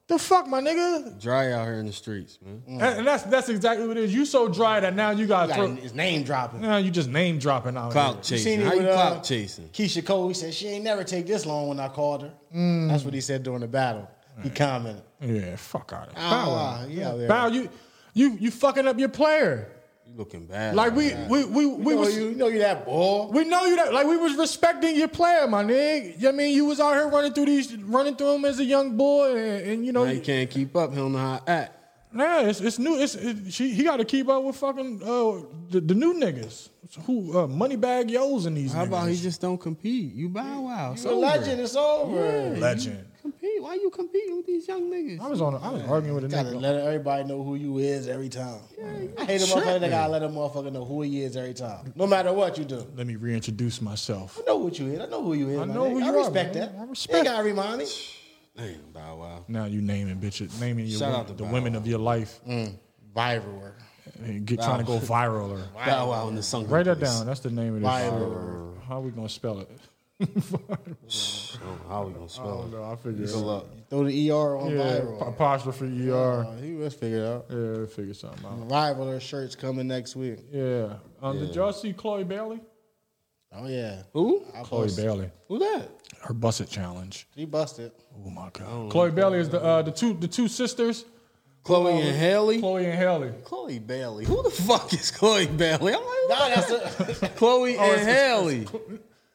[SPEAKER 4] The fuck, my nigga?
[SPEAKER 7] Dry out here in the streets, man.
[SPEAKER 4] And, and that's that's exactly what it is. You so dry that now you got to throw
[SPEAKER 5] Like, his name dropping.
[SPEAKER 4] now you just name dropping out
[SPEAKER 7] Clout
[SPEAKER 4] here.
[SPEAKER 7] chasing. How you clout chasing?
[SPEAKER 5] uh, Keisha Cole. He said she ain't never take this long when I called her. That's what he said during the battle. He commented.
[SPEAKER 4] Yeah, fuck out of here.
[SPEAKER 5] Bow
[SPEAKER 4] Bow,
[SPEAKER 5] Wow, you out there.
[SPEAKER 4] Bow, you you you fucking up your player.
[SPEAKER 7] You looking bad.
[SPEAKER 4] Like we
[SPEAKER 7] man.
[SPEAKER 4] we we, we
[SPEAKER 5] you, know
[SPEAKER 4] was
[SPEAKER 5] "Oh, you, you know you that boy.
[SPEAKER 4] We know you that like we was respecting your player, my nigga. I mean, you was out here running through these, running through him as a young boy, and, and you know,
[SPEAKER 7] Now he can't keep up. He don't know how to act.
[SPEAKER 4] nah, it's, it's new. It's it, she, he got to keep up with fucking uh, the, the new niggas who uh, money bag yo's in these.
[SPEAKER 7] How
[SPEAKER 4] niggas.
[SPEAKER 7] about he just don't compete? You bow wow.
[SPEAKER 5] It's a legend. It's over.
[SPEAKER 4] legend?
[SPEAKER 7] Compete. Why you competing with these young niggas?
[SPEAKER 4] I was on. A, I was arguing with a
[SPEAKER 5] Gotta
[SPEAKER 4] nigga.
[SPEAKER 5] let everybody know who you is every time. I hate a motherfucker that gotta let a motherfucker know who he is every time. No matter what you do.
[SPEAKER 4] Let me reintroduce myself.
[SPEAKER 5] I know what you is. I know who you is.
[SPEAKER 4] I
[SPEAKER 5] my
[SPEAKER 4] know
[SPEAKER 5] nigga.
[SPEAKER 4] who
[SPEAKER 5] I
[SPEAKER 4] you are,
[SPEAKER 5] respect
[SPEAKER 4] man.
[SPEAKER 5] that.
[SPEAKER 4] I
[SPEAKER 5] You
[SPEAKER 4] respect
[SPEAKER 5] ain't gotta remind me.
[SPEAKER 7] Damn, bow wow.
[SPEAKER 4] Now you naming bitches, naming your
[SPEAKER 7] Shout
[SPEAKER 4] women,
[SPEAKER 7] out to
[SPEAKER 4] the
[SPEAKER 7] Bow
[SPEAKER 4] women
[SPEAKER 7] Wow. Mm.
[SPEAKER 4] of your life,
[SPEAKER 5] Viral.
[SPEAKER 4] and get trying to go viral or
[SPEAKER 7] Bow wow in the song.
[SPEAKER 4] write that down. That's the name of this.
[SPEAKER 5] Viral.
[SPEAKER 4] shit. How we gonna spell it?
[SPEAKER 7] How we gonna spell it?
[SPEAKER 4] I figure.
[SPEAKER 7] Good luck.
[SPEAKER 5] Throw the ER on
[SPEAKER 4] Yeah,
[SPEAKER 5] viral.
[SPEAKER 4] apostrophe er.
[SPEAKER 5] Uh, he was figured out.
[SPEAKER 4] Yeah, figure something out.
[SPEAKER 5] Rivaler shirts coming next week.
[SPEAKER 4] Yeah. Um, Did y'all see Chloe Bailey?
[SPEAKER 5] Oh yeah.
[SPEAKER 7] Who?
[SPEAKER 5] I
[SPEAKER 4] Chloe
[SPEAKER 5] bust,
[SPEAKER 4] Bailey.
[SPEAKER 7] Who that?
[SPEAKER 4] Her busset challenge.
[SPEAKER 5] he busted.
[SPEAKER 4] Oh my god. Chloe Bailey is the uh, the two the two sisters,
[SPEAKER 7] Chloe and Haley.
[SPEAKER 4] Chloe and Haley.
[SPEAKER 7] Chloe Bailey. Who the fuck is Chloe Bailey? I'm like,
[SPEAKER 5] Nah, that's a,
[SPEAKER 7] Chloe
[SPEAKER 4] Oh,
[SPEAKER 7] and Haley.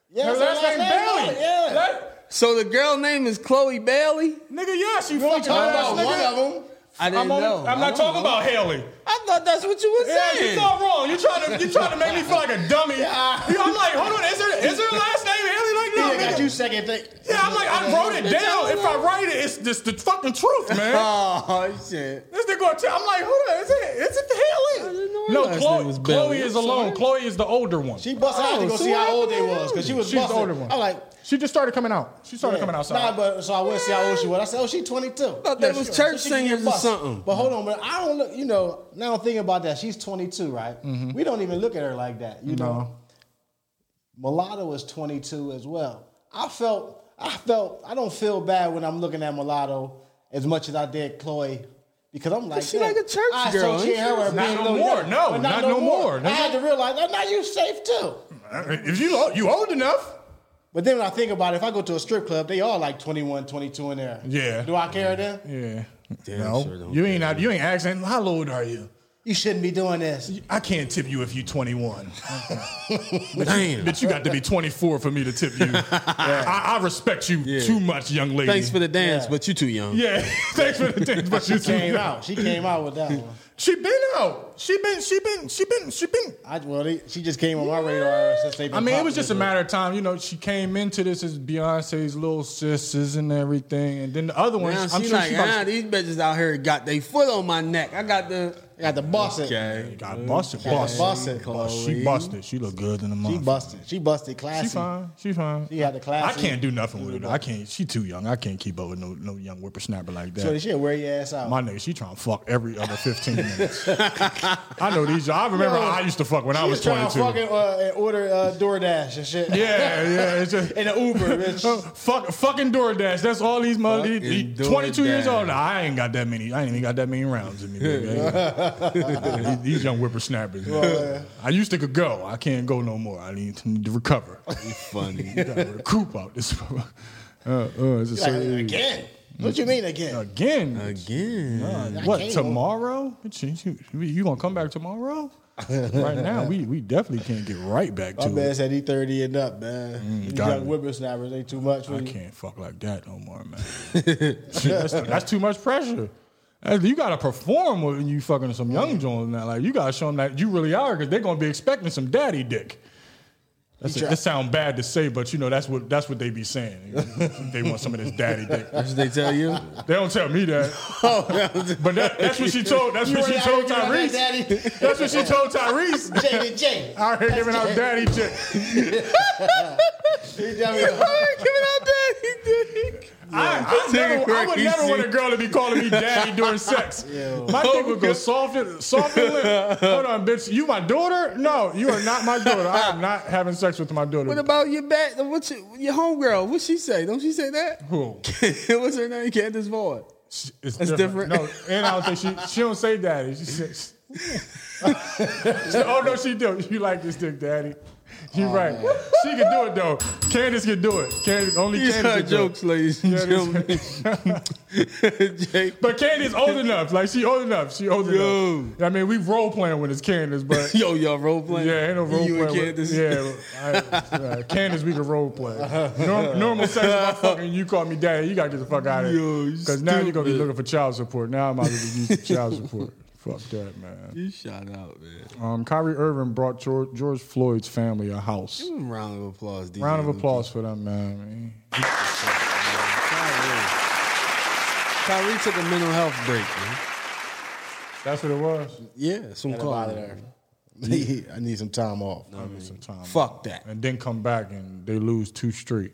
[SPEAKER 5] yeah,
[SPEAKER 4] Her
[SPEAKER 5] that's
[SPEAKER 4] last name Bailey.
[SPEAKER 5] Yeah.
[SPEAKER 4] That-
[SPEAKER 7] So the girl name is Chloe Bailey.
[SPEAKER 4] nigga, yeah, she
[SPEAKER 5] You only
[SPEAKER 4] fucking
[SPEAKER 5] talking
[SPEAKER 4] ass,
[SPEAKER 5] about
[SPEAKER 4] nigga.
[SPEAKER 5] one of them.
[SPEAKER 7] I didn't
[SPEAKER 4] I'm, only,
[SPEAKER 7] know. I
[SPEAKER 4] I'm not
[SPEAKER 7] don't
[SPEAKER 4] talking
[SPEAKER 7] know.
[SPEAKER 4] about Haley.
[SPEAKER 7] I thought that's what you were
[SPEAKER 4] Yeah, you
[SPEAKER 7] saying.
[SPEAKER 4] thought wrong. You trying to you trying to make me feel like a dummy. You- I'm like, hold on, is there is there a last name Haley? Like,
[SPEAKER 5] Yeah,
[SPEAKER 4] no,
[SPEAKER 5] got
[SPEAKER 4] nigga.
[SPEAKER 5] you second thing.
[SPEAKER 4] Yeah, I'm like, I wrote it down. If I write it, it's just the fucking truth, man.
[SPEAKER 5] Uh,
[SPEAKER 7] Oh shit.
[SPEAKER 4] This nigga gonna tell. I'm like, who the- is it? Is it the
[SPEAKER 7] I
[SPEAKER 4] Haley?
[SPEAKER 7] didn't know her last
[SPEAKER 4] No,
[SPEAKER 7] name
[SPEAKER 4] Chloe,
[SPEAKER 7] was Bailey.
[SPEAKER 4] Chloe is
[SPEAKER 7] I'm
[SPEAKER 4] alone.
[SPEAKER 7] sorry.
[SPEAKER 4] Chloe is the older one.
[SPEAKER 5] She busted out to
[SPEAKER 7] Oh,
[SPEAKER 5] go
[SPEAKER 7] so
[SPEAKER 5] see
[SPEAKER 7] what
[SPEAKER 5] how old they
[SPEAKER 7] happened to
[SPEAKER 5] was because she was
[SPEAKER 4] She's
[SPEAKER 5] busted.
[SPEAKER 4] the older one.
[SPEAKER 5] I'm like,
[SPEAKER 4] she just started coming out. She started coming outside.
[SPEAKER 5] Nah, but so I went to see how old she was. I said, oh, she 22.
[SPEAKER 7] thought they was church
[SPEAKER 5] she can get
[SPEAKER 7] singers or
[SPEAKER 5] busted.
[SPEAKER 7] something.
[SPEAKER 5] But hold on, but I don't look. You know, now I'm thinking about that. She's 22, right?
[SPEAKER 4] Mm-hmm.
[SPEAKER 5] We don't even look at her like that. You know,
[SPEAKER 4] no,
[SPEAKER 5] Mulatto is 22 as well. I felt I felt I don't feel bad when I'm looking at mulatto as much as I did Chloe. Because I'm like,
[SPEAKER 7] she
[SPEAKER 5] yeah,
[SPEAKER 7] like a church
[SPEAKER 5] I
[SPEAKER 7] girl,
[SPEAKER 5] associate
[SPEAKER 7] ain't she?
[SPEAKER 5] her with
[SPEAKER 4] Not
[SPEAKER 5] being
[SPEAKER 4] no
[SPEAKER 5] little
[SPEAKER 4] more.
[SPEAKER 5] young,
[SPEAKER 4] No,
[SPEAKER 5] but
[SPEAKER 4] not no more.
[SPEAKER 5] I had to realize, oh, now you safe too.
[SPEAKER 4] If you old, you old enough.
[SPEAKER 5] But then when I think about it, if I go to a strip club, they all like 21, 22 in there.
[SPEAKER 4] Yeah.
[SPEAKER 5] Do I care then?
[SPEAKER 4] Yeah.
[SPEAKER 7] Damn,
[SPEAKER 4] no,
[SPEAKER 7] sure don't
[SPEAKER 4] you ain't out, you ain't asking. How old are you?
[SPEAKER 5] You shouldn't be doing this.
[SPEAKER 4] I can't tip you if you 21.
[SPEAKER 7] Damn.
[SPEAKER 4] Bitch, you got to be 24 for me to tip you. I, I respect you too much, young lady.
[SPEAKER 7] Thanks for the dance,
[SPEAKER 5] Yeah.
[SPEAKER 7] but you too young.
[SPEAKER 4] yeah. Thanks for the thing, but you
[SPEAKER 5] Came out. She came out with that one.
[SPEAKER 4] She been out. She been. She been. She been. She been.
[SPEAKER 5] I, well, they, she just came on my radar since they. Been
[SPEAKER 4] I mean, it was
[SPEAKER 5] popular.
[SPEAKER 4] just a matter of time. You know, she came into this as Beyonce's little sisters and everything, and then the other ones.
[SPEAKER 7] Now
[SPEAKER 4] I'm
[SPEAKER 7] she
[SPEAKER 4] sure
[SPEAKER 7] like,
[SPEAKER 4] she
[SPEAKER 7] ah,
[SPEAKER 4] about to,
[SPEAKER 7] these bitches out here got they foot on my neck. I got the
[SPEAKER 5] I got the boss it.
[SPEAKER 7] okay.
[SPEAKER 4] got busted.
[SPEAKER 5] Got the
[SPEAKER 4] Busted.
[SPEAKER 5] boss it.
[SPEAKER 4] She busted. She looked good in the
[SPEAKER 5] She
[SPEAKER 4] month.
[SPEAKER 5] busted. She busted classy.
[SPEAKER 4] She fine. She fine.
[SPEAKER 5] She had the
[SPEAKER 4] I
[SPEAKER 5] classy.
[SPEAKER 4] can't do nothing with her. though. I can't. She too young. I can't keep up with no no young whippersnapper like that.
[SPEAKER 5] So she'll wear your ass out.
[SPEAKER 4] My nigga, she trying to fuck every other 15 minutes. I know these. I remember I used to fuck when I
[SPEAKER 5] she
[SPEAKER 4] was
[SPEAKER 5] was trying to
[SPEAKER 4] 22.
[SPEAKER 5] fucking uh, and order uh, DoorDash and shit.
[SPEAKER 4] yeah, yeah. It's just,
[SPEAKER 5] In an Uber, bitch.
[SPEAKER 4] fuck, fucking DoorDash. That's all these mother.
[SPEAKER 7] Fucking
[SPEAKER 4] these- 22 years
[SPEAKER 7] DoorDash.
[SPEAKER 4] old. Nah, I ain't got that many. I ain't even got that many rounds in me. baby. these young whippersnappers. I used to could go. I can't go no more. I need to, need to recover.
[SPEAKER 5] Oh,
[SPEAKER 7] funny.
[SPEAKER 4] Gotta recoup out this. Uh, uh, it's a
[SPEAKER 5] Like,
[SPEAKER 4] certain-
[SPEAKER 5] again. What you mean again?
[SPEAKER 4] again.
[SPEAKER 7] Again.
[SPEAKER 4] What
[SPEAKER 5] can't.
[SPEAKER 4] tomorrow? Bitch, You, you- you gonna come back tomorrow? right now, we we definitely can't get right back
[SPEAKER 5] My
[SPEAKER 4] to
[SPEAKER 5] man
[SPEAKER 4] it. Mm,
[SPEAKER 5] said he thirty and up, man. These
[SPEAKER 4] got
[SPEAKER 5] young
[SPEAKER 4] it.
[SPEAKER 5] whippersnappers, they too much.
[SPEAKER 4] I
[SPEAKER 5] for you.
[SPEAKER 4] can't fuck like that no more, man. See, that's, that's too much pressure. Uh, You gotta perform when you fucking some young joints now. Like you gotta show them that you really are, because they're gonna be expecting some daddy dick. That's
[SPEAKER 5] try-
[SPEAKER 4] that sound bad to say, but you know that's what that's what they be saying. they want some of this daddy dick.
[SPEAKER 7] That's what they tell you.
[SPEAKER 4] They don't tell me that. But that, that's what she told. That's what she
[SPEAKER 5] already
[SPEAKER 4] told
[SPEAKER 5] out here
[SPEAKER 4] Tyrese.
[SPEAKER 5] giving out that daddy?
[SPEAKER 4] That's what she told Tyrese.
[SPEAKER 5] J to J.
[SPEAKER 4] Out here giving out daddy shit.
[SPEAKER 5] He
[SPEAKER 4] "Oh,
[SPEAKER 5] definitely-
[SPEAKER 4] I, I, never, I would never
[SPEAKER 7] crazy.
[SPEAKER 4] want a girl to be calling me daddy during sex. My dick would go soft, and- soft and limp. Hold on, bitch. You my daughter? No, you are not my daughter. I am not having sex with my daughter.
[SPEAKER 7] What about your back? What's your, your homegirl? What she say? Don't she say that?
[SPEAKER 4] Who?
[SPEAKER 7] What's her name? Candace Vaughn.
[SPEAKER 4] It's, it's
[SPEAKER 7] different.
[SPEAKER 4] different. No, and I don't think she she don't say daddy. She says. oh no, she do. You like this dick, daddy. You right. She can do it though. Candace can do it. Candace, only
[SPEAKER 7] These
[SPEAKER 4] Candace
[SPEAKER 7] are
[SPEAKER 4] can do it.
[SPEAKER 7] jokes, ladies and gentlemen. Jake,
[SPEAKER 4] But Candy's old enough. Like she old enough. She old
[SPEAKER 7] Yo.
[SPEAKER 4] enough. I mean, we role playing when it's Candace, but
[SPEAKER 7] yo, y'all role playing.
[SPEAKER 4] yeah, ain't no role
[SPEAKER 7] You
[SPEAKER 4] playing.
[SPEAKER 7] and Candace.
[SPEAKER 4] Yeah, I, uh, Candace, we can role play. Norm, normal sex, my fucking. You call me daddy. You gotta get the fuck out of
[SPEAKER 7] Yo,
[SPEAKER 4] here.
[SPEAKER 7] you
[SPEAKER 4] Because now you're gonna be
[SPEAKER 7] stupid.
[SPEAKER 4] looking for child support. Now I'm out of the use of child support. Fuck that, man.
[SPEAKER 7] You shout out, man.
[SPEAKER 4] Um, Kyrie Irving brought George, George Floyd's family a house.
[SPEAKER 7] Give him a round of applause, DJ
[SPEAKER 4] Round of
[SPEAKER 7] Luke.
[SPEAKER 4] applause for them, man.
[SPEAKER 7] Kyrie took a mental health break, man.
[SPEAKER 4] That's what it was.
[SPEAKER 7] Yeah, some
[SPEAKER 5] Get up out of
[SPEAKER 7] call.
[SPEAKER 5] there. I need some time off.
[SPEAKER 4] I mean, some time.
[SPEAKER 7] Fuck that.
[SPEAKER 4] and then come back and they lose two straight.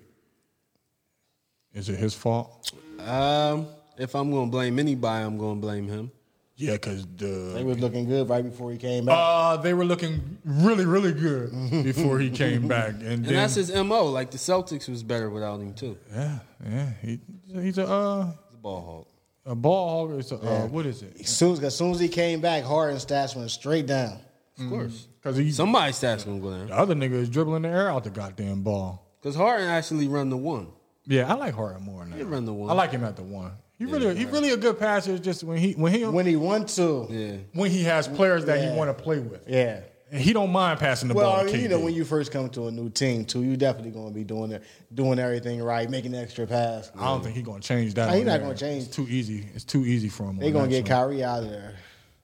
[SPEAKER 4] Is it his fault?
[SPEAKER 7] Um, if I'm gonna blame anybody, I'm gonna blame him.
[SPEAKER 4] Yeah, because
[SPEAKER 5] They
[SPEAKER 4] the
[SPEAKER 5] was looking good right before he came back.
[SPEAKER 4] uh, they were looking really, really good before he came back, and,
[SPEAKER 7] And
[SPEAKER 4] then
[SPEAKER 7] that's his mo. Like the Celtics was better without him too.
[SPEAKER 4] yeah, yeah, he, he's a uh,
[SPEAKER 7] He's a ball hog.
[SPEAKER 4] a ball hogger. It's a, uh, what is it?
[SPEAKER 5] soon, as soon as he came back, Harden's stats went straight down.
[SPEAKER 4] Mm.
[SPEAKER 7] Of course,
[SPEAKER 4] Because he
[SPEAKER 7] somebody's stats gonna go down
[SPEAKER 4] the other nigga is dribbling the air out the goddamn ball.
[SPEAKER 7] because Harden actually run the one.
[SPEAKER 4] Yeah, I like Harden more now. He
[SPEAKER 7] run the one.
[SPEAKER 4] I like him at the one. He really, he really a good passer. it's Just when he when he when,
[SPEAKER 5] When he won to,
[SPEAKER 7] Yeah,
[SPEAKER 4] he has players that
[SPEAKER 5] Yeah.
[SPEAKER 4] he want to play with,
[SPEAKER 5] yeah.
[SPEAKER 4] and he don't mind passing the
[SPEAKER 5] Well,
[SPEAKER 4] ball.
[SPEAKER 5] I
[SPEAKER 4] to
[SPEAKER 5] mean, you know,
[SPEAKER 4] KD.
[SPEAKER 5] when you first come to a new team, too, you definitely going to be doing it, doing everything right, making the extra pass.
[SPEAKER 4] I don't think he's gonna change that.
[SPEAKER 5] Nah, he
[SPEAKER 4] on
[SPEAKER 5] not
[SPEAKER 4] there.
[SPEAKER 5] gonna change.
[SPEAKER 4] It's too easy. It's too easy for him.
[SPEAKER 5] They
[SPEAKER 4] on
[SPEAKER 5] gonna
[SPEAKER 4] that
[SPEAKER 5] get
[SPEAKER 4] one.
[SPEAKER 5] Kyrie out of there.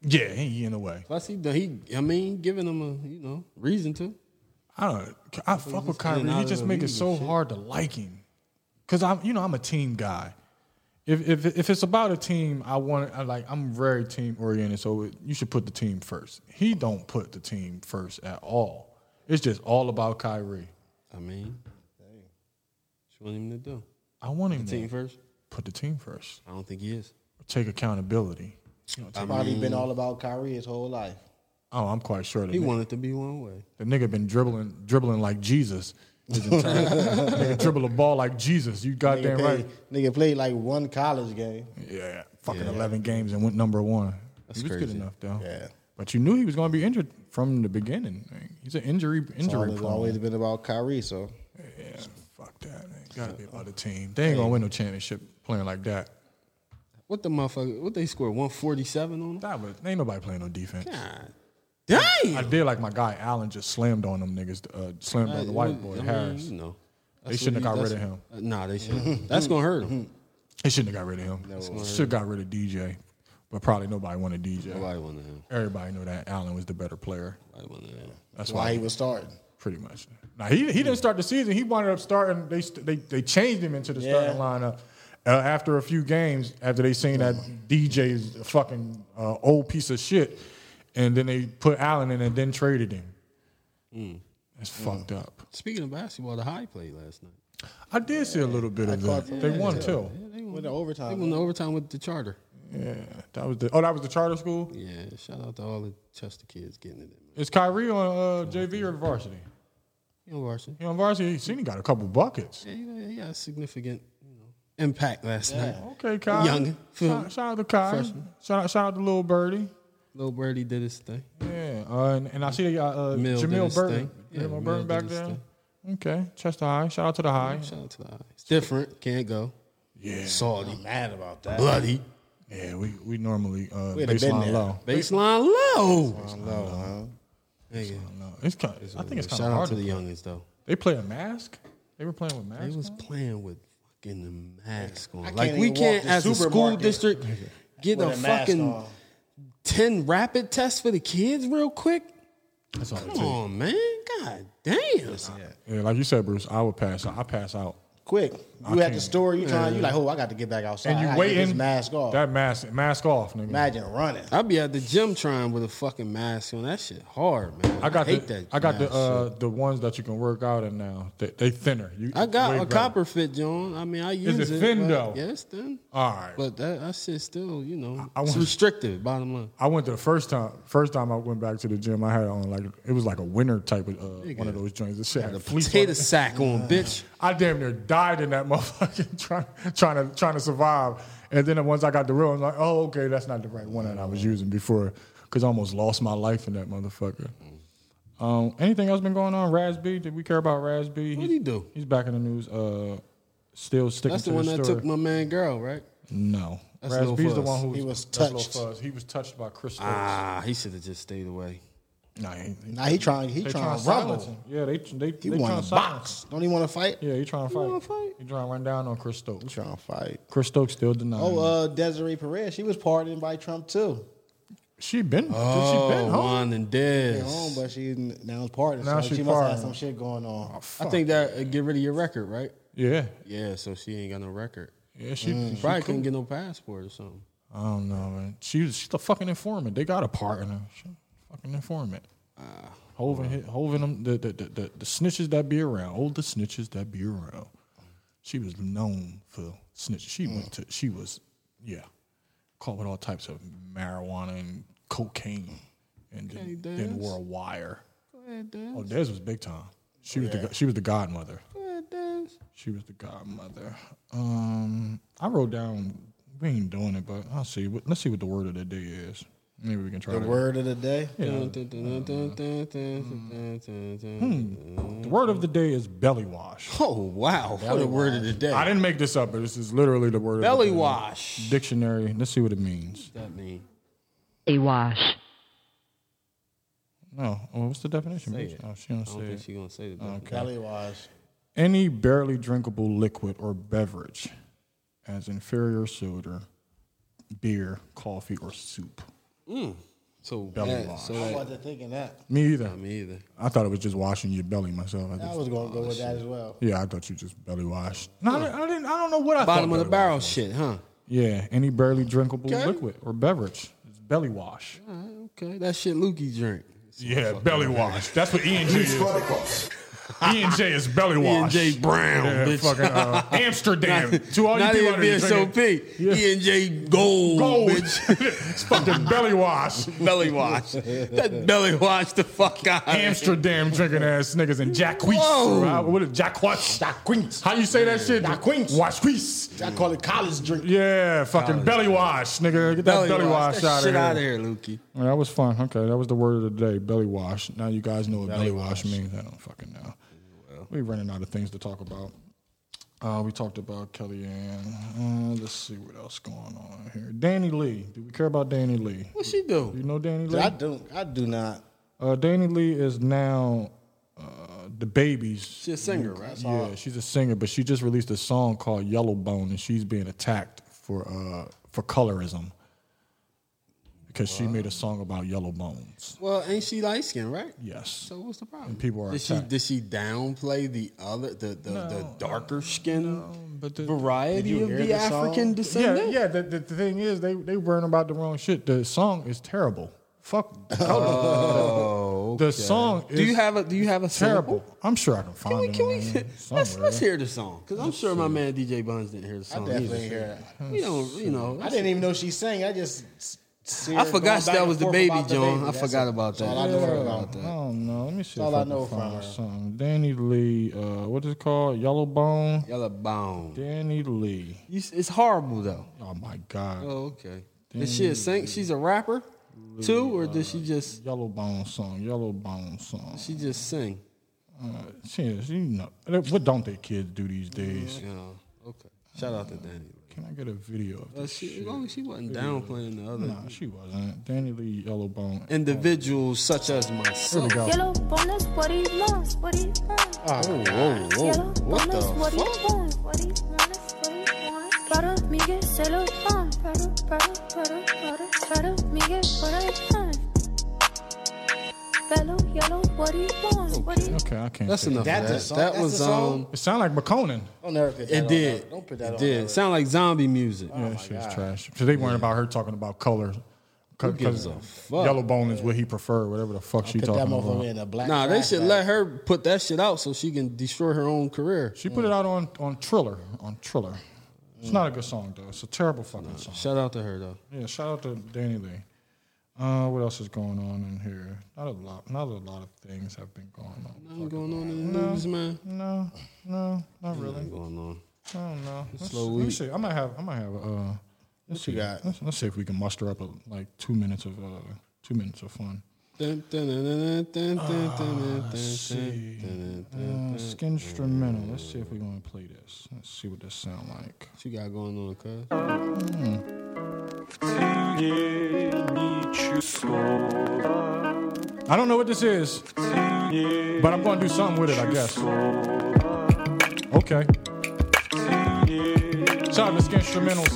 [SPEAKER 4] Yeah, he, he in a way.
[SPEAKER 7] plus he he. I mean, giving him a you know reason to.
[SPEAKER 4] I don't. I fuck
[SPEAKER 7] in
[SPEAKER 4] with Kyrie.
[SPEAKER 7] and out
[SPEAKER 4] He
[SPEAKER 7] of
[SPEAKER 4] just
[SPEAKER 7] the
[SPEAKER 4] make it
[SPEAKER 7] league
[SPEAKER 4] so
[SPEAKER 7] and shit.
[SPEAKER 4] hard to like him. Cause I'm, you know, I'm a team guy. If if if it's about a team, I want. I like. I'm very team oriented. So it, you should put the team first. He don't put the team first at all. It's just all about Kyrie.
[SPEAKER 7] I mean, what you want him to do?
[SPEAKER 4] I want him
[SPEAKER 7] Team
[SPEAKER 4] to
[SPEAKER 7] first?
[SPEAKER 4] put the team first.
[SPEAKER 7] I don't think he is.
[SPEAKER 4] Take accountability. You know, take-
[SPEAKER 5] Probably been all about Kyrie his whole life.
[SPEAKER 4] oh, I'm quite sure. that
[SPEAKER 7] He
[SPEAKER 4] nigga-
[SPEAKER 7] wanted to be one way.
[SPEAKER 4] The nigga been dribbling, dribbling like Jesus his entire nigga dribble the ball like Jesus. You goddamn
[SPEAKER 5] Nigga,
[SPEAKER 4] right.
[SPEAKER 5] played, nigga played like one college game.
[SPEAKER 4] Yeah, fucking eleven games and went number one. That's he was
[SPEAKER 7] crazy.
[SPEAKER 4] good enough though.
[SPEAKER 5] Yeah.
[SPEAKER 4] But you knew he was going to be injured from the beginning. man. He's an injury injury
[SPEAKER 5] It's
[SPEAKER 4] prone.
[SPEAKER 5] always been about Kyrie, so
[SPEAKER 4] Yeah, fuck that. Man. Got to be about the team. They ain't gonna win no championship playing like that.
[SPEAKER 7] What the motherfucker? What they scored? One forty seven on them.
[SPEAKER 4] That was ain't nobody playing no defense.
[SPEAKER 7] God
[SPEAKER 4] I
[SPEAKER 7] damn.
[SPEAKER 4] did like my guy Allen just slammed on them niggas. Uh, slammed on the white boy
[SPEAKER 7] I mean,
[SPEAKER 4] Harris.
[SPEAKER 7] You know,
[SPEAKER 4] They shouldn't have
[SPEAKER 7] what
[SPEAKER 4] got
[SPEAKER 7] he-
[SPEAKER 4] rid of
[SPEAKER 7] that's- uh, Nah, they shouldn't. that's gonna hurt him.
[SPEAKER 4] They shouldn't have got rid of him. Should have got rid of DJ, but probably nobody wanted DJ.
[SPEAKER 7] Nobody wanted him.
[SPEAKER 4] Everybody knew that Allen was the better player.
[SPEAKER 7] Nobody wanted him.
[SPEAKER 4] That's
[SPEAKER 5] why
[SPEAKER 4] why
[SPEAKER 5] he was starting.
[SPEAKER 4] pretty much. Now he he didn't start the season. He wound up starting. They st- they they changed him into the starting lineup uh, after a few games after they seen that DJ is a fucking uh, old piece of shit, and then they put Allen in and then traded him. That's fucked up.
[SPEAKER 7] Speaking of basketball, the high played last night.
[SPEAKER 4] I did see a little bit of that. they won too.
[SPEAKER 7] They won,
[SPEAKER 5] With the
[SPEAKER 7] they
[SPEAKER 5] overtime,
[SPEAKER 7] won the overtime with the charter.
[SPEAKER 4] Yeah, that was the oh that was the charter school.
[SPEAKER 7] Yeah, shout out to all the Chester kids getting it. in.
[SPEAKER 4] Is Kyrie on uh, JV or varsity?
[SPEAKER 7] You know, Varsity.
[SPEAKER 4] He on varsity. He seen he got a couple buckets.
[SPEAKER 7] Yeah, you know, he had a significant you know, impact last night.
[SPEAKER 4] Okay, Kai.
[SPEAKER 7] Youngin.
[SPEAKER 4] Shout, shout out to Kai.
[SPEAKER 7] Freshman.
[SPEAKER 4] Shout out, shout out to Little Birdie.
[SPEAKER 7] Little Birdie did his thing.
[SPEAKER 4] Yeah, uh, and, and I see they got uh,
[SPEAKER 7] Mill did
[SPEAKER 4] Jamil
[SPEAKER 7] his
[SPEAKER 4] Burton.
[SPEAKER 7] thing. Yeah,
[SPEAKER 4] Jamil
[SPEAKER 7] Mill
[SPEAKER 4] Burton
[SPEAKER 7] did
[SPEAKER 4] back
[SPEAKER 7] his
[SPEAKER 4] there.
[SPEAKER 7] thing.
[SPEAKER 4] Okay, Chester High. Shout out to the High.
[SPEAKER 7] Shout out to the High. It's different. Can't go.
[SPEAKER 4] Yeah,
[SPEAKER 7] Salty.
[SPEAKER 5] mad about that.
[SPEAKER 7] Bloody.
[SPEAKER 4] yeah. We we normally uh,
[SPEAKER 5] We'd have been
[SPEAKER 4] baseline
[SPEAKER 5] there.
[SPEAKER 4] low.
[SPEAKER 7] Baseline low.
[SPEAKER 5] No,
[SPEAKER 7] Nigga.
[SPEAKER 4] No, it's kind. I think it's kind
[SPEAKER 7] Shout
[SPEAKER 4] of
[SPEAKER 7] out
[SPEAKER 4] hard.
[SPEAKER 7] to the
[SPEAKER 4] to-
[SPEAKER 7] youngins though.
[SPEAKER 4] They play a mask. They were playing with
[SPEAKER 7] They
[SPEAKER 4] masks.
[SPEAKER 7] was playing with fucking the mask on.
[SPEAKER 5] can't
[SPEAKER 7] Like we
[SPEAKER 5] even walk
[SPEAKER 7] can't
[SPEAKER 5] the
[SPEAKER 7] as a school
[SPEAKER 5] supermarket
[SPEAKER 7] district get
[SPEAKER 5] huh?
[SPEAKER 7] a
[SPEAKER 5] With mask
[SPEAKER 7] fucking
[SPEAKER 5] on.
[SPEAKER 7] ten rapid tests for the kids real quick.
[SPEAKER 4] That's all it
[SPEAKER 7] Come
[SPEAKER 4] takes.
[SPEAKER 7] on, man. God damn.
[SPEAKER 4] Yeah, like you said, Bruce. I would pass. out. I pass out.
[SPEAKER 5] quick.
[SPEAKER 4] I
[SPEAKER 5] You at the
[SPEAKER 4] can't.
[SPEAKER 5] store, you trying, you like, oh, I got to get back outside.
[SPEAKER 4] And
[SPEAKER 5] I
[SPEAKER 4] you
[SPEAKER 5] gotta get this
[SPEAKER 4] waiting.
[SPEAKER 5] mask off.
[SPEAKER 4] That mask. Mask off, nigga.
[SPEAKER 5] Imagine running.
[SPEAKER 7] I'd be at the gym trying with a fucking mask on. That shit hard, man.
[SPEAKER 4] I got
[SPEAKER 7] hate
[SPEAKER 4] the
[SPEAKER 7] that.
[SPEAKER 4] I got the
[SPEAKER 7] mask
[SPEAKER 4] uh,
[SPEAKER 7] shit.
[SPEAKER 4] the ones that you can work out in now. They, they thinner. You,
[SPEAKER 7] I got
[SPEAKER 4] way
[SPEAKER 7] a
[SPEAKER 4] better.
[SPEAKER 7] copper fit, John. I mean, I use
[SPEAKER 4] it thin,
[SPEAKER 7] but-
[SPEAKER 4] though?
[SPEAKER 7] Yeah, it's thin.
[SPEAKER 4] All right.
[SPEAKER 7] But that, that shit still, you know,
[SPEAKER 4] I
[SPEAKER 7] it's
[SPEAKER 4] want-
[SPEAKER 7] restrictive. Bottom line,
[SPEAKER 4] I went to the first time. First time I went back to the gym, I had on like it was like a winter type of uh, one of those joints. This shit had fleece. on
[SPEAKER 7] potato
[SPEAKER 4] it.
[SPEAKER 7] sack on, bitch.
[SPEAKER 4] I damn near died in that motherfucker trying trying to trying to survive. And then once I got the real, I'm like, oh okay, that's not the right one that I was using before, because I almost lost my life in that motherfucker. Um, anything else been going on? Rasby? Did we care about Rasby?
[SPEAKER 7] What'd he do?
[SPEAKER 4] He's back in the news. Uh, still sticking
[SPEAKER 7] That's
[SPEAKER 4] to
[SPEAKER 7] the one
[SPEAKER 4] his
[SPEAKER 7] that
[SPEAKER 4] story.
[SPEAKER 7] took my man girl, right?
[SPEAKER 4] No.
[SPEAKER 7] That's
[SPEAKER 4] Raz
[SPEAKER 7] Lil
[SPEAKER 4] B's the
[SPEAKER 7] Fuzz.
[SPEAKER 4] one who
[SPEAKER 5] He was
[SPEAKER 4] that's Lil
[SPEAKER 5] touched.
[SPEAKER 4] Fuzz. He was touched by Chris Stokes.
[SPEAKER 7] Ah, he should have just stayed away.
[SPEAKER 4] nah, he, he-
[SPEAKER 5] Now he trying, he
[SPEAKER 4] they
[SPEAKER 5] trying
[SPEAKER 4] trying
[SPEAKER 5] to
[SPEAKER 4] to silence
[SPEAKER 5] rumble.
[SPEAKER 4] him. Yeah, they they,
[SPEAKER 5] He
[SPEAKER 4] they trying
[SPEAKER 5] want
[SPEAKER 4] to
[SPEAKER 5] to
[SPEAKER 4] silence him.
[SPEAKER 5] box. Don't he want to fight?
[SPEAKER 4] Yeah, he trying to
[SPEAKER 7] wanna
[SPEAKER 4] fight.
[SPEAKER 7] fight?
[SPEAKER 4] He trying to run down on Chris Stokes.
[SPEAKER 5] Trying to fight.
[SPEAKER 4] Chris Stokes still denying.
[SPEAKER 5] Oh,
[SPEAKER 4] Oh,
[SPEAKER 5] uh, Desiree Perez, she was pardoned by Trump too.
[SPEAKER 4] she been. she been
[SPEAKER 7] Oh,
[SPEAKER 4] home.
[SPEAKER 7] Juan and
[SPEAKER 5] At
[SPEAKER 7] Dez.
[SPEAKER 5] home, but she now is pardoned.
[SPEAKER 4] Now
[SPEAKER 5] so
[SPEAKER 4] she Oh,
[SPEAKER 5] she, must have
[SPEAKER 4] pardoned.
[SPEAKER 5] some shit going on.
[SPEAKER 7] I think that uh, get rid of your record, right?
[SPEAKER 4] Yeah,
[SPEAKER 7] Yeah, so she ain't got no record.
[SPEAKER 4] yeah. She, she
[SPEAKER 7] Probably
[SPEAKER 4] cool.
[SPEAKER 7] couldn't get no passport or something.
[SPEAKER 4] I don't know, man. She was, she's the fucking informant. They got a partner. She a fucking informant. Hovin, hit, Hovin, them the, the the the the snitches that be around. All the snitches that be around. She was known for snitches. She went to. She was, yeah, caught with all types of marijuana and cocaine, and then,
[SPEAKER 7] Okay,
[SPEAKER 4] then
[SPEAKER 7] Dez.
[SPEAKER 4] wore a wire.
[SPEAKER 7] Go ahead, Dez.
[SPEAKER 4] Oh, Des was big time.
[SPEAKER 5] Oh,
[SPEAKER 4] She was the she was the godmother.
[SPEAKER 7] Go ahead, Dez.
[SPEAKER 4] She was the godmother. Um, I wrote down. We ain't doing it, but I'll see. what- Let's see what the word of the day is. Maybe we can try
[SPEAKER 5] The
[SPEAKER 4] to-
[SPEAKER 5] word of the day.
[SPEAKER 7] Dun, dun, dun, dun, dun, dun, dun, dun, dun, dun.
[SPEAKER 4] The word of the day is belly wash.
[SPEAKER 7] Oh wow! What a word of the
[SPEAKER 4] I
[SPEAKER 7] day.
[SPEAKER 4] didn't make this up, but this is literally the word.
[SPEAKER 7] Belly
[SPEAKER 4] of the
[SPEAKER 7] wash.
[SPEAKER 4] day. Dictionary. Let's see what it means.
[SPEAKER 7] That mean
[SPEAKER 8] A wash.
[SPEAKER 4] No. Oh, what's the definition?
[SPEAKER 7] Say
[SPEAKER 4] bitch?
[SPEAKER 7] it.
[SPEAKER 4] Oh, she don't
[SPEAKER 7] I don't
[SPEAKER 4] say
[SPEAKER 7] think
[SPEAKER 4] it.
[SPEAKER 7] she gonna say that.
[SPEAKER 5] Kelly wise.
[SPEAKER 4] Any barely drinkable liquid or beverage, as inferior soda, beer, coffee, or soup.
[SPEAKER 7] So
[SPEAKER 4] Belly
[SPEAKER 7] that-
[SPEAKER 4] wash.
[SPEAKER 7] So
[SPEAKER 5] I
[SPEAKER 7] that,
[SPEAKER 5] wasn't thinking that.
[SPEAKER 4] Me either.
[SPEAKER 7] me either.
[SPEAKER 4] I thought it was just washing your belly myself. I
[SPEAKER 5] I
[SPEAKER 4] just,
[SPEAKER 5] was going to go with that as well.
[SPEAKER 4] yeah, I thought you just belly washed. No, I, didn't- I didn't. I don't know what I
[SPEAKER 7] Bottom
[SPEAKER 4] thought.
[SPEAKER 7] of the
[SPEAKER 4] belly
[SPEAKER 7] barrel
[SPEAKER 4] wash was.
[SPEAKER 7] shit, huh?
[SPEAKER 4] Yeah, any barely drinkable
[SPEAKER 7] Okay.
[SPEAKER 4] liquid or beverage. It's belly wash.
[SPEAKER 7] All right, okay, that shit Lukey drink.
[SPEAKER 4] E Yeah, belly wash. That's what ENG is. E and J is belly
[SPEAKER 7] E
[SPEAKER 4] wash.
[SPEAKER 7] and J Brown,
[SPEAKER 4] Yeah,
[SPEAKER 7] bitch.
[SPEAKER 4] fucking uh, Amsterdam.
[SPEAKER 7] Not-
[SPEAKER 4] to all you
[SPEAKER 7] not
[SPEAKER 4] people
[SPEAKER 7] even
[SPEAKER 4] out there
[SPEAKER 7] being so
[SPEAKER 4] drinking
[SPEAKER 7] pink. E and J gold,
[SPEAKER 4] gold,
[SPEAKER 7] bitch.
[SPEAKER 4] it's fucking belly wash.
[SPEAKER 7] belly wash. That belly wash the fuck out. of me.
[SPEAKER 4] Amsterdam drinking ass niggas and Jack Queens.
[SPEAKER 7] Whoa.
[SPEAKER 4] Right? What is Jack Queens?
[SPEAKER 5] Jack Queens.
[SPEAKER 4] How you say that shit?
[SPEAKER 5] Jack Queens.
[SPEAKER 4] Wash Queens.
[SPEAKER 5] I call it college drink.
[SPEAKER 4] Yeah, fucking belly wash, nigga. Get that belly, wash,
[SPEAKER 7] That
[SPEAKER 4] out,
[SPEAKER 7] shit
[SPEAKER 4] of
[SPEAKER 7] out of
[SPEAKER 4] here.
[SPEAKER 7] here, Lukey.
[SPEAKER 4] Yeah, that was fun. Okay, that was the word of the day. Belly wash. Now you guys know what belly, wash. means. I don't fucking know. We're running out of things to talk about. Uh, we talked about Kellyanne. Uh, let's see what else going on here. Danny Lee. Do we care about Danny Lee?
[SPEAKER 7] What she do?
[SPEAKER 4] You know Danny Lee?
[SPEAKER 5] I don't. I do not.
[SPEAKER 4] Uh, Danny Lee is now uh, the baby's.
[SPEAKER 7] She a singer, right?
[SPEAKER 4] Yeah, she's a singer, but she just released a song called Yellow Bone, and she's being attacked for uh, for colorism because she made a song about yellow bones.
[SPEAKER 7] Well, ain't she light skinned, right?
[SPEAKER 4] Yes,
[SPEAKER 7] So what's the problem?
[SPEAKER 4] people are
[SPEAKER 7] Did she
[SPEAKER 4] attacked.
[SPEAKER 7] did she downplay the other the the, the darker skin
[SPEAKER 4] but the-
[SPEAKER 7] variety of
[SPEAKER 5] hear
[SPEAKER 7] the,
[SPEAKER 5] the song?
[SPEAKER 7] African
[SPEAKER 4] yeah,
[SPEAKER 7] descendant?
[SPEAKER 4] yeah. The, the, the thing is, they they worrying about the wrong shit. The song is terrible. Fuck. Oh, the song is
[SPEAKER 7] Do you have a do you have a sample?
[SPEAKER 4] terrible. I'm sure I can find
[SPEAKER 7] Can we,
[SPEAKER 4] it.
[SPEAKER 7] can we
[SPEAKER 4] online
[SPEAKER 7] let's,
[SPEAKER 4] somewhere.
[SPEAKER 7] let's hear the song because I'm sure my man DJ Buns didn't hear the
[SPEAKER 4] Oh,
[SPEAKER 7] song.
[SPEAKER 5] Definitely
[SPEAKER 7] either.
[SPEAKER 5] hear it.
[SPEAKER 7] You know, you know.
[SPEAKER 5] I didn't even know she sang. I just. s- see her
[SPEAKER 7] I forgot
[SPEAKER 5] going
[SPEAKER 7] that
[SPEAKER 5] back
[SPEAKER 7] was
[SPEAKER 5] and
[SPEAKER 7] the
[SPEAKER 5] forth
[SPEAKER 7] baby,
[SPEAKER 5] about the
[SPEAKER 7] John. I
[SPEAKER 5] That's
[SPEAKER 7] forgot
[SPEAKER 5] it.
[SPEAKER 7] about
[SPEAKER 5] That's all
[SPEAKER 7] that.
[SPEAKER 5] I know
[SPEAKER 7] Yeah.
[SPEAKER 5] about
[SPEAKER 4] I
[SPEAKER 5] that.
[SPEAKER 4] don't know. Let me see.
[SPEAKER 5] That's
[SPEAKER 4] if
[SPEAKER 5] all
[SPEAKER 4] I,
[SPEAKER 5] I know
[SPEAKER 4] can
[SPEAKER 5] from
[SPEAKER 4] find
[SPEAKER 5] her.
[SPEAKER 4] Something. Danny Lee. Uh, what is it called? Yellow Bone.
[SPEAKER 7] Yellow bone.
[SPEAKER 4] Danny Lee.
[SPEAKER 7] You s- It's horrible though.
[SPEAKER 4] Oh my God.
[SPEAKER 7] Oh, okay. Is she a sing? She's a rapper too,
[SPEAKER 5] Uh,
[SPEAKER 7] or does she just
[SPEAKER 4] Yellow Bone song. Yellow Bone song.
[SPEAKER 7] she just sing?
[SPEAKER 4] She is. You know. What don't they kids do these days?
[SPEAKER 7] You know, okay. Shout out to Danny.
[SPEAKER 4] Can I get a video of
[SPEAKER 7] Uh,
[SPEAKER 4] this?
[SPEAKER 7] she, as long as she wasn't downplaying the other
[SPEAKER 4] Nah, she wasn't. Danny Lee. Yellow Bone.
[SPEAKER 7] individuals such as myself.
[SPEAKER 9] Yellow bonus, what he wants, what he wants.
[SPEAKER 7] Oh, whoa, whoa.
[SPEAKER 9] Yellow
[SPEAKER 7] What the
[SPEAKER 9] bonus, what he
[SPEAKER 7] fuck?
[SPEAKER 9] wants, what he wants, what he wants. Para mí que se lo dan, para, para, para, para, para mí que what I want. Fellow yellow, what he wants, what he
[SPEAKER 4] Okay, I can't.
[SPEAKER 7] That's
[SPEAKER 4] take
[SPEAKER 7] enough. Oh
[SPEAKER 4] It,
[SPEAKER 5] That's
[SPEAKER 7] of
[SPEAKER 5] a
[SPEAKER 7] that.
[SPEAKER 5] song-
[SPEAKER 7] That
[SPEAKER 5] that's a
[SPEAKER 7] was
[SPEAKER 5] song?
[SPEAKER 7] um.
[SPEAKER 4] it sounded like McConan.
[SPEAKER 5] Don't ever put that
[SPEAKER 7] It
[SPEAKER 5] on
[SPEAKER 7] did.
[SPEAKER 5] there. Don't put that
[SPEAKER 7] it
[SPEAKER 5] on.
[SPEAKER 7] did.
[SPEAKER 5] there.
[SPEAKER 7] Sound like zombie music.
[SPEAKER 4] yeah, she was trash. So they weren't about her talking about color.
[SPEAKER 7] gives
[SPEAKER 4] Because
[SPEAKER 7] a fuck?
[SPEAKER 4] Yellow Bone is what he preferred, whatever the fuck she
[SPEAKER 5] Put that
[SPEAKER 4] talking
[SPEAKER 5] motherfucker
[SPEAKER 4] about.
[SPEAKER 5] in a black.
[SPEAKER 7] Nah, they
[SPEAKER 5] trash
[SPEAKER 7] should
[SPEAKER 5] bag.
[SPEAKER 7] let her put that shit out so she can destroy her own career.
[SPEAKER 4] She put it out on on Triller. On Triller.
[SPEAKER 7] Mm.
[SPEAKER 4] It's not a good song though. It's a terrible fucking song.
[SPEAKER 7] Shout out to her though.
[SPEAKER 4] Yeah, shout out to Danny Lee. Uh, what else is going on in here? Not a lot. Not a lot of things have been going on.
[SPEAKER 7] What's going on in the news, man?
[SPEAKER 4] No, no, not really.
[SPEAKER 7] Going on.
[SPEAKER 4] I don't know. Let's,
[SPEAKER 7] slow
[SPEAKER 4] let me
[SPEAKER 7] week.
[SPEAKER 4] see. I might have. I might have. Uh, let's see.
[SPEAKER 5] got?
[SPEAKER 4] Let's, let's see if we can muster up a, like two minutes of uh, two minutes of fun.
[SPEAKER 7] Dun, dun, dun, dun, dun, dun, dun,
[SPEAKER 5] Ah,
[SPEAKER 7] dun, dun,
[SPEAKER 4] Let's
[SPEAKER 7] dun.
[SPEAKER 4] see. Uh, skin instrumental. Let's see if we're gonna play this. Let's see what this sound like.
[SPEAKER 7] What you got going on, cuz?
[SPEAKER 4] I don't know what this is, but I'm gonna do something with it, I guess. Okay. Shout out to Skin Instrumentals.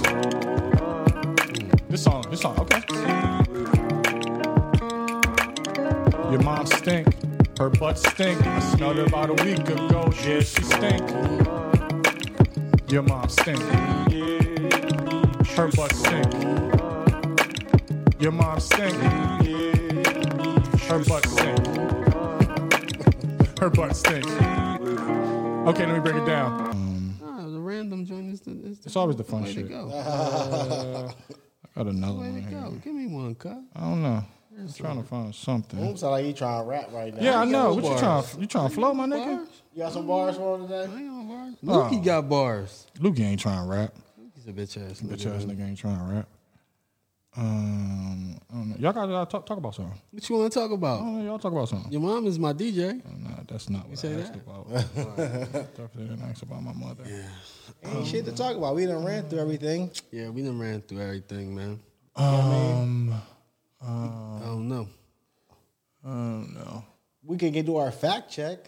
[SPEAKER 4] This song, this song, okay. Your mom stink, her butt stink. I smelled her about a week ago. Yeah, she stink. Your mom stink, her butt stink. Your mom stink. Her butt stink. Her butt stink. Okay, let me break it down.
[SPEAKER 7] Nah, the random joint is the, is the
[SPEAKER 4] It's always the fun
[SPEAKER 7] way to
[SPEAKER 4] shit.
[SPEAKER 7] go.
[SPEAKER 4] I got another
[SPEAKER 7] way
[SPEAKER 4] one
[SPEAKER 7] to
[SPEAKER 4] here.
[SPEAKER 7] go. Give me one, cuz.
[SPEAKER 4] I don't know. I'm trying to find something.
[SPEAKER 5] Don't sound like you trying to rap right now.
[SPEAKER 4] Yeah, I know. What
[SPEAKER 7] got
[SPEAKER 4] you trying?
[SPEAKER 7] bars.
[SPEAKER 4] You trying to flow, my nigga?
[SPEAKER 5] You got some bars for him today?
[SPEAKER 7] I ain't on bars. Lukey got bars.
[SPEAKER 4] Lukey ain't trying to rap.
[SPEAKER 7] He's a bitch ass.
[SPEAKER 4] Bitch
[SPEAKER 7] nigga.
[SPEAKER 4] ass nigga ain't trying to rap. Um, I don't know. Y'all gotta talk, talk about something.
[SPEAKER 7] What you want to talk
[SPEAKER 4] I
[SPEAKER 7] about?
[SPEAKER 4] don't know, y'all talk about something.
[SPEAKER 7] Your mom is my DJ.
[SPEAKER 4] Nah, that's not what
[SPEAKER 7] say
[SPEAKER 4] I asked
[SPEAKER 7] that?
[SPEAKER 4] about. Definitely didn't ask about my mother.
[SPEAKER 5] Ain't shit to talk about. We done ran through everything.
[SPEAKER 7] Yeah, we done ran through everything, man.
[SPEAKER 4] Um,
[SPEAKER 7] I don't know.
[SPEAKER 4] I don't know.
[SPEAKER 5] We can get to our fact check.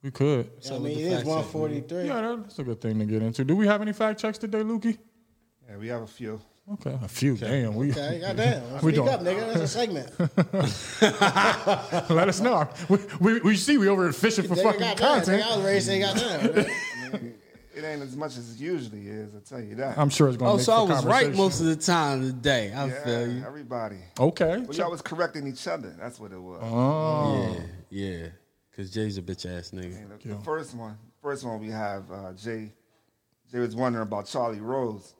[SPEAKER 4] We could.
[SPEAKER 5] I mean, it is 143.
[SPEAKER 4] Yeah, that- that's a good thing to get into. Do we have any fact checks today, Lukey?
[SPEAKER 6] Yeah, we have a few.
[SPEAKER 4] Okay, a few. Damn, we
[SPEAKER 5] Okay, goddamn.
[SPEAKER 4] We
[SPEAKER 5] Speak
[SPEAKER 4] don't-
[SPEAKER 5] up, nigga. That's a segment.
[SPEAKER 4] let us know. We, we, we see we over here fishing for
[SPEAKER 5] Nigga,
[SPEAKER 4] fucking
[SPEAKER 5] goddamn, nigga,
[SPEAKER 4] content.
[SPEAKER 5] I was ready to say goddamn.
[SPEAKER 6] It ain't as much as it usually is. I tell you that.
[SPEAKER 4] I'm sure it's gonna.
[SPEAKER 7] Oh,
[SPEAKER 4] make
[SPEAKER 7] so I
[SPEAKER 4] for
[SPEAKER 7] was right
[SPEAKER 4] conversation.
[SPEAKER 7] most of the time today. I
[SPEAKER 6] yeah,
[SPEAKER 7] feel you.
[SPEAKER 6] everybody.
[SPEAKER 4] Okay,
[SPEAKER 6] Uh-huh. Well, y'all was correcting each other. That's what it was.
[SPEAKER 7] Yeah, yeah. Cause Jay's a bitch ass nigga.
[SPEAKER 6] The, the first one, first one we have uh, Jay. Jay was wondering about Charlie Rose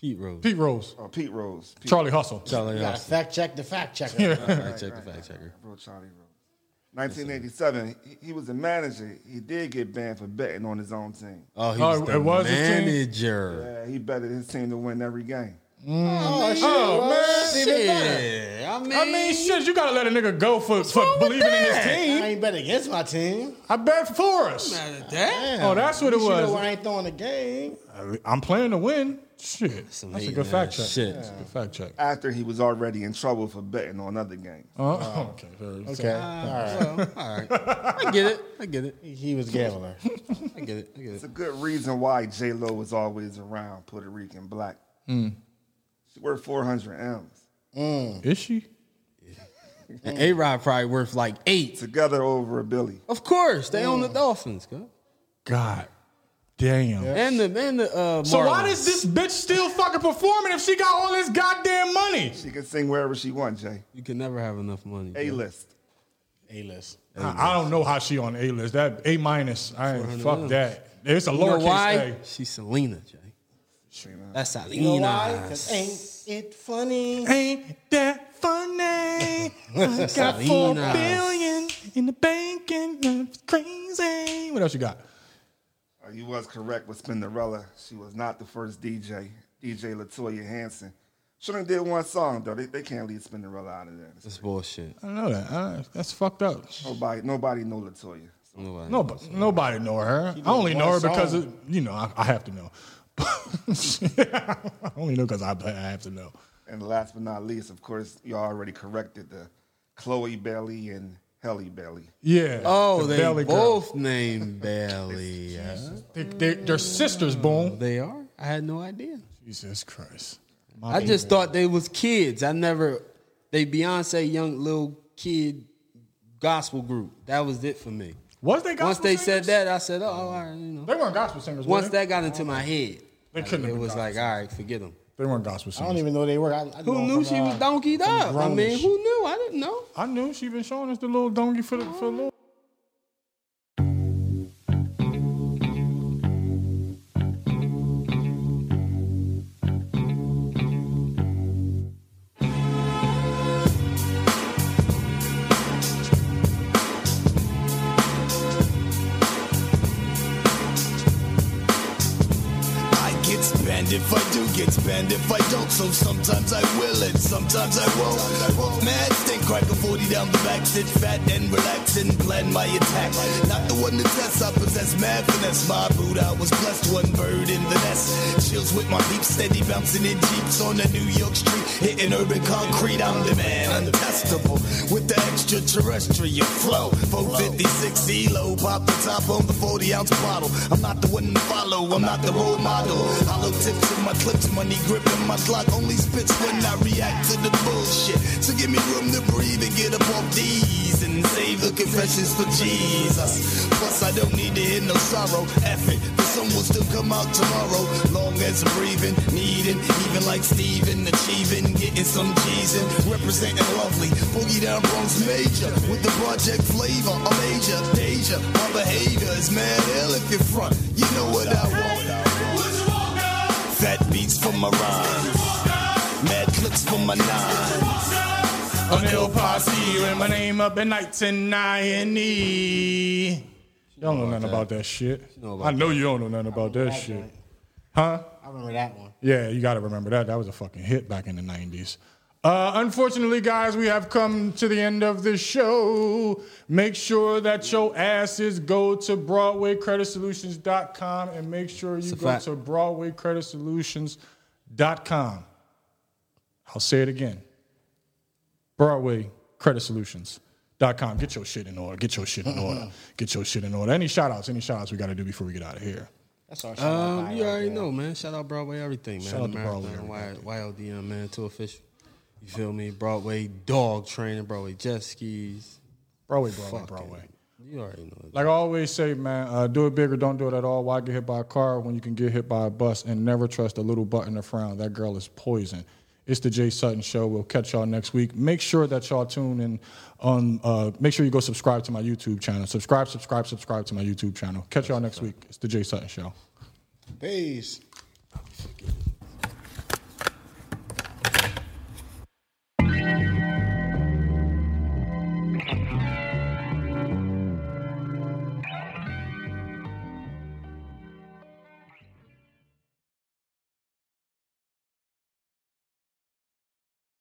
[SPEAKER 7] Pete Rose.
[SPEAKER 4] Pete Rose,
[SPEAKER 6] or Pete Rose. Pete
[SPEAKER 4] Charlie Hustle.
[SPEAKER 7] Charlie
[SPEAKER 5] Gotta
[SPEAKER 7] Austin.
[SPEAKER 5] fact check the fact checker.
[SPEAKER 7] Fact checker, fact checker.
[SPEAKER 6] Bro, Charlie Rose. 1987. He, he was a manager. He did get banned for betting on his own team.
[SPEAKER 7] Oh, he
[SPEAKER 4] Oh,
[SPEAKER 7] was
[SPEAKER 4] it-
[SPEAKER 7] the
[SPEAKER 4] it was his team?
[SPEAKER 7] manager.
[SPEAKER 6] Yeah, he betted his team to win every game.
[SPEAKER 7] Oh, Shit. I mean,
[SPEAKER 4] I mean, shit, you gotta let a nigga go for, for believing in his team.
[SPEAKER 5] I ain't bet against my team.
[SPEAKER 4] I bet for us. Oh, that's what it
[SPEAKER 5] You know
[SPEAKER 4] was.
[SPEAKER 5] I ain't throwing the game.
[SPEAKER 4] I'm playing to win. Shit, that's, a
[SPEAKER 7] hating
[SPEAKER 4] good fact
[SPEAKER 7] ass
[SPEAKER 4] check.
[SPEAKER 7] shit.
[SPEAKER 4] That's a good fact check.
[SPEAKER 6] After he was already in trouble for betting on other games.
[SPEAKER 4] Oh, okay, very
[SPEAKER 5] Okay, all right.
[SPEAKER 7] all right. I get it. I get it.
[SPEAKER 5] He was gambling.
[SPEAKER 7] I get it. I get it.
[SPEAKER 6] It's a good reason why J Lo was always around Puerto Rican black. She worth 400 M's.
[SPEAKER 4] Is she?
[SPEAKER 7] And A Rod probably worth like eight.
[SPEAKER 6] Together over a Billy.
[SPEAKER 7] Of course, they own the Dolphins, girl.
[SPEAKER 4] God damn.
[SPEAKER 7] and the and the uh,
[SPEAKER 4] So why
[SPEAKER 7] Marlins.
[SPEAKER 4] does this bitch still fucking performing if she got all this goddamn money?
[SPEAKER 6] She can sing wherever she wants, Jay.
[SPEAKER 7] you can never have enough money?
[SPEAKER 6] A
[SPEAKER 7] girl.
[SPEAKER 6] list.
[SPEAKER 5] A list.
[SPEAKER 4] I, I don't know how she on A list. That A minus. I ain't fuck
[SPEAKER 7] mil.
[SPEAKER 4] that. It's a
[SPEAKER 7] You know
[SPEAKER 4] lowercase
[SPEAKER 7] why?
[SPEAKER 4] A.
[SPEAKER 7] She's Selena, Jay. That's Selena.
[SPEAKER 5] You know why? 'Cause ain't it funny?
[SPEAKER 4] Ain't that funny? I got four
[SPEAKER 7] Selena.
[SPEAKER 4] billion in the bank and it's crazy. What else you got?
[SPEAKER 6] Uh, you was correct with Spinderella. She was not the first DJ. DJ Latoya Hansen. She only did one song though. They, they can't leave Spinderella out of there.
[SPEAKER 7] That's bullshit.
[SPEAKER 4] I know that. Uh, that's fucked up.
[SPEAKER 6] Nobody, nobody know Latoya.
[SPEAKER 7] Nobody.
[SPEAKER 4] No, nobody know her. I only know her because of, you know I, I have to know. I only know because I, I have to know.
[SPEAKER 6] And last but not least, of course, y'all already corrected the Chloe Belly and Helly Belly.
[SPEAKER 4] Yeah.
[SPEAKER 7] Oh,
[SPEAKER 4] the
[SPEAKER 7] they
[SPEAKER 4] Belly Girl.
[SPEAKER 7] both named Belly. yeah.
[SPEAKER 4] They, they, they're sisters. Boom.
[SPEAKER 7] They are. I had no idea.
[SPEAKER 4] Jesus Christ.
[SPEAKER 7] I just thought they was kids. I never. They Beyonce young little kid gospel group. That was it for me.
[SPEAKER 4] Was they gospel
[SPEAKER 7] Once they said
[SPEAKER 4] singers?
[SPEAKER 7] that, I said, "Oh, all right, you know."
[SPEAKER 4] they weren't gospel singers. were
[SPEAKER 7] Once
[SPEAKER 4] they?
[SPEAKER 7] that got into my head,
[SPEAKER 4] They couldn't have
[SPEAKER 7] it
[SPEAKER 4] been
[SPEAKER 7] was
[SPEAKER 4] gospel
[SPEAKER 7] like, "All right, forget them."
[SPEAKER 4] they weren't gospel
[SPEAKER 5] I
[SPEAKER 4] singers.
[SPEAKER 5] don't even know they were. I, I
[SPEAKER 7] Who
[SPEAKER 5] know
[SPEAKER 7] knew
[SPEAKER 5] from,
[SPEAKER 7] she was
[SPEAKER 5] uh,
[SPEAKER 7] donkeyed up? I mean,
[SPEAKER 5] grownish.
[SPEAKER 7] who knew? I didn't know.
[SPEAKER 4] I knew she been showing us the little donkey for the for a little.
[SPEAKER 10] I get spanned if I do get spanned if I don't. So sometimes I will and sometimes I won't. Mad stink, crack a 40 down the back, sit fat and relax and plan my attack. Not the one to test, I possess mad finesse. My Buddha was blessed, one bird in the nest. Chills with my peeps, steady bouncing in jeeps on the New York street, hitting urban concrete. I'm the man, untestable with the extraterrestrial flow. 456 ELO, pop the top on the 40 ounce bottle. I'm not the one to follow, I'm not the role model. Hollow tips in my clips, money gripping my Glock. Only spits when I react to the bullshit. So give me room to breathe and get up off these and save the confessions for Jesus. Plus, I don't need to hear no sorrow. F it, the sun will still come out tomorrow. Long as I'm breathing, needing, even like Steven, achieving, getting some cheese and representing lovely. Boogie down Bronx Major with the project flavor. A major, Deja, my behavior is mad hell if you front. You know what I want. Fat beats for my rhymes. Mad clips for my nines.
[SPEAKER 4] I'm ill posse and my name up at night and I and E. Y'all know nothing about that shit.
[SPEAKER 7] know about
[SPEAKER 4] I know you don't know nothing about that shit. Huh?
[SPEAKER 5] I remember that one.
[SPEAKER 4] Yeah, you got to remember that. That was a fucking hit back in the 90s. Uh, unfortunately, guys, we have come to the end of the show. Make sure that your asses go to BroadwayCreditSolutions.com and make sure you
[SPEAKER 7] a
[SPEAKER 4] go
[SPEAKER 7] fact.
[SPEAKER 4] to BroadwayCreditSolutions.com. I'll say it again BroadwayCreditSolutions.com. Get your shit in order. Get your shit in order. Get your shit in order. Any shout outs? Any shout outs we got to do before we get out of here?
[SPEAKER 5] That's our shout out
[SPEAKER 7] Um,
[SPEAKER 5] fire
[SPEAKER 7] you
[SPEAKER 5] right
[SPEAKER 7] already
[SPEAKER 5] there.
[SPEAKER 7] know, man. Shout out Broadway, everything, man.
[SPEAKER 4] Shout out to
[SPEAKER 7] The
[SPEAKER 4] Broadway,
[SPEAKER 7] Marathon, Wild, YLDM, man. Two official. You feel me? Broadway dog training, Broadway jet skis.
[SPEAKER 4] Broadway, Broadway,
[SPEAKER 7] Fucking-
[SPEAKER 4] Broadway.
[SPEAKER 7] You already know.
[SPEAKER 4] Like I always say, man, uh, do it big or don't do it at all. Why get hit by a car when you can get hit by a bus? And never trust a little button to frown. That girl is poison. It's the Jay Sutton Show. We'll catch y'all next week. Make sure that y'all tune in on. Uh, make sure you go subscribe to my YouTube channel. Subscribe, subscribe, subscribe to my YouTube channel. Catch y'all next week. It's the Jay Sutton Show.
[SPEAKER 5] Peace.